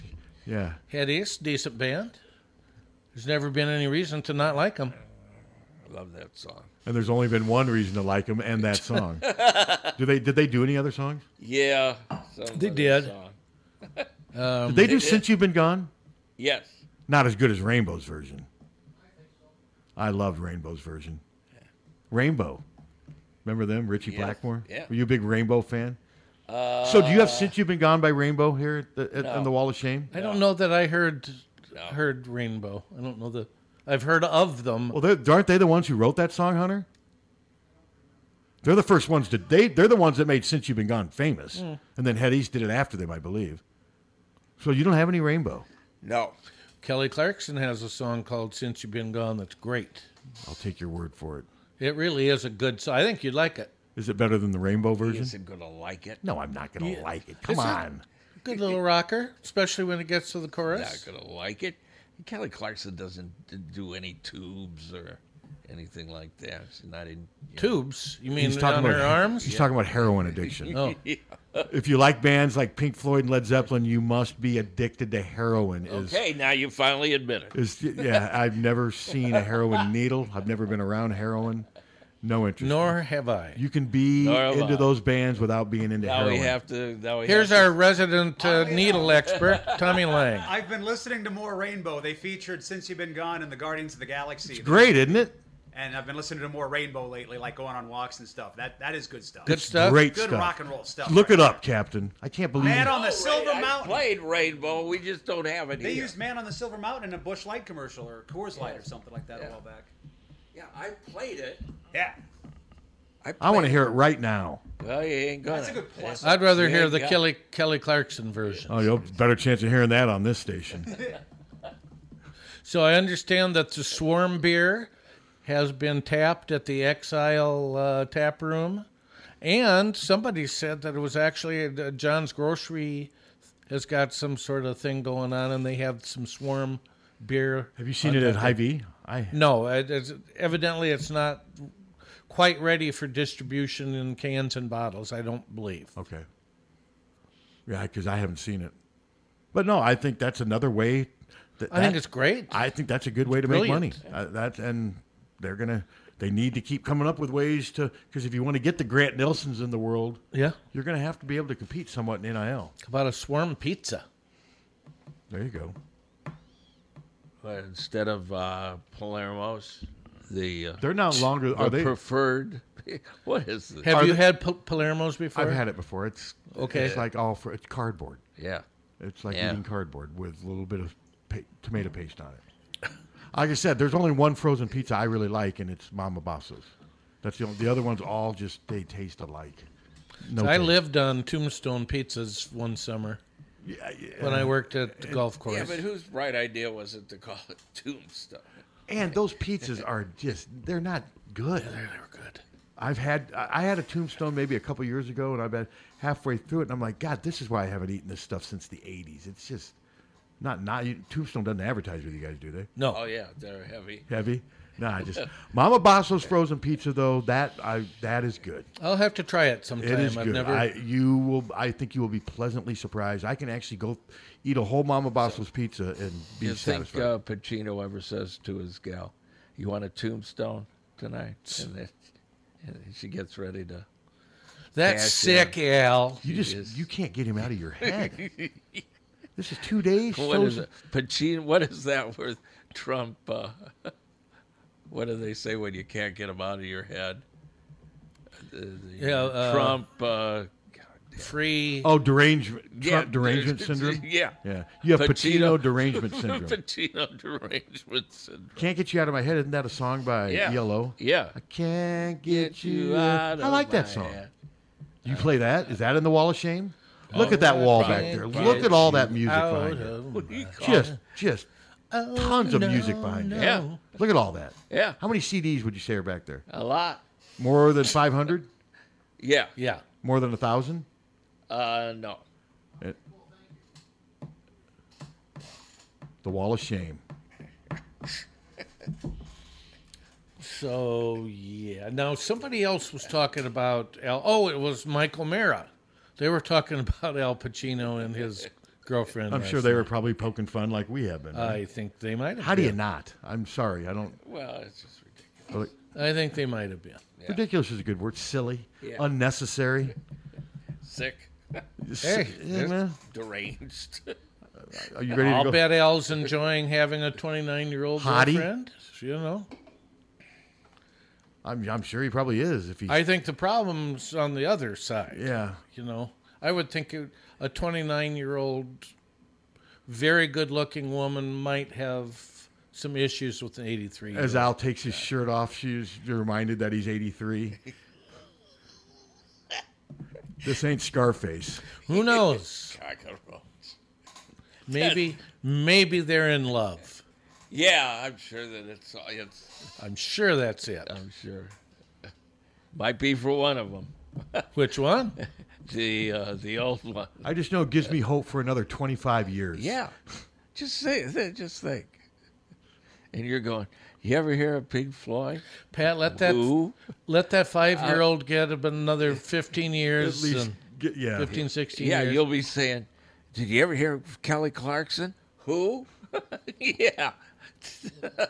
Speaker 4: Yeah.
Speaker 3: Head East, decent band. There's never been any reason to not like them.
Speaker 2: I love that song.
Speaker 4: And there's only been one reason to like them, and that song. do they did they do any other songs?
Speaker 2: Yeah. some
Speaker 3: They
Speaker 2: other
Speaker 3: did. Um,
Speaker 2: song.
Speaker 4: Did they do Since You've Been Gone?
Speaker 2: Yes.
Speaker 4: Not as good as Rainbow's version. I loved Rainbow's version. Rainbow. Remember them? Richie
Speaker 2: Yeah,
Speaker 4: Blackmore?
Speaker 2: yeah. Uh,
Speaker 4: Were you a big Rainbow fan? so do you have Since You've Been Gone by Rainbow here at the, at, on the Wall of Shame?
Speaker 3: I don't know that I heard heard Rainbow. I don't know that I've heard of them.
Speaker 4: Well, they're- aren't they the ones who wrote that song, Hunter? They're the first ones to they they're the ones that made Since You've Been Gone famous.
Speaker 3: Mm.
Speaker 4: And then Head East did it after them, I believe. So you don't have any Rainbow.
Speaker 2: No.
Speaker 3: Kelly Clarkson has a song called "Since You've Been Gone" that's great.
Speaker 4: I'll take your word for it.
Speaker 3: It really is a good song. I think you'd like it.
Speaker 4: Is it better than the Rainbow version?
Speaker 3: isn't
Speaker 2: gonna like it.
Speaker 4: No, I'm not gonna
Speaker 3: Yeah.
Speaker 4: like it. Come
Speaker 3: It's a
Speaker 4: on.
Speaker 3: good little rocker, especially when it gets to the chorus.
Speaker 2: Not gonna like it. Kelly Clarkson doesn't d- do any tubes or anything like that. She's not in you know.
Speaker 3: Tubes? You mean on her arms?
Speaker 4: He's talking about heroin addiction.
Speaker 3: Oh.
Speaker 4: If you like bands like Pink Floyd and Led Zeppelin, you must be addicted to heroin. Is,
Speaker 2: Okay, now you finally admit it.
Speaker 4: is yeah, I've never seen a heroin needle. I've never been around heroin. No interest.
Speaker 3: Nor have I.
Speaker 4: You can be
Speaker 3: Nor have
Speaker 4: into
Speaker 3: I.
Speaker 4: those bands without being into
Speaker 2: Now
Speaker 4: heroin.
Speaker 2: we have to. Now we
Speaker 3: Here's
Speaker 2: have
Speaker 3: our resident uh, needle expert, Tommy Lang.
Speaker 14: I've been listening to more Rainbow. They featured Since You've Been Gone and the Guardians of the Galaxy.
Speaker 4: It's great, isn't it?
Speaker 14: And I've been listening to more Rainbow lately, like going on walks and stuff. That that is good stuff.
Speaker 4: It's Great
Speaker 14: good
Speaker 4: stuff.
Speaker 14: rock and roll stuff.
Speaker 4: Look
Speaker 14: right
Speaker 4: it up, Captain. I can't believe.
Speaker 14: Man
Speaker 4: it.
Speaker 14: on the Silver
Speaker 2: Ray, I
Speaker 14: Mountain.
Speaker 2: played Rainbow. We just don't have it
Speaker 14: They
Speaker 2: here.
Speaker 14: used Man on the Silver Mountain in a Bush Light commercial or Coors Light or something like that a while back.
Speaker 2: Yeah, I played it.
Speaker 14: Yeah.
Speaker 4: I want to hear it right now.
Speaker 2: Well, you ain't gonna.
Speaker 7: That's a good plus.
Speaker 3: I'd rather
Speaker 2: You
Speaker 3: hear
Speaker 2: ain't
Speaker 3: the
Speaker 2: got-
Speaker 3: Kelly Kelly Clarkson version.
Speaker 4: Oh, you'll better chance of hearing that on this station.
Speaker 3: So I understand that the Swarm beer has been tapped at the Exile uh, tap room, and somebody said that it was actually uh, John's Grocery has got some sort of thing going on, and they have some Swarm beer.
Speaker 4: Have you seen it at Hy-Vee? I-
Speaker 3: no. It, it's, evidently, it's not quite ready for distribution in cans and bottles. I don't believe.
Speaker 4: Okay. Yeah, because I haven't seen it. But no, I think that's another way. That,
Speaker 3: I think
Speaker 4: that-
Speaker 3: it's great.
Speaker 4: I think that's a good way to
Speaker 3: Brilliant.
Speaker 4: make money. Uh, that and they're gonna they need to keep coming up with ways to because if you want to get the Grant Nelsons in the world,
Speaker 3: Yeah.
Speaker 4: you're gonna have to be able to compete somewhat in NIL.
Speaker 3: About a Swarm pizza.
Speaker 4: There you go.
Speaker 2: But instead of uh, Palermo's, the uh,
Speaker 4: They're not longer-
Speaker 2: the
Speaker 4: are they-
Speaker 2: preferred? What is this?
Speaker 3: Have you had Pal- Palermo's before?
Speaker 4: I've had it before. It's
Speaker 3: Okay.
Speaker 4: It's like all for it's cardboard.
Speaker 2: Yeah.
Speaker 4: It's like
Speaker 2: Yeah.
Speaker 4: eating cardboard with a little bit of pa- tomato paste on it. Like I said, there's only one frozen pizza I really like, and it's Mama Basso's. That's the only, the other ones all just they taste alike. No
Speaker 3: So I
Speaker 4: taste.
Speaker 3: lived on Tombstone Pizzas one summer when I worked at the golf course.
Speaker 2: Yeah, but whose bright idea was it to call it Tombstone?
Speaker 4: And those pizzas are just, they're not good. they're,
Speaker 3: good.
Speaker 4: I've had, I I had a tombstone maybe a couple years ago, and I've been halfway through it, and I'm like, God, this is why I haven't eaten this stuff since the 80s. It's just not, not, you- tombstone doesn't advertise with you guys, do they?
Speaker 2: Oh yeah, they're heavy.
Speaker 4: Heavy? No, I just, Mama Basso's frozen pizza, though, that I that is good.
Speaker 3: I'll have to try it sometime.
Speaker 4: It is
Speaker 3: I've
Speaker 4: good.
Speaker 3: never.
Speaker 4: I, you will. I think you will be pleasantly surprised. I can actually go eat a whole Mama Basso's pizza and be
Speaker 2: you
Speaker 4: satisfied.
Speaker 2: think uh, Pacino ever says to his gal, "You want a tombstone tonight?" And, then, and then she gets ready to.
Speaker 3: That's
Speaker 2: cash
Speaker 3: sick,
Speaker 2: in.
Speaker 3: Al.
Speaker 4: You just you can't get him out of your head. this is two days.
Speaker 2: What
Speaker 4: so-
Speaker 2: is it? Pacino. What is that with Trump? Uh, what do they say when you can't get them out of your head? The- the
Speaker 3: Yeah, uh,
Speaker 2: Trump. Uh,
Speaker 3: free.
Speaker 4: Oh, derangement. Trump derangement syndrome.
Speaker 2: Yeah.
Speaker 4: Yeah. You have Pacino, derangement syndrome.
Speaker 2: Pacino derangement syndrome.
Speaker 4: Can't get you out of my head. Isn't that a song by
Speaker 2: Yeah.
Speaker 4: Yellow?
Speaker 2: Yeah. E I
Speaker 4: can't get
Speaker 2: you out
Speaker 4: I
Speaker 2: of
Speaker 4: like that
Speaker 2: my
Speaker 4: song.
Speaker 2: head.
Speaker 4: You play that? Is that in the Wall of Shame? Look
Speaker 2: Oh,
Speaker 4: at that wall back
Speaker 2: probably.
Speaker 4: there.
Speaker 2: Probably.
Speaker 4: Look at all that
Speaker 2: Get
Speaker 4: music
Speaker 2: you
Speaker 4: behind
Speaker 2: out of What do you
Speaker 4: it.
Speaker 2: call
Speaker 4: Just,
Speaker 2: it?
Speaker 4: just
Speaker 2: Oh,
Speaker 4: tons
Speaker 2: no,
Speaker 4: of music behind it.
Speaker 2: no.
Speaker 4: Look at all that.
Speaker 2: Yeah.
Speaker 4: How many CDs would you say are back there?
Speaker 2: A lot.
Speaker 4: More than 500?
Speaker 2: Yeah.
Speaker 3: Yeah.
Speaker 4: More than a 1,000?
Speaker 2: Uh, no.
Speaker 4: The Wall of Shame.
Speaker 3: So yeah. Now somebody else was talking about Al. Oh, it was Michael Mara. They were talking about Al Pacino and his girlfriend.
Speaker 4: I'm
Speaker 3: last
Speaker 4: sure they were
Speaker 3: night.
Speaker 4: probably poking fun like we have been.
Speaker 3: I think they might have
Speaker 4: How do you
Speaker 3: been.
Speaker 4: not? I'm sorry. I don't.
Speaker 2: Well, it's just ridiculous.
Speaker 4: like,
Speaker 3: I think they might have been.
Speaker 4: Ridiculous is a good word. Silly.
Speaker 2: Yeah.
Speaker 4: Unnecessary.
Speaker 2: Sick.
Speaker 4: Sick, yeah,
Speaker 2: they're
Speaker 4: man.
Speaker 2: Deranged.
Speaker 4: Are you ready to
Speaker 3: I'll
Speaker 4: go?
Speaker 3: bet Al's enjoying having a 29 year old
Speaker 4: Hottie?
Speaker 3: girlfriend. You know,
Speaker 4: I'm, I'm sure he probably is. If he,
Speaker 3: I think the problem's on the other side.
Speaker 4: Yeah.
Speaker 3: You know, I would think it, a 29 year old, very good looking woman might have some issues with an 83
Speaker 4: as Al takes his shirt off, she's reminded that he's 83. this ain't Scarface.
Speaker 3: Who knows?
Speaker 2: Cockroach.
Speaker 3: Maybe, maybe they're in love.
Speaker 2: Yeah, I'm sure that it's it's
Speaker 3: I'm sure that's it.
Speaker 2: I'm sure. might be for one of them.
Speaker 3: Which one?
Speaker 2: the uh, the old one.
Speaker 4: I just know it gives me hope for another 25 years.
Speaker 2: Yeah. Just say th- just think. And you're going, you ever hear of Pink Floyd?
Speaker 3: Pat, let that
Speaker 2: Who?
Speaker 3: let that five year old get another 15 years.
Speaker 2: At least
Speaker 3: and
Speaker 4: get- yeah.
Speaker 3: 15, 16
Speaker 2: Yeah,
Speaker 3: years.
Speaker 2: you'll be saying, Did you ever hear of Kelly Clarkson? Who? yeah.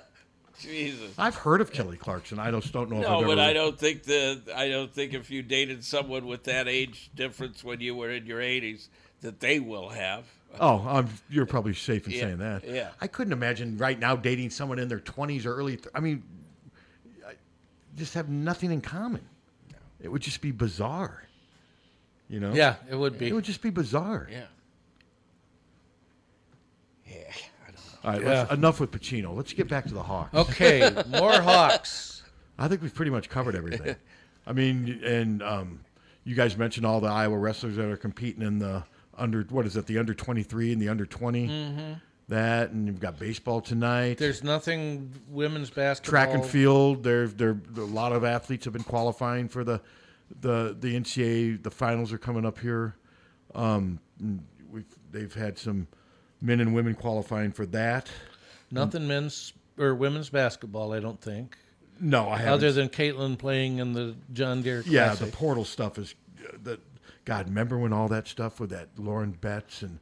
Speaker 2: Jesus.
Speaker 4: I've heard of Kelly Clarkson. I just don't know if I've
Speaker 2: No,
Speaker 4: ever
Speaker 2: but I don't think the I don't think if you dated someone with that age difference when you were in your 80s that they will have.
Speaker 4: Oh, I'm, you're probably safe in
Speaker 2: Yeah,
Speaker 4: saying that.
Speaker 2: yeah.
Speaker 4: I couldn't imagine right now dating someone in their 20s or early. Th- I mean, I just have nothing in common. It would just be bizarre. You know?
Speaker 3: Yeah, it would be.
Speaker 4: It would just be bizarre.
Speaker 2: Yeah.
Speaker 4: All right, let's, enough with Pacino. Let's get back to the Hawks.
Speaker 3: Okay, more Hawks.
Speaker 4: I think we've pretty much covered everything. I mean, and um, you guys mentioned all the Iowa wrestlers that are competing in the under what is it the under 23 and the under 20
Speaker 3: Mhm.
Speaker 4: that and you've got baseball tonight
Speaker 3: There's nothing women's basketball.
Speaker 4: track and field there there a lot of athletes have been qualifying for the the the NCAA the finals are coming up here um we've they've had some men and women qualifying for that
Speaker 3: Nothing men's or women's basketball, I don't think.
Speaker 4: No, I haven't.
Speaker 3: Other than Caitlin playing in the John Deere Classic.
Speaker 4: yeah the portal stuff is uh, the god remember when all that stuff with that Lauren Betts and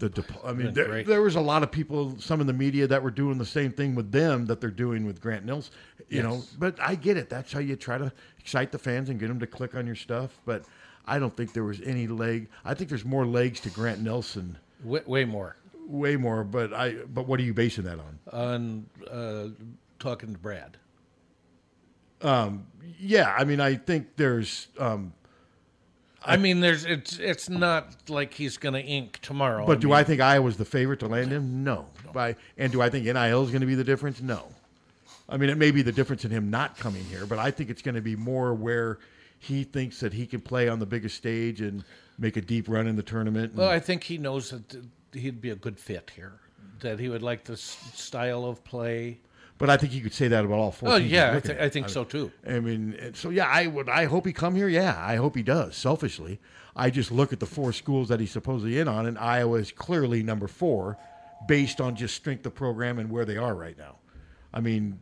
Speaker 4: the dep- I mean
Speaker 3: Been
Speaker 4: there,
Speaker 3: great.
Speaker 4: there was a lot of people some in the media that were doing the same thing with them that they're doing with Grant Nils you know
Speaker 3: Yes.
Speaker 4: but I get it that's how you try to excite the fans and get them to click on your stuff but I don't think there was any leg I think there's more legs to Grant Nelson
Speaker 3: way, way more
Speaker 4: way more but I but what are you basing that on
Speaker 3: on uh, talking to Brad.
Speaker 4: um yeah I mean I think there's um
Speaker 3: I mean, there's it's it's not like he's going to ink tomorrow.
Speaker 4: But do
Speaker 3: mean,
Speaker 4: I think Iowa's the favorite to land him? No. By and do I think NIL is going to be the difference? No. I mean, it may be the difference in him not coming here, but I think it's going to be more where he thinks that he can play on the biggest stage and make a deep run in the tournament.
Speaker 3: Well, I think he knows that he'd be a good fit here. That he would like the s- style of play.
Speaker 4: But I think you could say that about all four.
Speaker 3: Oh,
Speaker 4: teams
Speaker 3: yeah,
Speaker 4: you're
Speaker 3: I
Speaker 4: looking
Speaker 3: thi-
Speaker 4: at.
Speaker 3: I think so, too.
Speaker 4: I mean, and so yeah, I would. I hope he come here. Yeah, I hope he does. Selfishly, I just look at the four schools that he's supposedly in on, and Iowa is clearly number four, based on just strength of program and where they are right now. I mean,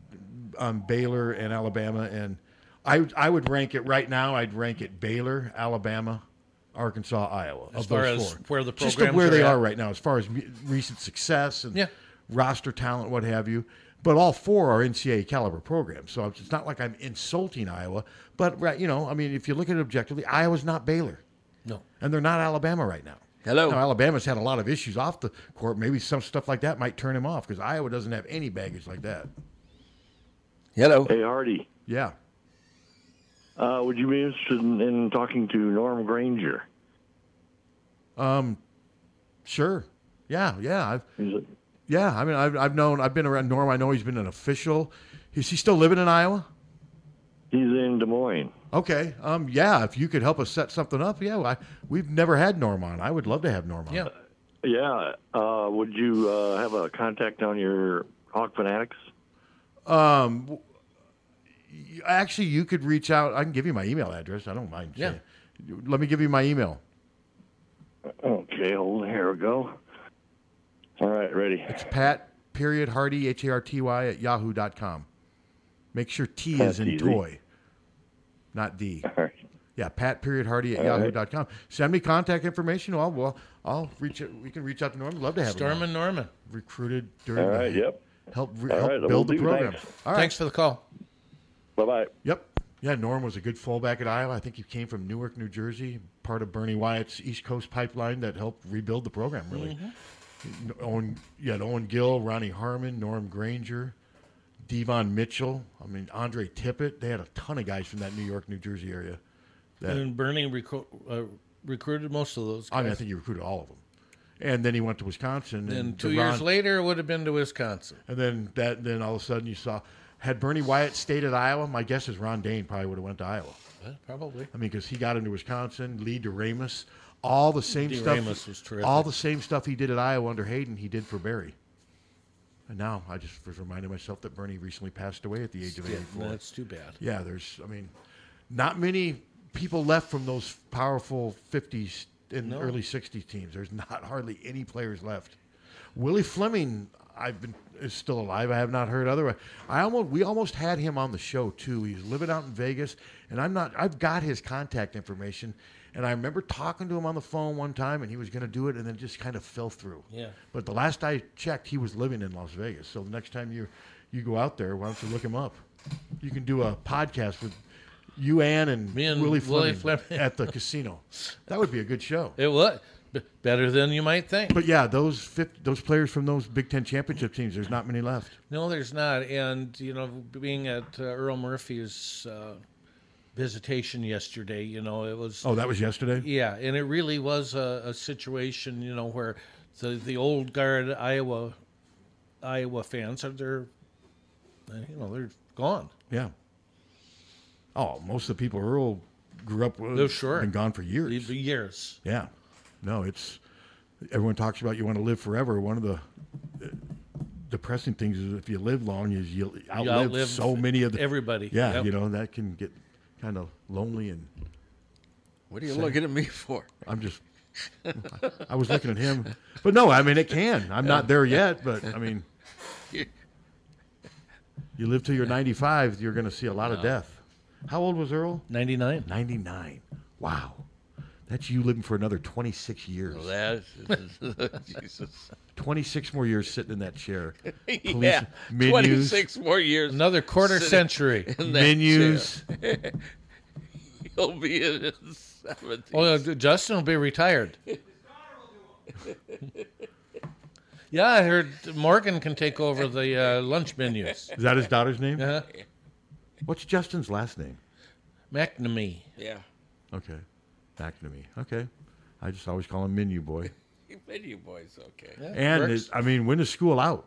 Speaker 4: um, Baylor and Alabama, and I I would rank it right now. I'd rank it Baylor, Alabama, Arkansas, Iowa.
Speaker 3: As
Speaker 4: of
Speaker 3: far
Speaker 4: those
Speaker 3: as
Speaker 4: four.
Speaker 3: where the
Speaker 4: just of
Speaker 3: programs
Speaker 4: where they
Speaker 3: are at?
Speaker 4: are right now, as far as me- recent success and roster talent, what have you. But all four are NCAA caliber programs, so it's not like I'm insulting Iowa. But right, you know, I mean, if you look at it objectively, Iowa's not Baylor,
Speaker 3: No.
Speaker 4: and they're not Alabama right now. Hello, now, Alabama's had a lot of issues off the court. Maybe some stuff like that might turn him off because Iowa doesn't have any baggage like that.
Speaker 2: Hello.
Speaker 7: Hey, Hardy.
Speaker 4: Yeah.
Speaker 7: Uh, would you be interested in, in talking to Norm Granger?
Speaker 4: Um, sure. Yeah, yeah. I've, yeah, I mean, I've, I've known, I've been around Norm. I know he's been an official. Is he still living in Iowa?
Speaker 7: He's in Des Moines.
Speaker 4: Okay. Um, yeah, if you could help us set something up, yeah, well, I, we've never had Norm on. I would love to have Norm on.
Speaker 3: Yeah.
Speaker 7: Yeah. Uh, would you uh, have a contact on your Hawk Fanatics?
Speaker 4: Um, w- y- actually, you could reach out. I can give you my email address. I don't mind.
Speaker 7: Yeah.
Speaker 4: saying- Let me give you my email.
Speaker 7: Okay, hold on. Here we go. All right, ready.
Speaker 4: It's Pat period Hardy H A R T Y at yahoo.com. Make sure T is
Speaker 7: That's
Speaker 4: in
Speaker 7: easy.
Speaker 4: toy, not D. Yeah, Pat period Hardy at
Speaker 7: All right.
Speaker 4: yahoo.com. Send me contact information. I'll well, I'll reach. Out. We can reach out to Norman. Love to have
Speaker 3: Storm
Speaker 4: him. on.
Speaker 3: and Norman
Speaker 4: recruited during.
Speaker 7: All right,
Speaker 4: the-
Speaker 7: yep.
Speaker 4: Help, re-
Speaker 7: All
Speaker 4: help
Speaker 7: right, I will
Speaker 4: build the
Speaker 7: do.
Speaker 4: program.
Speaker 7: Thanks.
Speaker 4: All right.
Speaker 3: Thanks for the call.
Speaker 7: Bye bye.
Speaker 4: Yep. Yeah, Norm was a good fullback at Iowa. I think he came from Newark, New Jersey, part of Bernie Wyatt's East Coast pipeline that helped rebuild the program. Really,
Speaker 3: Mm-hmm.
Speaker 4: Owen, you had Owen Gill, Ronnie Harmon, Norm Granger, Devon Mitchell. I mean, Andre Tippett. They had a ton of guys from that New York, New Jersey area. That
Speaker 3: and Bernie recru- uh, recruited most of those. Guys.
Speaker 4: I mean, I think he recruited all of them. And then he went to Wisconsin.
Speaker 3: And
Speaker 4: And
Speaker 3: two
Speaker 4: the
Speaker 3: years
Speaker 4: Ron-
Speaker 3: later, it would have been to Wisconsin.
Speaker 4: And then that, then all of a sudden you saw, had Bernie Wyatt stayed at Iowa, my guess is Ron Dane probably would have went to Iowa.
Speaker 3: Probably.
Speaker 4: I mean, because he got into Wisconsin, Lee DeRamus, all the same stuff.
Speaker 3: DeRamus was terrific.
Speaker 4: All the same stuff he did at Iowa under Hayden, he did for Barry. And now I just was reminding myself that Bernie recently passed away at the age of
Speaker 3: Yeah,
Speaker 4: 84.
Speaker 3: that's too bad.
Speaker 4: Yeah, there's, I mean, not many people left from those powerful 50s and
Speaker 3: No.
Speaker 4: early 60s teams. There's not hardly any players left. Willie Fleming, I've been is still alive. I have not heard otherwise. I almost we almost had him on the show too. He's living out in Vegas, and I'm not. I've got his contact information, and I remember talking to him on the phone one time, and he was going to do it, and then just kind of fell through.
Speaker 3: Yeah.
Speaker 4: But the last I checked, he was living in Las Vegas. So the next time you you go out there, why don't you look him up? You can do a podcast with you, Ann, and,
Speaker 3: Me and
Speaker 4: Willie
Speaker 3: Willie
Speaker 4: Fleming,
Speaker 3: Fleming.
Speaker 4: at the casino. That would be a good show.
Speaker 3: It would B- better than you might think.
Speaker 4: But yeah, those 50, those players from those Big Ten championship teams, there's not many left.
Speaker 3: No, there's not. And you know, being at uh, Earl Murphy's uh, visitation yesterday, you know, it was.
Speaker 4: Oh, that was yesterday?
Speaker 3: Yeah, and it really was a, a situation, you know, where the the old guard Iowa Iowa fans are they're, uh, you know, they're gone.
Speaker 4: Yeah. Oh, most of the people Earl grew up with.
Speaker 3: No, sure.
Speaker 4: Been gone for years.
Speaker 3: years.
Speaker 4: Yeah. No, it's everyone talks about you want to live forever. One of the uh, depressing things is if you live long, is you'll outlive,
Speaker 3: outlive
Speaker 4: so many of the,
Speaker 3: everybody.
Speaker 4: Yeah,
Speaker 3: Yep.
Speaker 4: you know that can get kind of lonely and.
Speaker 2: What are you
Speaker 4: sad.
Speaker 2: looking at me for?
Speaker 4: I'm just. I was looking at him, but no, I mean it can. I'm not there yet, but I mean, you live till you're 95, you're going to see a lot of
Speaker 3: No.
Speaker 4: death. How old was Earl?
Speaker 3: 99.
Speaker 4: 99. Wow. That's you living for another 26 years.
Speaker 2: Well, that- Jesus.
Speaker 4: 26 more years sitting in that chair. Police
Speaker 2: yeah,
Speaker 4: menus,
Speaker 2: twenty-six more years.
Speaker 3: Another quarter century.
Speaker 2: in that
Speaker 4: menus.
Speaker 2: chair. He'll be in his seventies.
Speaker 3: Well, Oh, uh, Justin will be retired. Yeah, I heard Morgan can take over the uh, lunch menus. Uh-huh.
Speaker 4: Is that his daughter's name?
Speaker 3: Yeah.
Speaker 4: What's Justin's last name?
Speaker 3: McNamee.
Speaker 2: Yeah.
Speaker 4: Okay. Back to me. Okay. I just always call him Menu Boy.
Speaker 2: Menu boys, okay.
Speaker 4: and it, I mean, when is school out?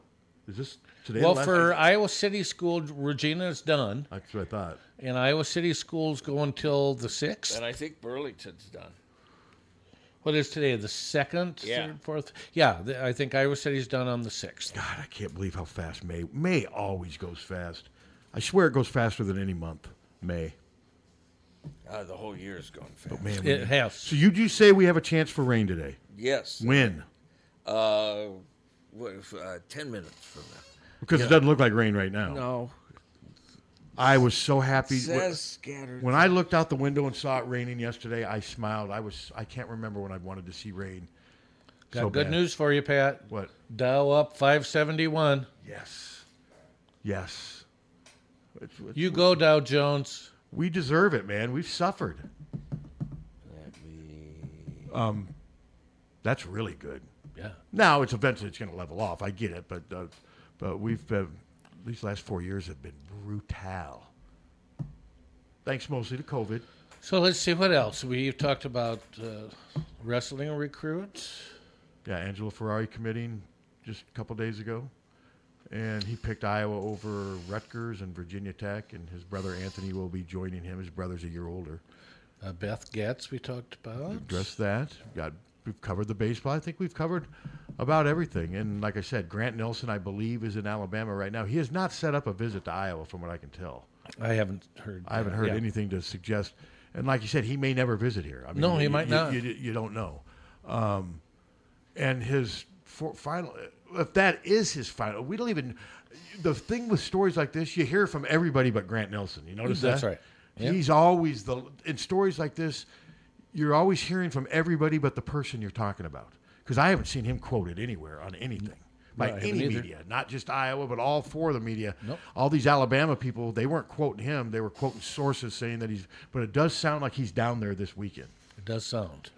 Speaker 4: Is this today? the
Speaker 3: Well,
Speaker 4: last-
Speaker 3: for Iowa City School, Regina is done.
Speaker 4: That's what I thought.
Speaker 3: And Iowa City Schools go until the 6th.
Speaker 2: and I think Burlington's done.
Speaker 3: What is today? The 2nd?
Speaker 2: Yeah.
Speaker 3: Third, fourth? Yeah, the, I think Iowa City's done on the 6th.
Speaker 4: God, I can't believe how fast May. May always goes fast. I swear it goes faster than any month. May.
Speaker 2: Uh, the whole year's gone fast.
Speaker 4: But Oh, man,
Speaker 3: It
Speaker 4: we-
Speaker 3: has.
Speaker 4: So you do say we have a chance for rain today?
Speaker 2: Yes.
Speaker 4: When?
Speaker 2: Uh, what, if, uh, ten minutes from now.
Speaker 4: Because it doesn't look like rain right now.
Speaker 2: No.
Speaker 4: I was so happy.
Speaker 2: Says
Speaker 4: when-
Speaker 2: scattered.
Speaker 4: When I looked out the window and saw it raining yesterday, I smiled. I was. I can't remember when I wanted to see rain.
Speaker 3: Got
Speaker 4: so
Speaker 3: good
Speaker 4: bad.
Speaker 3: news for you, Pat.
Speaker 4: What?
Speaker 3: Dow up 571.
Speaker 4: Yes. Yes.
Speaker 3: You go, Dow Jones.
Speaker 4: We deserve it, man. We've suffered. Um, that's really good.
Speaker 3: Yeah.
Speaker 4: Now it's eventually it's going to level off. I get it, but uh, but we've been, these last four years have been brutal. Thanks mostly to COVID.
Speaker 3: So let's see what else. We've talked about uh, wrestling recruits.
Speaker 4: Yeah, Angelo Ferrari committing just a couple days ago, and he picked Iowa over Rutgers and Virginia Tech, and his brother Anthony will be joining him. His brother's a year older.
Speaker 3: Uh, Beth Getz, we talked about.
Speaker 4: address that. Got we've covered the baseball. I think we've covered about everything. And like I said, Grant Nelson, I believe, is in Alabama right now. He has not set up a visit to Iowa, from what I can tell.
Speaker 3: I haven't heard.
Speaker 4: I haven't heard
Speaker 3: Yeah.
Speaker 4: anything to suggest. And like you said, he may never visit here. I mean,
Speaker 3: No,
Speaker 4: you-
Speaker 3: he might
Speaker 4: you-
Speaker 3: not.
Speaker 4: You, you don't know. Um, and his for, final, if that is his final, we don't even. The thing with stories like this, you hear from everybody but Grant Nelson. You notice
Speaker 3: That's
Speaker 4: that?
Speaker 3: right. Yeah.
Speaker 4: He's always the in stories like this. You're always hearing from everybody but the person you're talking about. Because I haven't seen him quoted anywhere on anything by
Speaker 3: No, I haven't
Speaker 4: any
Speaker 3: either.
Speaker 4: media, not just Iowa, but all four of the media. All these Alabama people, they weren't quoting him; they were quoting sources saying that he's. But it does sound like he's down there this weekend.
Speaker 3: It does sound.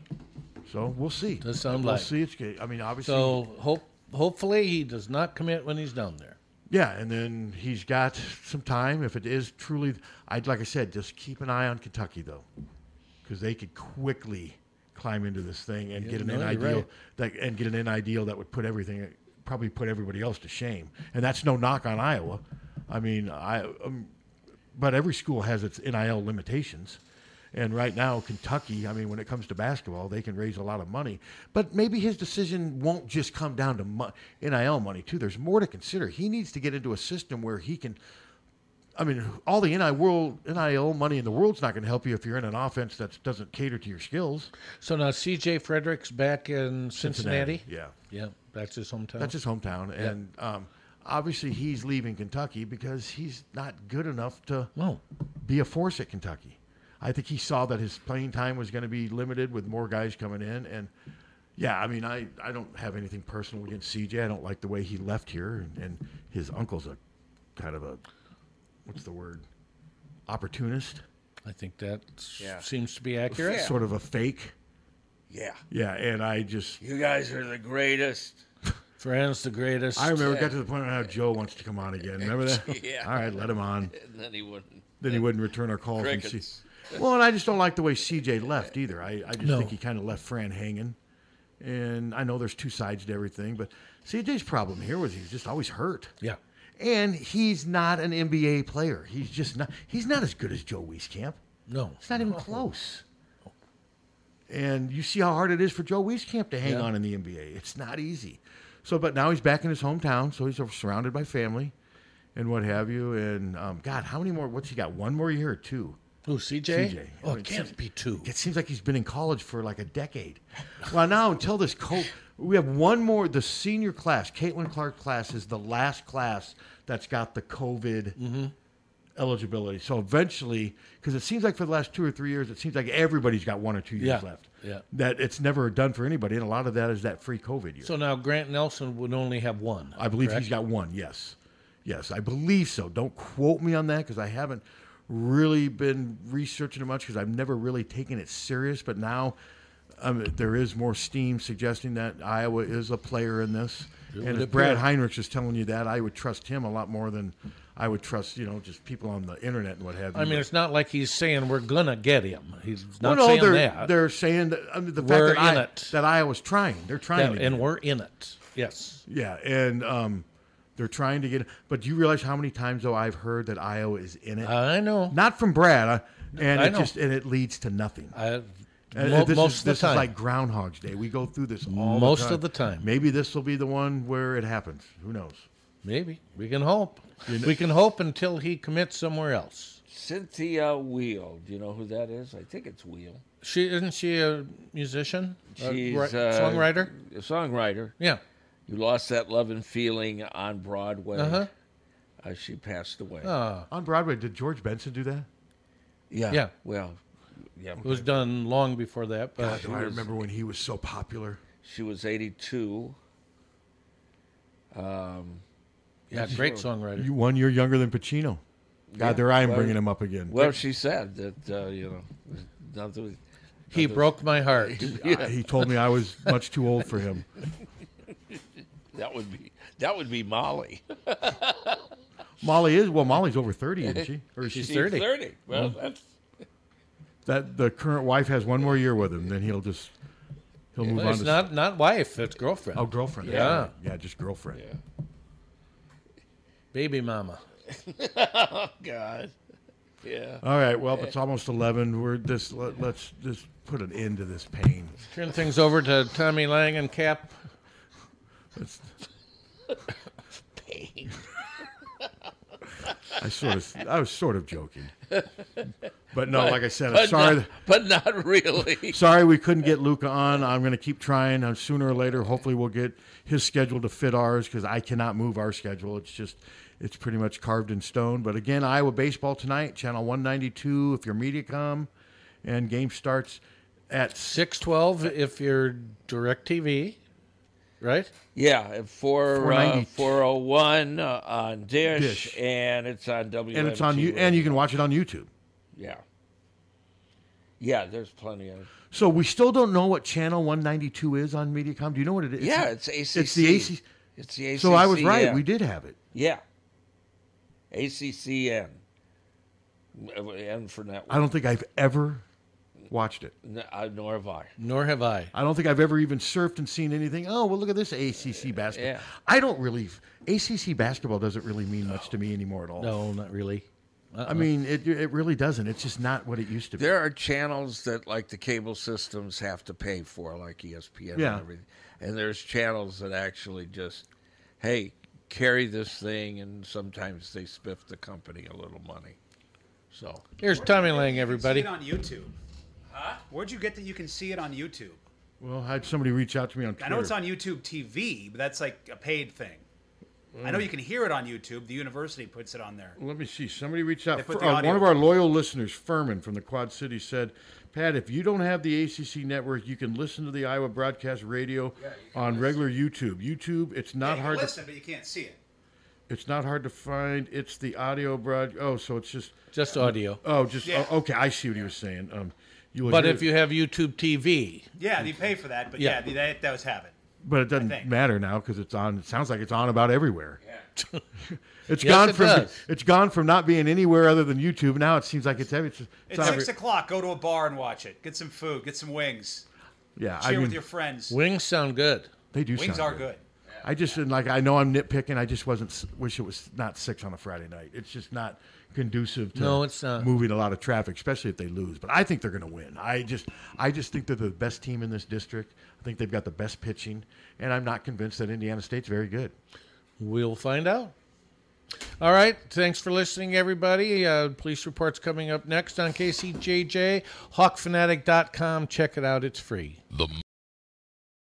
Speaker 4: So we'll see.
Speaker 3: Does sound
Speaker 4: We'll
Speaker 3: like.
Speaker 4: see. It's. I mean, obviously.
Speaker 3: So hope hopefully he does not commit when he's down there.
Speaker 4: Yeah, and then he's got some time. If it is truly, I'd like I said, just keep an eye on Kentucky though, because they could quickly climb into this thing and
Speaker 3: Yeah,
Speaker 4: get an
Speaker 3: no, you're
Speaker 4: end ideal
Speaker 3: right.
Speaker 4: that and get an end ideal that would put everything, probably put everybody else to shame. And that's no knock on Iowa. I mean, I, um, but every school has its NIL limitations. And right now, Kentucky, I mean, when it comes to basketball, they can raise a lot of money. But maybe his decision won't just come down to mo- NIL money, too. There's more to consider. He needs to get into a system where he can. I mean, all the NIL, world, NIL money in the world's not going to help you if you're in an offense that doesn't cater to your skills.
Speaker 3: So now C.J. Frederick's back in Cincinnati.
Speaker 4: Cincinnati, yeah.
Speaker 3: yeah, that's his hometown.
Speaker 4: That's his hometown,
Speaker 3: Yeah.
Speaker 4: and um, obviously he's leaving Kentucky because he's not good enough to be a force at Kentucky. I think he saw that his playing time was going to be limited with more guys coming in, and yeah, I mean, I, I don't have anything personal against CJ. I don't like the way he left here, and, and his uncle's a kind of a what's the word opportunist.
Speaker 3: I think that
Speaker 2: Yeah.
Speaker 3: seems to be accurate.
Speaker 4: Sort of a fake.
Speaker 2: Yeah.
Speaker 4: Yeah, and I just
Speaker 2: You guys are the greatest.
Speaker 3: Fran's the greatest.
Speaker 4: I remember it got to the point where now Joe wants to come on again. Remember that?
Speaker 2: Yeah.
Speaker 4: All right, let him on.
Speaker 2: And then he wouldn't.
Speaker 4: Then he wouldn't return our calls. And see.
Speaker 2: Crickets.
Speaker 4: Well, and I just don't like the way CJ left either. I, I just
Speaker 3: No.
Speaker 4: think he kind of left Fran hanging. And I know there's two sides to everything, but CJ's problem here was he's just always hurt.
Speaker 3: Yeah.
Speaker 4: And he's not an NBA player. He's just not. He's not as good as Joe Wieskamp.
Speaker 3: No.
Speaker 4: It's not even close. And you see how hard it is for Joe Wieskamp to hang
Speaker 3: Yeah.
Speaker 4: on in the NBA. It's not easy. So, but now he's back in his hometown, so he's surrounded by family and what have you. And um, God, how many more? What's he got? One more year or two?
Speaker 3: Who, CJ?
Speaker 4: CJ.
Speaker 3: Oh, it can't be two.
Speaker 4: It seems like he's been in college for like a decade. well, now until this co we have one more. The senior class, Caitlin Clark class, is the last class that's got the COVID
Speaker 3: Mm-hmm.
Speaker 4: eligibility. So eventually, because it seems like for the last two or three years, it seems like everybody's got one or two years
Speaker 3: Yeah.
Speaker 4: left.
Speaker 3: Yeah.
Speaker 4: That it's never done for anybody, and a lot of that is that free COVID year.
Speaker 3: So now Grant Nelson would only have one.
Speaker 4: I believe
Speaker 3: correct?
Speaker 4: he's got one. Yes, yes, I believe so. Don't quote me on that because I haven't really been researching it much because I've never really taken it serious. But now um, there is more steam suggesting that Iowa is a player in this.
Speaker 3: It
Speaker 4: and
Speaker 3: would
Speaker 4: if Brad
Speaker 3: appear.
Speaker 4: Heinrichs is telling you that, I would trust him a lot more than I would trust you know just people on the internet and what have you.
Speaker 3: I mean, it's not like he's saying we're gonna get him. He's
Speaker 4: Well,
Speaker 3: not saying
Speaker 4: they're,
Speaker 3: that.
Speaker 4: They're saying that, I mean, the
Speaker 3: We're
Speaker 4: fact that,
Speaker 3: in
Speaker 4: I,
Speaker 3: it.
Speaker 4: that Iowa's trying. They're trying.
Speaker 3: Yeah,
Speaker 4: to
Speaker 3: and
Speaker 4: get
Speaker 3: we're in it. Yes.
Speaker 4: Yeah, and um, they're trying to get. But do you realize how many times though I've heard that Iowa is in it?
Speaker 3: I know.
Speaker 4: Not from Brad, uh, and
Speaker 3: I
Speaker 4: it
Speaker 3: know.
Speaker 4: just and it leads to nothing.
Speaker 3: I,
Speaker 4: And
Speaker 3: mo-
Speaker 4: this
Speaker 3: most
Speaker 4: is,
Speaker 3: of the
Speaker 4: this
Speaker 3: time.
Speaker 4: is like Groundhog's Day. We go through this all
Speaker 3: Most
Speaker 4: the
Speaker 3: of
Speaker 4: time.
Speaker 3: the time.
Speaker 4: Maybe this will be the one where it happens. Who knows?
Speaker 3: Maybe we can hope. We can hope until he commits somewhere else.
Speaker 2: Cynthia Wheel. Do you know who that is? I think it's Wheel.
Speaker 3: She isn't she a musician? A
Speaker 2: She's
Speaker 3: ri-
Speaker 2: uh,
Speaker 3: songwriter.
Speaker 2: A songwriter.
Speaker 3: Yeah.
Speaker 2: You lost that love and feeling on Broadway.
Speaker 3: Uh-huh.
Speaker 2: Uh, she passed away.
Speaker 4: Oh. On Broadway, did George Benson do that?
Speaker 2: Yeah.
Speaker 3: Ah. Yeah.
Speaker 2: Well, yeah.
Speaker 3: It was done long before that. But
Speaker 4: God, do I remember when he was so popular?
Speaker 2: She was 82. Um,
Speaker 3: Yeah,
Speaker 2: she
Speaker 3: great
Speaker 2: was-
Speaker 3: songwriter.
Speaker 4: You one year younger than Pacino. God,
Speaker 2: Yeah,
Speaker 4: there I am
Speaker 2: well-
Speaker 4: bringing him up again.
Speaker 2: Well, she said that uh, you know. nothing-
Speaker 3: He
Speaker 2: nothing-
Speaker 3: broke my heart.
Speaker 2: Yeah.
Speaker 4: he told me I was much too old for him.
Speaker 2: That would be that would be Molly.
Speaker 4: Molly is well. Molly's over thirty, isn't she? Or is
Speaker 2: she's
Speaker 4: she
Speaker 2: thirty. Well,
Speaker 4: Mm.
Speaker 2: that's
Speaker 4: that the current wife has one more year with him, then he'll just he'll move
Speaker 3: Well,
Speaker 4: on.
Speaker 3: it's
Speaker 4: to
Speaker 3: not not wife, it's girlfriend.
Speaker 4: Oh, girlfriend.
Speaker 3: Yeah,
Speaker 4: Yeah, yeah, just girlfriend.
Speaker 3: baby mama.
Speaker 2: oh God. Yeah.
Speaker 4: All right. Well, it's almost eleven. We're this. Let, let's just put an end to this pain.
Speaker 3: Turn things over to Tommy Lang and Cap.
Speaker 4: That's- I sort of, I was sort of joking, but no,
Speaker 2: But-
Speaker 4: like I said, I'm
Speaker 2: but
Speaker 4: sorry.
Speaker 2: not- but not really.
Speaker 4: Sorry, we couldn't get Luca on. I'm going to keep trying. Uh, sooner or later, hopefully, we'll get his schedule to fit ours because I cannot move our schedule. It's just, it's pretty much carved in stone. But again, Iowa baseball tonight, channel 192. If you're MediaCom, and game starts at
Speaker 3: six twelve. If you're DirecTV, right?
Speaker 2: Yeah, at four uh,
Speaker 4: 490.
Speaker 2: four oh one uh, on Dish,
Speaker 4: Dish.
Speaker 2: and it's on W.
Speaker 4: and it's on you, and you can watch it on YouTube.
Speaker 2: Yeah. Yeah, there's plenty of.
Speaker 4: So we still don't know what channel 192 is on MediaCom. Do you know what it is?
Speaker 2: yeah, it's ACC.
Speaker 4: It's the AC.
Speaker 2: It's the ACC.
Speaker 4: So I was right.
Speaker 2: yeah.
Speaker 4: We did have it.
Speaker 2: Yeah. ACCN. N for network.
Speaker 4: I don't think I've ever watched it.
Speaker 2: N- I- nor have I.
Speaker 3: Nor have I.
Speaker 4: I don't think I've ever even surfed and seen anything. Oh, well, look at this
Speaker 3: Uh,
Speaker 4: ACC basketball.
Speaker 2: Yeah.
Speaker 4: I don't really. ACC basketball doesn't really mean much to me anymore at all.
Speaker 3: No, not really. Uh-uh.
Speaker 4: I mean, it it really doesn't. It's just not what it used to be.
Speaker 2: There are channels that like the cable systems have to pay for, like E ESPN
Speaker 4: Yeah.
Speaker 2: and everything. And there's channels that actually just, hey, carry this thing, and sometimes they spiff the company a little money. So
Speaker 3: Here's Tommy Lang, everybody.
Speaker 14: See it on YouTube. Huh? Where'd you get that you can see it on YouTube?
Speaker 4: Well, I had somebody reach out to me on Twitter.
Speaker 14: I know it's on YouTube TV, but that's like a paid thing. I know
Speaker 4: Mm.
Speaker 14: you can hear it on YouTube. The university puts it on there.
Speaker 4: Let me see. Somebody reached out.
Speaker 14: They put
Speaker 4: Fir-
Speaker 14: the
Speaker 4: uh,
Speaker 14: audio-
Speaker 4: one of our loyal listeners, Furman from the Quad City, said, "Pat, if you don't have the ACC network, you can listen to the Iowa Broadcast Radio on regular YouTube. YouTube, it's not
Speaker 14: you
Speaker 4: hard.
Speaker 14: can
Speaker 4: To,
Speaker 14: listen, but you can't see it.
Speaker 4: It's not hard to find. It's the audio broad. Oh, so it's just
Speaker 3: Just audio.
Speaker 4: Oh, just
Speaker 14: Yeah.
Speaker 4: oh, okay. I see what he was saying. Um, you will
Speaker 3: But
Speaker 4: hear-
Speaker 3: if you have YouTube TV,
Speaker 14: Yeah, they pay for that, but
Speaker 3: Yeah.
Speaker 14: yeah, they, that was have it.
Speaker 4: but it
Speaker 14: I think.
Speaker 4: doesn't matter now because it's on. It sounds like it's on about everywhere. It's
Speaker 3: Yes,
Speaker 4: gone
Speaker 3: it
Speaker 4: from
Speaker 3: does.
Speaker 4: it's gone from not being anywhere other than YouTube. Now it seems like it's every- it's, it's,
Speaker 14: It's
Speaker 4: on
Speaker 14: six
Speaker 4: every-
Speaker 14: o'clock. Go to a bar and watch it. Get some food. Get some wings.
Speaker 4: Yeah,
Speaker 14: Share
Speaker 4: I mean,
Speaker 14: with your friends.
Speaker 3: wings sound good.
Speaker 4: They do
Speaker 14: Wings
Speaker 4: sound
Speaker 14: are
Speaker 4: good.
Speaker 14: good.
Speaker 4: I just didn't like. I know I'm nitpicking. I just wasn't. s- Wish it was not six on a Friday night. It's just not conducive to
Speaker 3: No, it's not.
Speaker 4: moving a lot of traffic, especially if they lose. But I think they're going to win. I just, I just think they're the best team in this district. I think they've got the best pitching, and I'm not convinced that Indiana State's very good.
Speaker 3: We'll find out. All right. Thanks for listening, everybody. Uh, police reports coming up next on KCJJ. HawkFanatic.com. Check it out. It's free.
Speaker 17: The